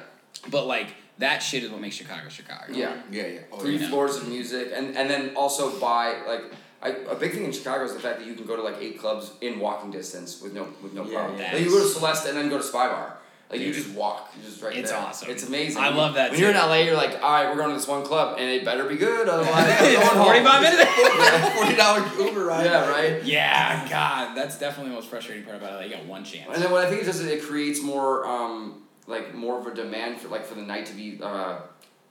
Speaker 2: But like that shit is what makes Chicago Chicago.
Speaker 3: yeah.
Speaker 6: Yeah, yeah. Oh,
Speaker 3: Three
Speaker 6: yeah.
Speaker 2: yeah.
Speaker 3: floors of music, and and then also by like. I, a big thing in Chicago is the fact that you can go to like eight clubs in walking distance with no with no
Speaker 6: Yeah,
Speaker 3: problem.
Speaker 2: yeah.
Speaker 3: Like you go to Celeste and then go to Spy Bar. Like you
Speaker 2: Dude.
Speaker 3: just walk, you just right
Speaker 2: It's
Speaker 3: there.
Speaker 2: awesome.
Speaker 3: It's amazing.
Speaker 2: I love that
Speaker 3: When
Speaker 2: too.
Speaker 3: you're in LA, you're like, all right, we're going to this one club, and it better be
Speaker 2: *laughs*
Speaker 3: good, otherwise I'm going home."
Speaker 2: Forty five minutes.
Speaker 3: *laughs*
Speaker 6: Forty dollar Uber ride.
Speaker 3: Yeah, right.
Speaker 2: Yeah, God, that's definitely the most frustrating part about it. You got one chance.
Speaker 3: And then what I think it does is it creates more um like more of a demand for like for the night to be uh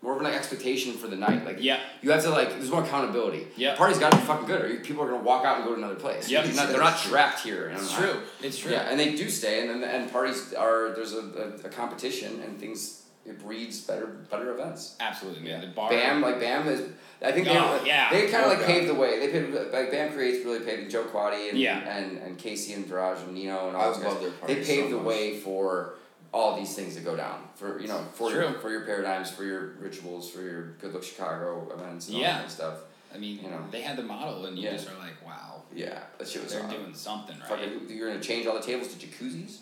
Speaker 3: more of an expectation for the night. Like
Speaker 2: Yeah.
Speaker 3: you have to like there's more accountability.
Speaker 2: Yeah.
Speaker 3: party's got to be fucking good, or you- people are gonna walk out and go to another place.
Speaker 2: Yeah.
Speaker 3: They're not, they're not trapped here. and
Speaker 2: It's
Speaker 3: I'm not-
Speaker 2: true. It's true.
Speaker 3: Yeah, and they do stay, and then and parties are there's a, a, a competition, and things it breeds better better events.
Speaker 2: Absolutely, man. The bar.
Speaker 3: Bam, like Bam is. I think they,
Speaker 2: Oh, yeah.
Speaker 3: they kind
Speaker 6: Oh,
Speaker 3: of like
Speaker 6: God.
Speaker 3: paved the way. They paved, like Bam creates really paved Joe Quaddy and,
Speaker 2: Yeah.
Speaker 3: and and Casey and Viraj and Nino and
Speaker 6: I
Speaker 3: all those
Speaker 6: love
Speaker 3: guys.
Speaker 6: their
Speaker 3: They
Speaker 6: parties
Speaker 3: paved
Speaker 6: so
Speaker 3: the
Speaker 6: much.
Speaker 3: way for all these things that go down for you know for your,
Speaker 2: True.
Speaker 3: for your paradigms, for your rituals, for your Good Look Chicago events, and all
Speaker 2: Yeah.
Speaker 3: that kind of stuff.
Speaker 2: I mean,
Speaker 3: You know.
Speaker 2: they had the model, and you
Speaker 3: Yeah.
Speaker 2: just are like, wow,
Speaker 3: Yeah, that shit was
Speaker 2: they're
Speaker 3: on.
Speaker 2: doing something right.
Speaker 3: Fucking, you're gonna change all the tables to
Speaker 2: *laughs*
Speaker 3: jacuzzis.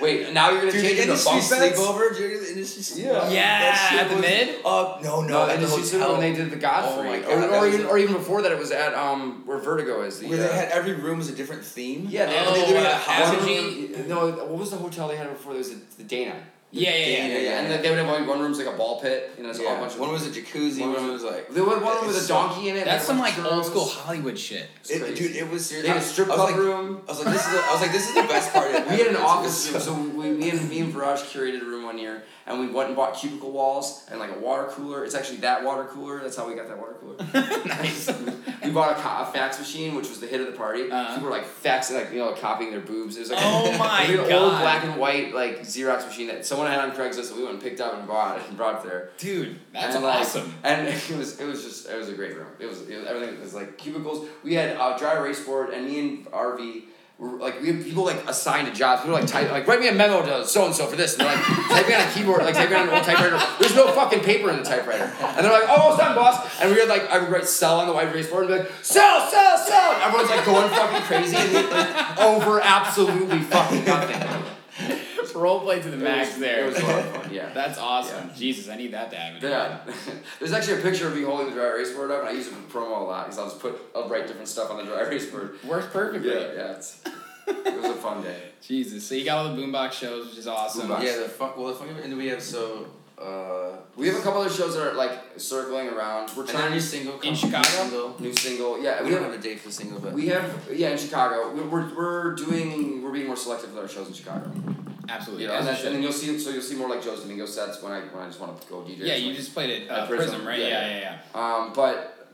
Speaker 3: Wait, now you're gonna
Speaker 6: Dude,
Speaker 3: change
Speaker 6: the
Speaker 3: them to
Speaker 6: industry
Speaker 3: bunk
Speaker 6: sleepover.
Speaker 3: sleepover.
Speaker 6: Do you remember the industry
Speaker 3: Yeah.
Speaker 6: sleepover?
Speaker 2: Yeah,
Speaker 6: That shit
Speaker 2: at the
Speaker 6: was
Speaker 2: mid?
Speaker 6: Up, Uh, no, no,
Speaker 3: and
Speaker 6: at the
Speaker 3: this is
Speaker 6: hotel.
Speaker 3: when they did the Godfrey,
Speaker 6: Oh my
Speaker 3: or,
Speaker 6: God, that
Speaker 3: or,
Speaker 6: was
Speaker 3: even,
Speaker 6: a-
Speaker 3: or even before that, it was at um where Vertigo is. The,
Speaker 6: Where they
Speaker 3: uh,
Speaker 6: had every room was a different theme.
Speaker 3: yeah, they had,
Speaker 2: Oh,
Speaker 3: they had
Speaker 2: uh,
Speaker 3: a house
Speaker 2: Apogee.
Speaker 3: room- No, what was the hotel they had before? There was the, the Dana.
Speaker 2: yeah, yeah, yeah.
Speaker 6: Yeah, yeah,
Speaker 3: and
Speaker 6: yeah.
Speaker 3: then they would have like one room's like a ball pit, and it's all a bunch of
Speaker 6: One was a jacuzzi.
Speaker 3: One
Speaker 6: One,
Speaker 3: was a-
Speaker 6: was like
Speaker 3: There was one room with a
Speaker 6: it's-
Speaker 3: donkey in it.
Speaker 2: That's
Speaker 3: and
Speaker 2: some
Speaker 3: a
Speaker 2: like
Speaker 3: bunch of
Speaker 2: old school
Speaker 3: churros.
Speaker 2: Hollywood shit.
Speaker 6: It-
Speaker 3: crazy.
Speaker 6: dude, it was serious.
Speaker 3: They had a strip
Speaker 6: I was
Speaker 3: club
Speaker 6: like,
Speaker 3: room.
Speaker 6: I was like, this is. The, I was like, this is the best part.
Speaker 3: *laughs*
Speaker 6: Of
Speaker 3: We had an office room, so we, me and me and Viraj curated a room one year, and we went and bought cubicle walls and like a water cooler. It's actually that water cooler. That's how we got that water
Speaker 2: *laughs*
Speaker 3: cooler. nice. *laughs* we bought a, co- a fax machine, which was the hit of the party.
Speaker 2: Uh-huh.
Speaker 3: People were like faxing, like you know, copying their boobs. It was like
Speaker 2: Oh
Speaker 3: *laughs*
Speaker 2: my
Speaker 3: we had an old
Speaker 2: God.
Speaker 3: black and white like Xerox machine that someone had on Craigslist that we went and picked up and bought and brought there.
Speaker 2: Dude, that's
Speaker 3: and, like,
Speaker 2: awesome.
Speaker 3: *laughs* And it was it was just it was a great room. It was, it was everything was like cubicles. We had a dry erase board, and me and RV were like we had people like assigned to jobs. People like type like write me a memo to so and so for this, and they're like *laughs* typing on a keyboard, like typing on an old typewriter. There's no fucking paper in the typewriter, and they're like almost done, boss. And we had like I would write sell on the white erase board and be like sell, sell, sell. And everyone's like going fucking crazy and they, like, over absolutely fucking nothing.
Speaker 2: Role play to the max
Speaker 3: was-
Speaker 2: there.
Speaker 3: it was a lot of fun, yeah.
Speaker 2: that's awesome. Jesus, I need that to happen.
Speaker 3: Yeah. *laughs* There's actually a picture of me holding the dry erase board up, and I use it for promo a lot because I'll just put, I'll write different stuff on the dry *laughs* erase board.
Speaker 2: Works perfectly.
Speaker 3: Yeah, yeah. It's, it was a fun day.
Speaker 2: Jesus. So you got all the boombox shows, which is awesome.
Speaker 3: Boombox.
Speaker 6: Yeah, the fuck. Well, the fuck. And then we have so. Uh,
Speaker 3: We have a couple other shows that are like circling around. We're
Speaker 6: and then
Speaker 3: trying
Speaker 6: new single
Speaker 2: In
Speaker 6: comes-
Speaker 2: Chicago?
Speaker 6: Single.
Speaker 3: new single. Yeah,
Speaker 6: We
Speaker 3: we
Speaker 6: don't
Speaker 3: have.
Speaker 6: have a date for the single, but
Speaker 3: We have yeah in Chicago. We're, we're, we're doing we're being more selective with our shows in Chicago.
Speaker 2: Absolutely.
Speaker 3: You know,
Speaker 2: as
Speaker 3: and,
Speaker 2: you
Speaker 3: that's,
Speaker 2: should.
Speaker 3: and then you'll see so you'll see more like Joe's Domingo sets when I when I just want to go DJ.
Speaker 2: yeah, you
Speaker 3: somewhere.
Speaker 2: just played it uh,
Speaker 3: At
Speaker 2: Prism,
Speaker 3: Prism,
Speaker 2: right?
Speaker 3: yeah,
Speaker 2: Yeah,
Speaker 3: yeah.
Speaker 2: yeah, yeah.
Speaker 3: Um, but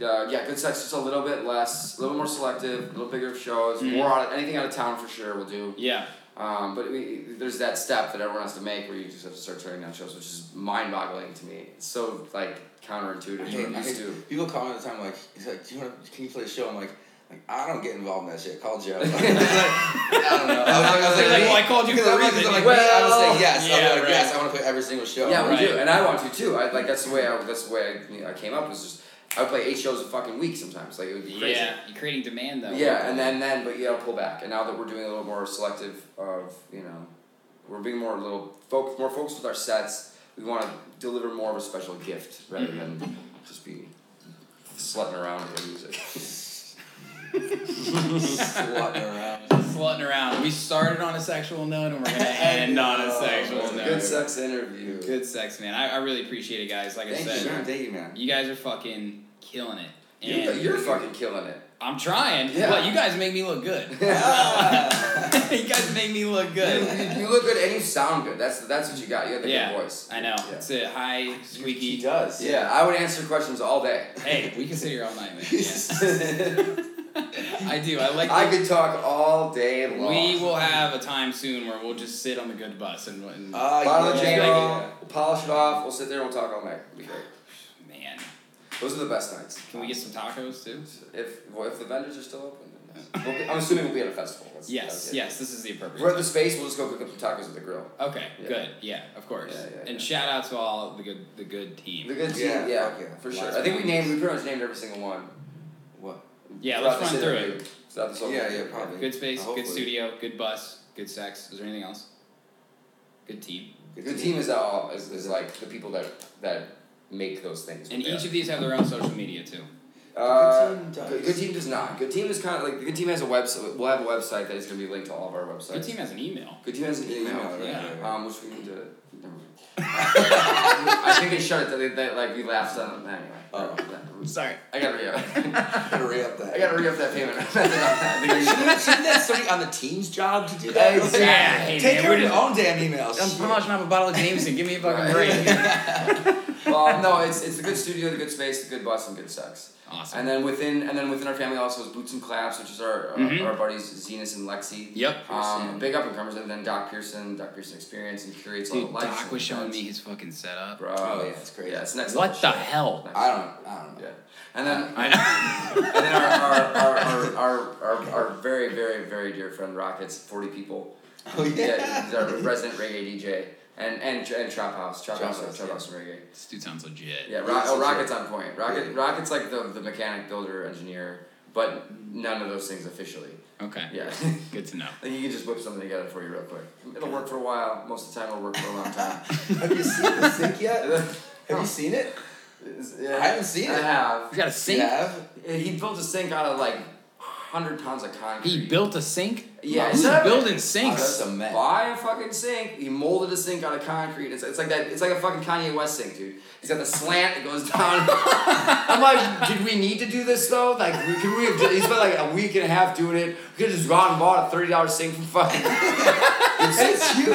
Speaker 3: uh, yeah, good sex just a little bit less, a little more selective, a little bigger of shows,
Speaker 6: Mm-hmm.
Speaker 3: more out of, anything out of town for sure we'll do.
Speaker 2: Yeah.
Speaker 3: Um, but we, there's that step that everyone has to make where you just have to start turning down shows, which is mind-boggling to me. It's so like counterintuitive.
Speaker 6: I
Speaker 3: to what
Speaker 6: hate,
Speaker 3: I'm
Speaker 6: I
Speaker 3: used
Speaker 6: hate
Speaker 3: to.
Speaker 6: people call me all the time like, it's like, do you want to? Can you play a show? I'm like, like I don't get involved in that shit. Call Joe. *laughs* I don't know. I was like, I was like,
Speaker 2: They're like,
Speaker 6: me-
Speaker 2: well, I called you
Speaker 6: 'cause
Speaker 2: for a
Speaker 6: I'm like,
Speaker 2: reason.
Speaker 6: I'm like,
Speaker 3: Well-
Speaker 6: me, I would say yes.
Speaker 2: Yeah,
Speaker 6: I'll be like,
Speaker 2: right.
Speaker 6: yes, I want to play every single show.
Speaker 3: Yeah,
Speaker 6: Like,
Speaker 3: we do,
Speaker 2: Right.
Speaker 3: and I want to too. I like that's the way I that's the way I, you know, I came up was just I would play eight shows a fucking week sometimes. Like it would be crazy.
Speaker 2: Yeah. You're creating demand though.
Speaker 3: Yeah, and then then but you gotta pull back. And now that we're doing a little more selective of you know, we're being more a little focused, more focused with our sets. We want to deliver more of a special gift rather than just be slutting around with our music.
Speaker 6: slutting around.
Speaker 2: slutting around. We started on a sexual note and we're gonna end on
Speaker 3: *laughs*
Speaker 2: a sexual note.
Speaker 3: Oh, Good sex interview.
Speaker 2: Good sex, man. I, I really appreciate it, guys. Like I
Speaker 6: Thank
Speaker 2: said,
Speaker 6: you, man. Thank you, man.
Speaker 2: you guys are fucking killing it. And
Speaker 3: You're, you're fucking killing it.
Speaker 2: I'm trying,
Speaker 3: Yeah.
Speaker 2: but you guys make me look good. *laughs*
Speaker 3: *laughs*
Speaker 2: you guys make me look good.
Speaker 3: You, you look good and you sound good. That's that's what you got. You got the
Speaker 2: yeah,
Speaker 3: good voice.
Speaker 2: I know.
Speaker 3: Yeah.
Speaker 2: It's a high
Speaker 6: He
Speaker 2: squeaky.
Speaker 6: does.
Speaker 3: Yeah, I would answer questions all day.
Speaker 2: *laughs* Hey, we can sit here all night,
Speaker 3: *laughs*
Speaker 2: man. Yeah. I do. I like.
Speaker 3: I
Speaker 2: the-
Speaker 3: could talk all day long.
Speaker 2: we will have a time soon where we'll just sit on the good bus and, and
Speaker 6: Uh,
Speaker 3: bottle
Speaker 6: yeah.
Speaker 3: of Jamo,
Speaker 6: yeah.
Speaker 3: polish it off. We'll sit there and we'll talk all night. It'll be great.
Speaker 2: man,
Speaker 3: Those are the best nights.
Speaker 2: can we get some tacos too?
Speaker 3: If well, if the vendors are still open, then yes. we'll be, I'm assuming we'll be at a festival. That's,
Speaker 2: Yes,
Speaker 3: that's it.
Speaker 2: yes. This is the appropriate.
Speaker 3: If we're at the space. We'll just go cook up some tacos at the grill.
Speaker 2: Okay,
Speaker 3: Yeah.
Speaker 2: good. Yeah, of course.
Speaker 3: Yeah, yeah,
Speaker 2: and
Speaker 3: yeah.
Speaker 2: shout out to all the good the good team.
Speaker 3: The good team,
Speaker 6: Yeah,
Speaker 3: yeah,
Speaker 6: fuck yeah.
Speaker 3: for sure.
Speaker 2: Lots
Speaker 3: I think we
Speaker 2: of
Speaker 3: named we pretty much named every single one.
Speaker 6: What?
Speaker 2: yeah,
Speaker 3: throughout
Speaker 2: let's run
Speaker 3: this
Speaker 2: through
Speaker 3: interview,
Speaker 2: it.
Speaker 3: throughout this whole
Speaker 6: Yeah, yeah,
Speaker 3: interview.
Speaker 6: probably.
Speaker 2: Good space,
Speaker 6: Hopefully.
Speaker 2: good studio, good bus, good sex. Is there anything else? Good team.
Speaker 3: The good team is all is, is like the people that that make those things.
Speaker 2: And
Speaker 3: Yeah.
Speaker 2: each of these have their own social media too.
Speaker 3: Uh,
Speaker 6: team does.
Speaker 3: Good, good team does not. Good team is kind of like the good team has a website. We'll have a website that is going to be linked to all of our websites.
Speaker 2: Good team has an email.
Speaker 6: *laughs*
Speaker 3: Good team has an email.
Speaker 6: Email, right,
Speaker 2: Yeah.
Speaker 6: right, right.
Speaker 3: Um, which we can do it. I think they shut it. They, they like we laughed at them anyway.
Speaker 6: Oh.
Speaker 3: That- that-
Speaker 2: Sorry.
Speaker 3: I gotta re up.
Speaker 6: gotta re up
Speaker 3: *laughs*
Speaker 6: that. *laughs*
Speaker 3: I gotta re up that payment. *laughs* That's enough.
Speaker 6: Shouldn't that- shouldn't that somebody on the team's job to do that?
Speaker 3: Exactly.
Speaker 2: Yeah, hey,
Speaker 6: Take
Speaker 2: man,
Speaker 6: care
Speaker 2: we're
Speaker 6: of your
Speaker 2: just-
Speaker 6: own damn
Speaker 2: *laughs*
Speaker 6: emails.
Speaker 2: I'm promoting up a bottle of Jameson. Give me a fucking
Speaker 6: *laughs*
Speaker 2: break.
Speaker 3: *laughs* well, no, it's it's the good studio, the good space, the good bus, and good sex.
Speaker 2: Awesome.
Speaker 3: And then within and then within our family also is Boots and Claps, which is our uh, our buddies Zenas and Lexi.
Speaker 2: Mm-hmm. Yep.
Speaker 3: Um, big up and comers, and then Doc Pearson, Doc Pearson Experience, and curates all
Speaker 2: Dude,
Speaker 3: the live
Speaker 2: Doc was
Speaker 3: streams.
Speaker 2: showing me his fucking setup.
Speaker 3: Bro,
Speaker 6: Oh, yeah, it's crazy.
Speaker 3: Yeah, it's next.
Speaker 2: What
Speaker 3: level
Speaker 2: the
Speaker 3: shit.
Speaker 2: hell?
Speaker 3: Next
Speaker 6: I don't. I don't know.
Speaker 3: Yeah. And then
Speaker 2: I know.
Speaker 3: *laughs* and then our our, our, our, our, our our very very very dear friend Rockets, forty people.
Speaker 6: Oh
Speaker 3: Yeah, he's our resident reggae DJ and and and trap house, trap,
Speaker 6: Trap
Speaker 3: house,
Speaker 6: house,
Speaker 3: trap
Speaker 6: yeah.
Speaker 3: house and reggae.
Speaker 2: This dude sounds legit.
Speaker 3: Yeah,
Speaker 6: Yeah,
Speaker 3: Rock, oh,
Speaker 6: so-
Speaker 3: Rocket's on point. Rocket,
Speaker 6: Yeah.
Speaker 3: Rocket's like the, the mechanic, builder, engineer, but none of those things officially.
Speaker 2: Okay.
Speaker 3: Yeah,
Speaker 2: *laughs*
Speaker 3: *laughs*
Speaker 2: Good
Speaker 6: *laughs*
Speaker 2: to know.
Speaker 3: like you can just whip something together for you real quick. It'll work for a while. Most of the time, it'll work for a long time.
Speaker 6: Have you seen the sync *laughs* yet? Have you seen it? Uh-huh.
Speaker 3: Yeah,
Speaker 6: I haven't seen
Speaker 3: I
Speaker 6: it.
Speaker 2: He's
Speaker 3: have.
Speaker 2: got a sink.
Speaker 6: You have?
Speaker 3: He built a sink out of like hundred tons of concrete.
Speaker 2: He built a sink.
Speaker 3: Yeah,
Speaker 2: Who's
Speaker 3: it's-
Speaker 2: building
Speaker 6: That's
Speaker 2: sinks?
Speaker 6: a mess.
Speaker 3: Buy a fucking sink. He molded a sink out of concrete. It's, it's like that. It's like a fucking Kanye West sink, dude. He's got the slant that goes down. I'm like, did we need to do this though? Like, we, could we have? ju- He spent like a week and a half doing it. We could have just gone and bought a thirty dollars sink from fucking. it's huge.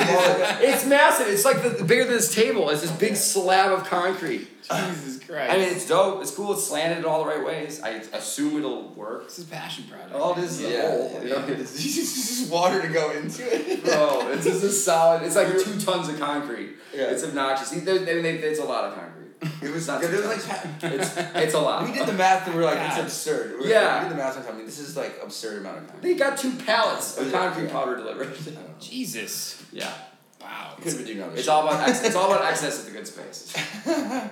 Speaker 3: it's massive. It's like the, the bigger than this table. It's this big slab of concrete.
Speaker 2: Jesus Christ.
Speaker 3: I mean, it's dope. It's cool. It's slanted in all the right ways. I assume it'll work.
Speaker 2: it's his passion project.
Speaker 6: Oh.
Speaker 3: All this is a
Speaker 6: Yeah,
Speaker 3: hole. you know? *laughs*
Speaker 6: It's just water to go into it.
Speaker 3: Bro, it's just a solid. It's like two tons of concrete.
Speaker 6: Yeah.
Speaker 3: It's obnoxious. They, they, they, it's a lot of concrete.
Speaker 6: It was
Speaker 3: Not
Speaker 6: It was
Speaker 3: sometimes.
Speaker 6: like
Speaker 3: It's it's a lot.
Speaker 6: *laughs* we did the math and we are like, it's
Speaker 2: God.
Speaker 6: absurd. We were-
Speaker 3: Yeah.
Speaker 6: We did the math one time. I mean, this is like absurd amount of time.
Speaker 3: They got two pallets of
Speaker 6: Yeah.
Speaker 3: concrete powder delivered.
Speaker 6: *laughs*
Speaker 2: Jesus.
Speaker 3: Yeah.
Speaker 2: Wow.
Speaker 6: Could have been doing other
Speaker 3: It's
Speaker 6: shit.
Speaker 3: all *laughs* about ex- it's all about access to the good space.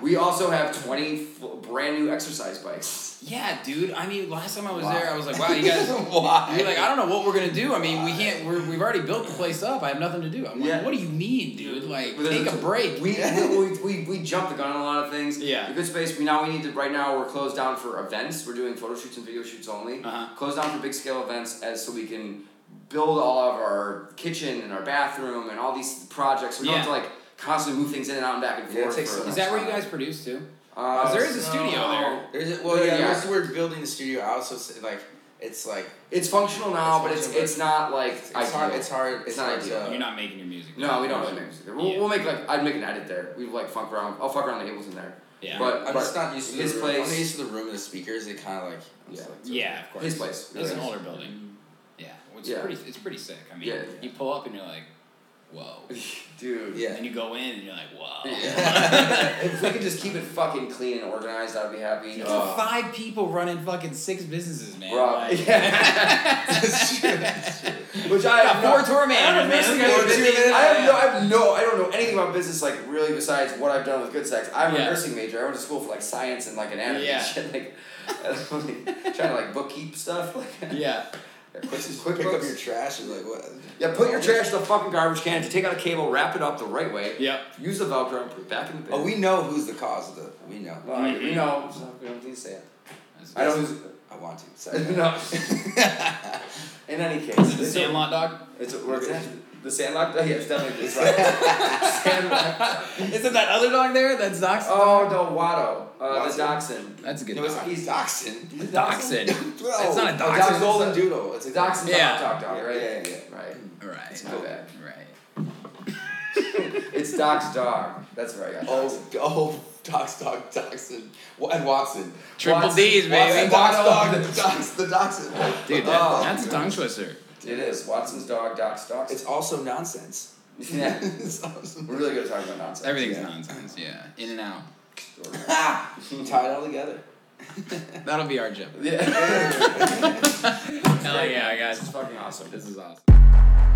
Speaker 6: *laughs*
Speaker 3: We also have twenty f- brand new exercise bikes.
Speaker 2: Yeah, dude. I mean, last time I was there, I was like, wow, you
Speaker 3: *laughs*
Speaker 2: guys. *laughs* You're like, I don't know what we're gonna do. I mean, we can't. We're, we've already built the place up. I have nothing to do. I'm like,
Speaker 3: Yeah.
Speaker 2: what do you need, dude? Like,
Speaker 3: With
Speaker 2: take a
Speaker 3: the-
Speaker 2: break. *laughs*
Speaker 3: We, we, we, we, we jumped the gun on a lot of things.
Speaker 2: Yeah.
Speaker 3: The good space, we now we need to, right now, we're closed down for events. We're doing photo shoots and video shoots only.
Speaker 2: Uh-huh.
Speaker 3: Closed down for big scale events as so we can build all of our kitchen and our bathroom and all these projects. We don't have to
Speaker 2: Yeah.
Speaker 3: like constantly move things in and out and back and
Speaker 6: Yeah, it
Speaker 3: forth.
Speaker 6: takes
Speaker 3: for-
Speaker 6: so
Speaker 2: Is that where you guys produce too?
Speaker 3: Uh,
Speaker 2: there is a studio
Speaker 3: no.
Speaker 2: there.
Speaker 6: There's a, well,
Speaker 3: There
Speaker 6: yeah,
Speaker 3: you
Speaker 6: once
Speaker 3: are.
Speaker 6: we're building the studio, I also s- like, it's like,
Speaker 3: It's functional now, but it's
Speaker 6: functional, but
Speaker 3: it's not like
Speaker 6: it's
Speaker 3: ideal.
Speaker 6: hard. It's hard.
Speaker 3: It's not
Speaker 6: hard
Speaker 3: ideal.
Speaker 6: to-
Speaker 2: You're not making your music.
Speaker 3: No, we don't really make music there. We'll,
Speaker 2: Yeah.
Speaker 3: we'll make like I'd make an edit there. We like funk around. I'll fuck around the Ableton there.
Speaker 2: Yeah.
Speaker 3: But
Speaker 6: I'm
Speaker 3: but
Speaker 6: just not used to
Speaker 3: his
Speaker 6: the room. I'm not
Speaker 3: place.
Speaker 6: used to the room and the speakers. It kind of like, I'm just
Speaker 3: Yeah.
Speaker 6: like-
Speaker 2: Yeah, of course.
Speaker 3: His place.
Speaker 2: It's an
Speaker 3: Yeah.
Speaker 2: older building. Yeah, which
Speaker 3: Yeah.
Speaker 2: is pretty. It's pretty sick. I mean,
Speaker 3: Yeah.
Speaker 2: you pull up and you're like,
Speaker 3: *laughs*
Speaker 2: whoa.
Speaker 3: Dude.
Speaker 6: Yeah.
Speaker 2: And you go in and you're like, wow. *laughs*
Speaker 3: if we could just keep it fucking clean and organized, I'd be happy.
Speaker 2: It's
Speaker 3: Uh,
Speaker 2: five people running fucking six businesses, man.
Speaker 3: Bro,
Speaker 2: Like, *laughs*
Speaker 3: *laughs* Which I
Speaker 2: got
Speaker 3: have
Speaker 2: four
Speaker 3: no-
Speaker 2: tour managers,
Speaker 3: I don't
Speaker 2: man.
Speaker 3: know
Speaker 2: Let's go
Speaker 3: nursing
Speaker 2: to
Speaker 3: major.
Speaker 2: two
Speaker 3: I have
Speaker 2: minutes.
Speaker 3: no, I have no, I don't know anything about business like really besides what I've done with good sex. I'm a
Speaker 2: Yeah.
Speaker 3: nursing major. I went to school for like science and like anatomy
Speaker 2: Yeah.
Speaker 3: and shit. Like, *laughs* I don't know, like, trying to like bookkeep stuff. Like,
Speaker 2: yeah.
Speaker 3: *laughs* quick, quick
Speaker 6: Pick up
Speaker 3: books.
Speaker 6: your trash and like what?
Speaker 3: yeah, put your trash in the fucking garbage can. If you take out a cable, wrap it up the right way.
Speaker 2: Yep.
Speaker 3: Use the Velcro and put it back in the bin.
Speaker 6: Oh, we know who's the cause of the. We know.
Speaker 3: Well, I- we know. so we don't need to say it. I don't.
Speaker 6: I want to. *laughs* Sorry.
Speaker 3: No. *laughs* In any case, it's
Speaker 2: The
Speaker 3: a-
Speaker 2: Sandlot dog.
Speaker 3: It's a, we're gonna, the Sandlot. Oh, yeah, it's definitely this right. Sandlot.
Speaker 2: Isn't that other dog there? That's Doxon.
Speaker 3: Oh, the Watto, uh,
Speaker 6: Watson.
Speaker 3: the Dachshund.
Speaker 2: That's a good
Speaker 6: No, it's,
Speaker 2: dog.
Speaker 6: he's dachshund.
Speaker 2: Dachshund.
Speaker 6: *laughs* Bro.
Speaker 2: It's not a
Speaker 3: Oh,
Speaker 2: dachshund.
Speaker 3: Dachshund.
Speaker 6: golden doodle. It's a
Speaker 3: The Dachshund's
Speaker 2: Yeah.
Speaker 3: a hot dog dog,
Speaker 6: Yeah,
Speaker 3: right?
Speaker 6: yeah, yeah.
Speaker 3: Right.
Speaker 2: Right.
Speaker 3: My bad.
Speaker 2: Right.
Speaker 3: It's Doc's dog. That's where I got.
Speaker 6: Oh, oh, dox dog dachshund Wa- and Watson.
Speaker 2: Triple D's, baby.
Speaker 6: Watson, dox dog, the dox, the dachshund.
Speaker 2: Dude, that,
Speaker 3: Oh.
Speaker 2: that's a tongue twister.
Speaker 3: Dachshund. It is Watson's dog. Doc's dog.
Speaker 6: It's *laughs* also nonsense. *laughs*
Speaker 3: yeah.
Speaker 6: it's awesome.
Speaker 3: We're really good at talking about nonsense.
Speaker 2: Everything's
Speaker 6: Yeah.
Speaker 2: nonsense. Yeah. In and out.
Speaker 6: Ah, tie it all together.
Speaker 2: That'll be our *laughs* gym.
Speaker 3: Yeah.
Speaker 2: Hell yeah,
Speaker 3: It's
Speaker 2: guys.
Speaker 3: fucking awesome.
Speaker 2: This is awesome.